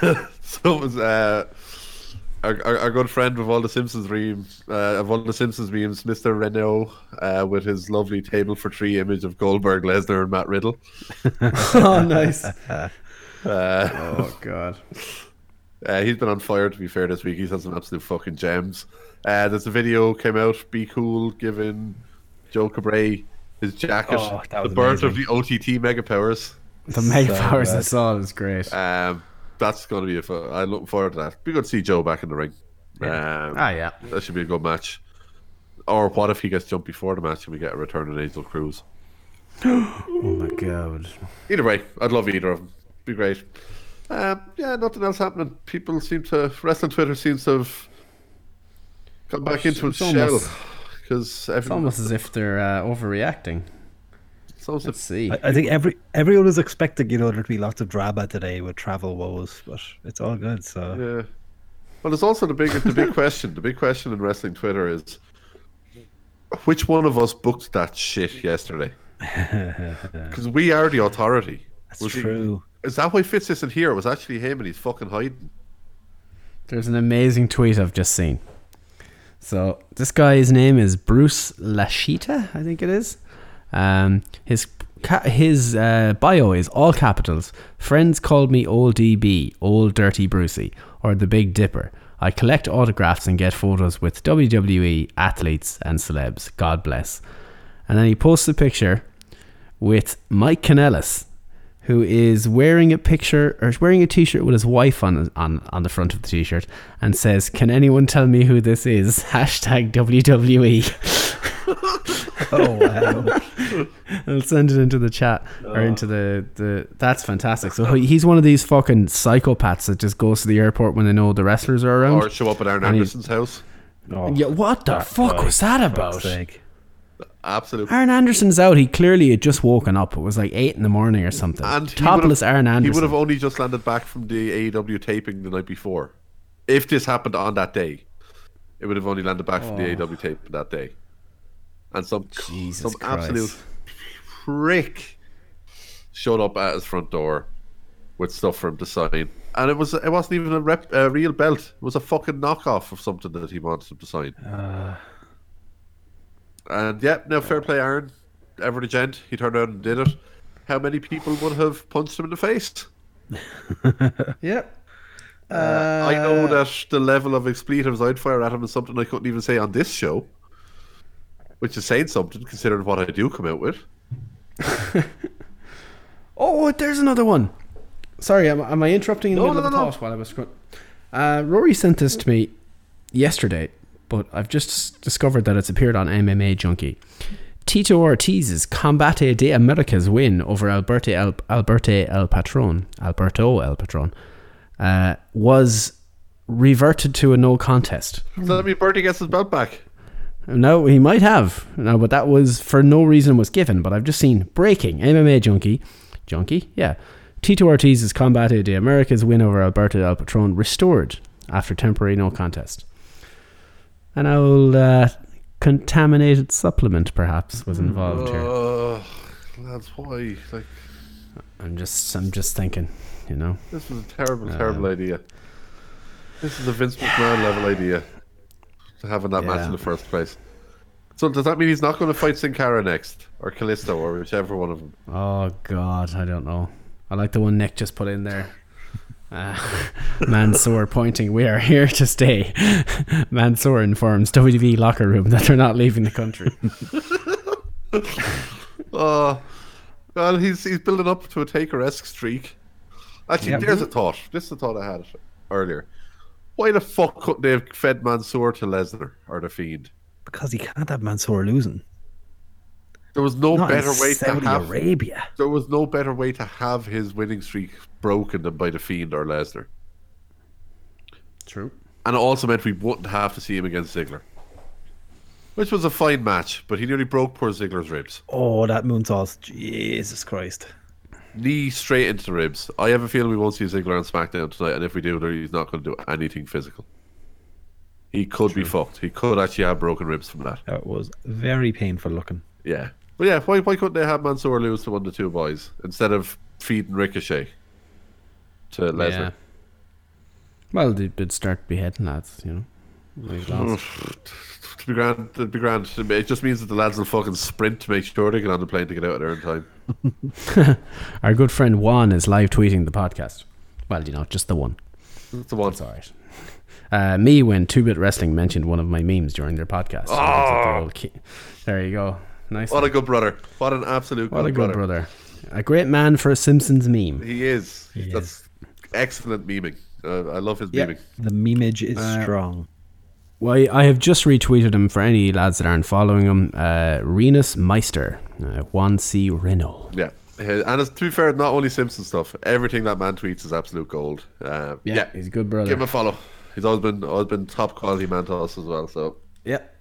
(laughs) so it was uh, our, our, our good friend with all the Simpsons memes, uh, of all the Simpsons memes, Mister Renault, uh, with his lovely table for three image of Goldberg, Lesnar, and Matt Riddle.
oh,
(laughs)
nice.
Uh,
oh
God.
Uh, he's been on fire. To be fair, this week he's had some absolute fucking gems. Uh, there's a video came out. Be cool, giving Joe Cabray his jacket.
Oh,
the
that was
birth of
amazing.
the OTT mega powers.
The mega So uh, powers I good. saw is great.
Um, that's going to be a. Fu- I'm looking forward to that. Be good to see Joe back in the ring. Um,
Ah, yeah.
that should be a good match. Or what if he gets jumped before the match and we get a return of Angel Cruz?
Oh my god.
Either way, I'd love either of them. Be great. Um, yeah, nothing else happening. People seem to wrestling Twitter seems to have come back into its,
It's almost-
shell because
It's almost as if they're uh, overreacting. Let's see.
I, I think every everyone was expecting, you know, there to be lots of drama today with travel woes, but it's all good. So
Yeah. Well, there's also the big the
(laughs)
big question. The big question in wrestling Twitter is which one of us booked that shit
(laughs)
yesterday? Because we are the authority. That's
true.
is that why Fitz isn't here? It was actually him, and he's fucking hiding.
There's an amazing tweet I've just seen. So this guy's name is Bruce Lashita, I think it is. Um, his ca- his uh, bio is all capitals. Friends called me Old DB, Old Dirty Brucey, or the Big Dipper. I collect autographs and get photos with WWE athletes and celebs. God bless. And then he posts a picture with Mike Kanellis, who is wearing a picture or is wearing a t-shirt with his wife on on on the front of the t-shirt and says, "Can anyone tell me who this is?" (laughs) Hashtag E. WWE.
oh wow!
(laughs) I'll send it into the chat or into the, the that's fantastic. So he- he's one of these fucking psychopaths that just goes to the airport when they know the wrestlers are around.
Or show up at Aaron
And he-
Anderson's house.
yeah, what the fuck was that about?
Absolutely.
Aaron Anderson's out. He clearly had just woken up. It was like eight in the morning or something.
And he would've-
Topless Aaron Anderson.
He would have only just landed back from the AEW taping the night before. If this happened on that day, it would have only landed back from the
Oh.
AEW taping that day. And some some
Christ.
absolute prick showed up at his front door with stuff for him to sign, and it was it wasn't even a, rep, a real belt. It was a fucking knockoff of something that he wanted him to sign. And yeah, no fair play, Aaron. Ever the gent, he turned out and did it. How many people would have punched him in the face?
Yep.
Uh, I know that the level of expletives I'd fire at him is something I couldn't even say on this show, which is saying something considering what I do come out with.
Oh, there's another one. Sorry, am, am I interrupting in the
No,
middle
no,
of the
no, no.
thought while I was scrolling? Uh, Rory sent this to me yesterday, but I've just s- discovered that it's appeared on MMA Junkie. Tito Ortiz's Combate de Americas win over Alberto El, Alberto El Patron, Alberto El Patron, uh, was reverted to a no contest.
So that mean Bertie gets his belt back.
No, he might have. No, but that was for no reason was given. But I've just seen breaking MMA junkie, junkie, yeah. Tito Ortiz's Combat de America's win over Alberto El Patron restored after temporary no contest. An old uh, contaminated supplement, perhaps, was involved here.
Oh, that's why. Like
I'm just, I'm just thinking, you know.
this was a terrible, terrible idea. This is a Vince McMahon level idea to have in that match in the first place. So does that mean he's not going to fight Sin Cara next, or Callisto, or whichever one of them?
Oh God, I don't know. I like the one Nick just put in there. Uh, (laughs) Mansoor pointing, we are here to stay. (laughs) Mansoor informs WWE locker room that they're not leaving the country.
Oh, well, he's he's building up to a Taker esque streak. Actually,
Yeah.
there's a thought. This is a thought I had earlier. Why the fuck couldn't they have fed Mansoor to Lesnar or the Fiend?
because he can't have Mansoor losing.
There was no
Not in
better way
Saudi
to have
Arabia.
There was no better way to have his winning streak broken than by the Fiend or Lesnar,
True.
and it also meant we wouldn't have to see him against Ziggler, which was a fine match. But he nearly broke poor Ziggler's ribs.
Oh, that moonsault! Jesus Christ!
knee straight into the ribs. I have a feeling we won't see Ziggler on SmackDown tonight, and if we do, he's not going to do anything physical. He could be fucked. He could actually have broken ribs from that.
That was very painful looking.
Yeah. But yeah, why, why couldn't they have Mansoor lose to one of the two boys instead of feeding Ricochet to Lesnar.
Yeah. Well, they did start beheading lads, you know. They've lost.
(sighs) It'd be grand. It'd be grand. It just means that the lads will fucking sprint to make sure they get on the plane to get out of there in time.
Our good friend Juan is live tweeting the podcast. Well, you know, just the one.
That's the one.
Sorry. (laughs) Uh, me when Two Bit Wrestling mentioned one of my memes during their podcast. So I was like,
Oh.
they're all ki- there you go. Nice.
What a
one.
good brother. What an absolute
What
good
a good
brother.
brother. A great man for a Simpsons meme.
He is. That's excellent memeing. Uh, I love his
Yeah.
memeing.
The memeage is
Uh,
strong.
Well, I have just retweeted him for any lads that aren't following him. Uh, Renus Meister, uh, Juan C. Reno.
Yeah. His- Uh, And it's, to be fair, not only Simpson stuff. Everything that man tweets is absolute gold. Uh, yeah,
he's a good brother.
Give him a follow. He's always been always been top quality man to us as well. So
Yep.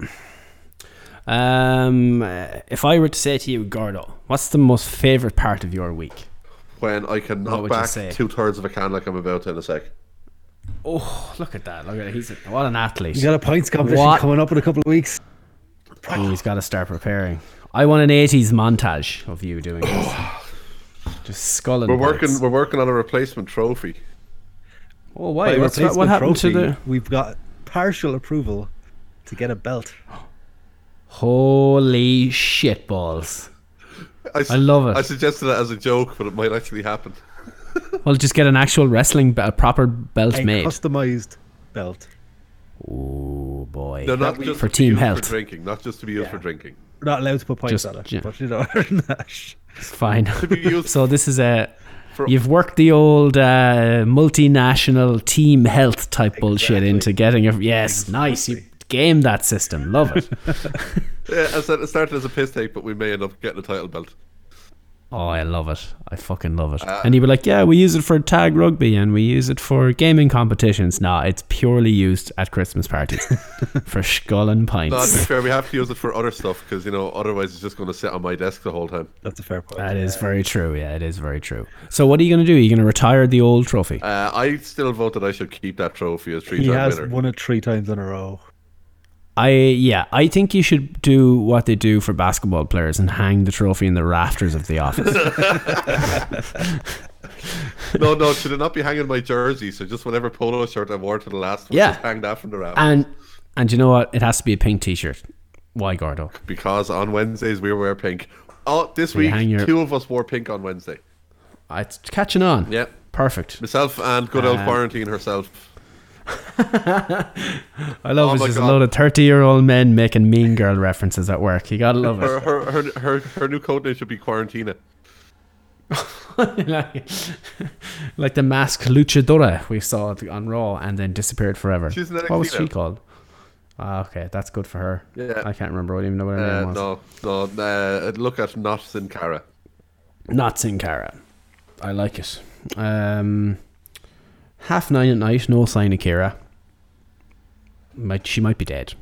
Um, uh, if I were to say to you, Gordo, what's the most favorite part of your week?
when I can
What
knock
would you
back
say?
two thirds of a can like I'm about to in a sec.
Oh, look at that! Look at he's a, what an athlete.
He's got a points competition
What?
coming up in a couple of weeks.
Oh, he's got to start preparing. I want an '80s montage of you doing (sighs) this. Just sculling.
We're
bites.
working. We're working on a replacement trophy.
Oh,
By
why? What's,
replacement
what happened to
trophy,
the?
We've got partial approval to get a belt.
Holy shit balls!
s-
I love it.
I suggested that as a joke, but it might actually happen.
Well, just get an actual wrestling, be- a proper belt
a
made.
customized belt.
oh boy!
No, not just
for
to be used
team health.
for drinking. Not just to be used for drinking.
We're not allowed to put points
Just-
on it,
yeah.
but you know, (laughs)
It's (laughs) fine.
To be used
(laughs) so this is a.
For-
You've worked the old uh, multinational team health type bullshit into getting a yes, nice. You game that system, love it. (laughs)
Yeah, I said it started as a piss take, but we may end up getting a title belt.
oh, I love it. I fucking love it.
Uh,
and you were like, yeah, we use it for tag rugby and we use it for gaming competitions. Nah, it's purely used at
(laughs)
Christmas parties for skull and
No,
(laughs)
to be
pints.
fair, we have to use it for other stuff because you know otherwise it's just going to sit on my desk the whole time.
that's a fair point.
That is very true. Yeah, it is very true. So what are you going to do? Are you going to retire the old trophy?
Uh, I still vote that I should keep that trophy as
He
three-time
has
winner.
won it three times in a row.
I yeah, I think you should do what they do for basketball players and hang the trophy in the rafters of the office.
(laughs) no, no, should it not be hanging my jersey? So just whatever polo shirt I wore to the last one,
Yeah.
just hang that from the raft.
and and you know what? It has to be a pink T-shirt. Why Gordo?
because on Wednesdays we wear pink. Oh, this week
hang your-
two of us wore pink on Wednesday.
Ah, It's catching on.
Yeah,
Perfect.
myself and good old
Um,
quarantine herself.
I love
Oh
it's
my
just a
God.
load of thirty-year-old men making mean girl references at work. You gotta
(laughs)
love
Her
it.
her her her, her new code name should be Quarantina.
like, (laughs) like the mask luchadora we saw it on Raw and then disappeared forever.
She's an
what was
NXT
she
now.
called? Ah, okay, that's good for her.
Yeah.
I can't remember. I don't even know what her name
Uh,
was.
no, no, uh, look at not Sin Cara.
Not Sin Cara. I like it. Um, half nine at night, no sign of Kira. Might, she might be dead.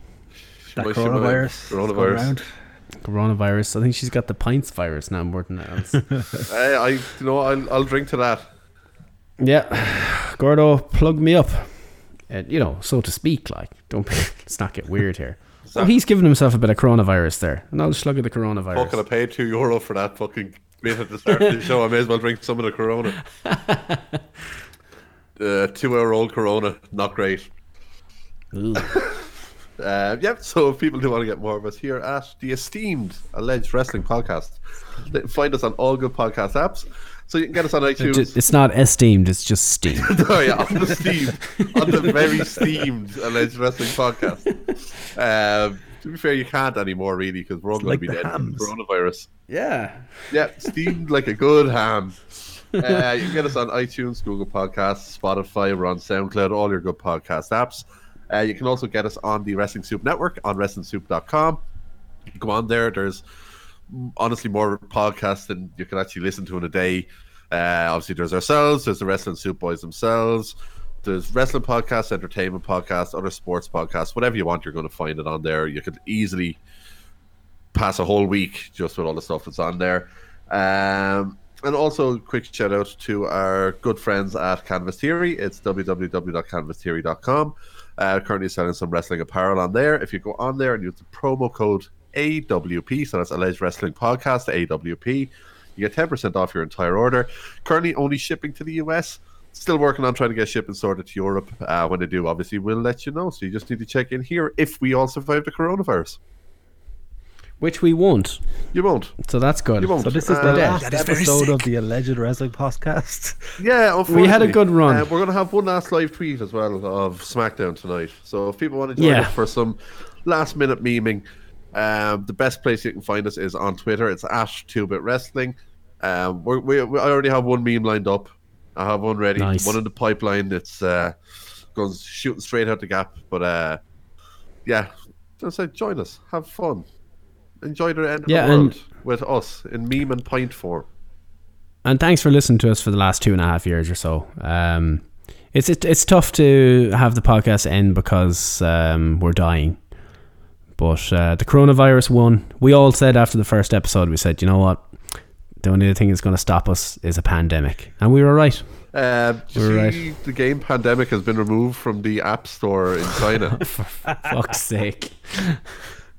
That
Well, she might-
coronavirus.
coronavirus.
Coronavirus. I think she's got the pints virus now more than else.
Uh, I, I you know, I'll, I'll drink to that.
yeah, Gordo, plug me up. Uh, you know, so to speak. Like, don't be, (laughs) let's not get weird
(laughs)
here. Oh, he's giving himself a bit of coronavirus there, and I'll slug at the coronavirus.
Fucking, I paid two euro for that fucking bit at the start of the show. I may as well drink some of the Corona. (laughs) uh, two-hour-old Corona, not great. (laughs) Uh, yep. So if people do want to get more of us here at the esteemed Alleged Wrestling Podcast, they can find us on all good podcast apps. So you can get us on
Ju-
iTunes. (laughs)
It's not esteemed. It's just steam.
Sorry, on the steamed, on the very steamed Alleged Wrestling
(laughs)
Podcast. Um, to be fair, you can't anymore, really, because we're all going
like
to be
the
dead from
hams.
coronavirus.
yeah.
Yeah, steamed like a good ham. Uh, you can get us on iTunes, Google Podcasts, Spotify, we're on SoundCloud, all your good podcast apps. Uh, you can also get us on the Wrestling Soup Network on WrestlingSoup.com. You go on there, there's honestly more podcasts than you can actually listen to in a day. Uh, obviously, there's ourselves, there's the Wrestling Soup Boys themselves, there's wrestling podcasts, entertainment podcasts, other sports podcasts, whatever you want, you're going to find it on there. You could easily pass a whole week just with all the stuff that's on there. Um, and also, quick shout out to our good friends at Canvas Theory. It's www.canvastheory.com. Uh, currently selling some wrestling apparel on there. If you go on there and use the promo code AWP, so that's Alleged Wrestling Podcast, AWP, You get 10% off your entire order. Currently only shipping to the US. Still working on trying to get shipping sorted to Europe. Uh, when they do, obviously, we'll let you know. So you just need to check in here if we all survive the coronavirus.
Which we won't.
You won't.
So that's good.
You won't.
So this is the
Uh,
last
that is very
episode of the alleged wrestling podcast. (laughs)
Yeah,
We had a
unfortunately.
good run.
Uh, we're going to have one last live tweet as well of SmackDown tonight. So if people want to join
Yeah.
us for some last minute memeing, um, the best place you can find us is on Twitter. It's at 2-Bit Wrestling. Um, we're, we, we, I already have one meme lined up. I have one ready.
Nice.
One in the pipeline. It's uh, goes shooting straight out the gap. But uh, yeah, just say join us. Have fun. Enjoy the end of
Yeah,
the
and-
world with us in meme and pint form.
and thanks for listening to us for the last two and a half years or so. Um, it's it, it's tough to have the podcast end because um, we're dying, but uh, the coronavirus one. We all said after the first episode, we said, you know what, the only thing that's going to stop us is a pandemic, and we were right. (laughs)
Uh, did you
We're right.
see the game Pandemic has been removed from the App Store in China.
Fuck's sake!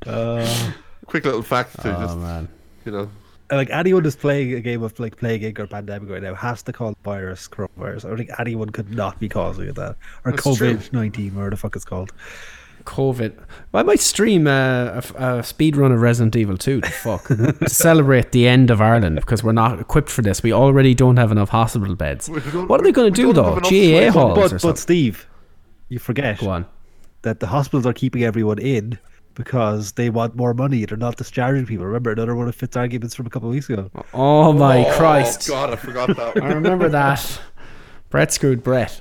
Uh,
Quick little fact to
Oh,
just,
man.
you know,
Like anyone who's playing a game of like playing Inc or pandemic right now has to call the virus coronavirus. I don't think anyone could not be causing it that or
That's
COVID nineteen, whatever the fuck it's called.
COVID. Well, I might stream a, a f- a speed run of Resident Evil 2 to fuck (laughs) to celebrate the end of Ireland because we're not equipped for this. We already don't have enough hospital beds.
don't-
What are they going
we
to do
don't have
though?
enough
GA
space.
halls
But
or
but
something?
Steve, you forget
Go on.
that the hospitals are keeping everyone in because they want more money. They're not discharging people. Remember another one of Fitz's arguments from a couple of weeks ago.
Oh my Christ!
Oh God, I forgot that.
(laughs) I
(laughs)
remember that. Brett screwed Brett.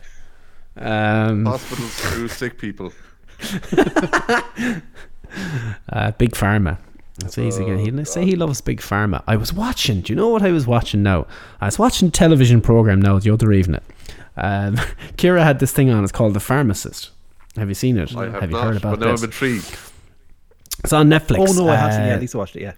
Um,
Hospitals screw sick people.
uh, Big Pharma. That's what he's
Oh,
again. He didn't say he loves Big Pharma. I was watching. Do you know what I was watching now? I was watching a television program now the other evening. Um, (laughs) Kira had this thing on. It's called The Pharmacist. Have you seen it?
I have,
you
not,
heard
but
about
now
this?
I'm intrigued.
It's on Netflix.
Oh no, I have seen.
Uh,
Yeah, at least I watched it. Yeah,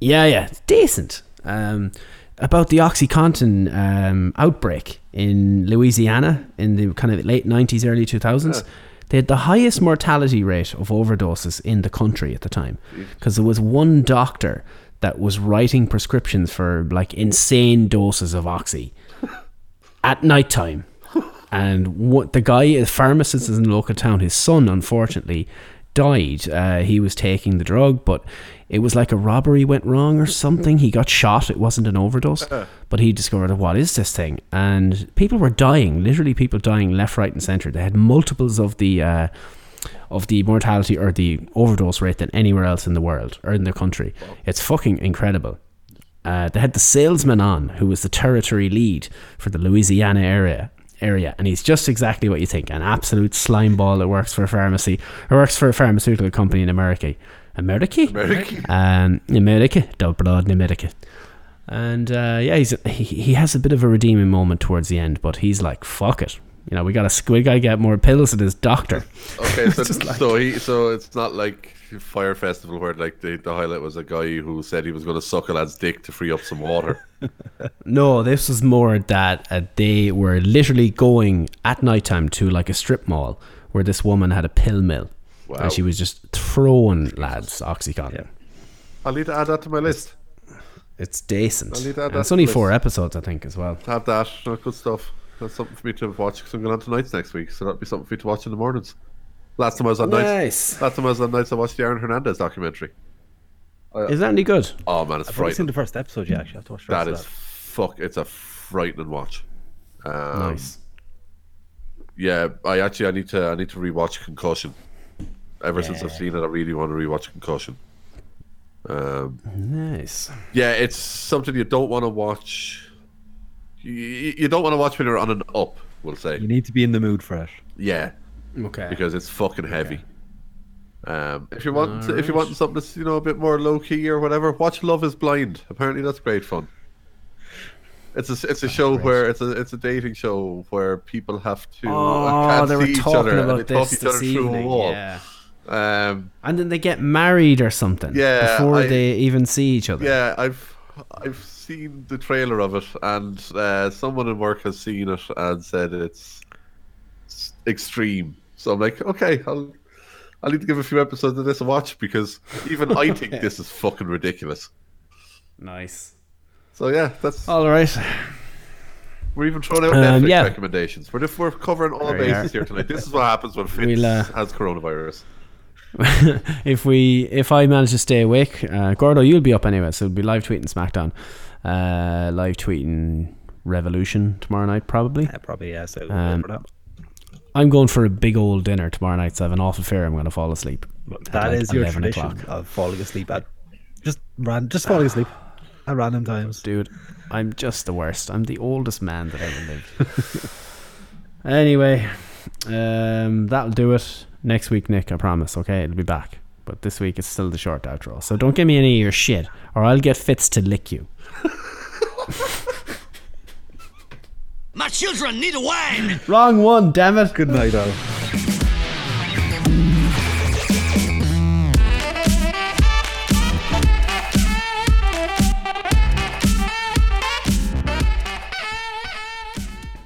Yeah, yeah, it's decent. Um, about the OxyContin um, outbreak in Louisiana in the kind of late nineties, early two thousands. They had the highest mortality rate of overdoses in the country at the time because there was one doctor that was writing prescriptions for like insane doses of oxy at night time. And what the guy, a pharmacist in the local town, his son unfortunately died. Uh, he was taking the drug, but it was like a robbery went wrong or something. He got shot. It wasn't an overdose, but he discovered what is this thing? And people were dying, literally people dying left, right, and center. They had multiples of the uh, of the mortality or the overdose rate than anywhere else in the world or in the country. It's fucking incredible. Uh, they had the salesman on, who was the territory lead for the Louisiana area. Area, and he's just exactly what you think—an absolute slime ball that works for a pharmacy, or works for a pharmaceutical company in America. America, America, um, America, double blood in America. And uh, yeah, he's he, he has a bit of a redeeming moment towards the end, but he's like, "Fuck it," you know. We got to we got to get more pills than his doctor.
Okay, so, so he, so it's not like Fire Festival where like the, the highlight was a guy who said he was going to suck a lad's dick to free up some water.
No, this was more that uh, they were literally going at nighttime to like a strip mall where this woman had a pill mill,
Wow.
and she was just throwing lads OxyContin.
I'll need to add that to my list.
It's decent.
I'll leave that
And it's
up,
only
please.
four episodes, I think, as well.
Have that. No, good stuff. That's something for me to watch because I'm going on tonight's next week. So that'll be something for you to watch in the mornings. Last time I was on
Nice.
nights. Last time I was on nights, I watched the Aaron Hernandez documentary. Uh,
Is that any good?
Oh man, it's
I've only seen
frightening.
the first episode. Yeah, actually, I have to watch the rest
That
of
is fuck. It's a frightening watch. Um,
Nice.
Yeah, I actually I need to I need to rewatch Concussion. Ever since I've seen it, I really want to rewatch Concussion. Um,
Nice.
yeah, it's something you don't want to watch. You, you don't want to watch when you're on an up. We'll
You
say.
need to be in the mood for it.
Yeah,
Okay.
because it's fucking heavy. Um, if you want, if you want something that's you know a bit more low key or whatever, watch Love Is Blind. Apparently, that's great fun. It's a it's a show where it's a it's a dating show where people have to
Oh,
uh, can't
they were
see each
talking
other
about
and they talk
this
each other
this
through a
evening.
wall.
Yeah.
Um,
And then they get married or something.
Yeah,
Before
I-
they even see each other.
yeah, I've I've seen the trailer of it, and uh, someone in work has seen it and said it's, it's extreme. So I'm like, okay, I'll I need to give a few episodes of this a watch because even I think this is fucking ridiculous.
Nice.
So yeah, that's
all right.
We're even throwing out
Um,
Netflix
yeah.
recommendations. We're just we're covering all
There we
bases
are.
here tonight.
(laughs)
This is what happens when Fitz
We'll, uh,
has coronavirus.
if we if I manage to stay awake, uh, Gordo, you'll be up anyway, so we'll be live tweeting SmackDown, uh, live tweeting Revolution tomorrow night probably. Yeah,
probably yeah. So
Um, I'm going for a big old dinner tomorrow night, so I have an awful fear I'm going to fall asleep.
That is your tradition of falling asleep at just ran just falling asleep at random times.
Dude, I'm just the worst. I'm the oldest man that ever (laughs) lived. anyway, um, that'll do it. Next week, Nick, I promise. Okay, it'll be back. But this week it's still the short outro. So don't give me any of your shit, or I'll get Fitz to lick you.
My children need a wine.
Wrong one, damn it.
Good night, Al.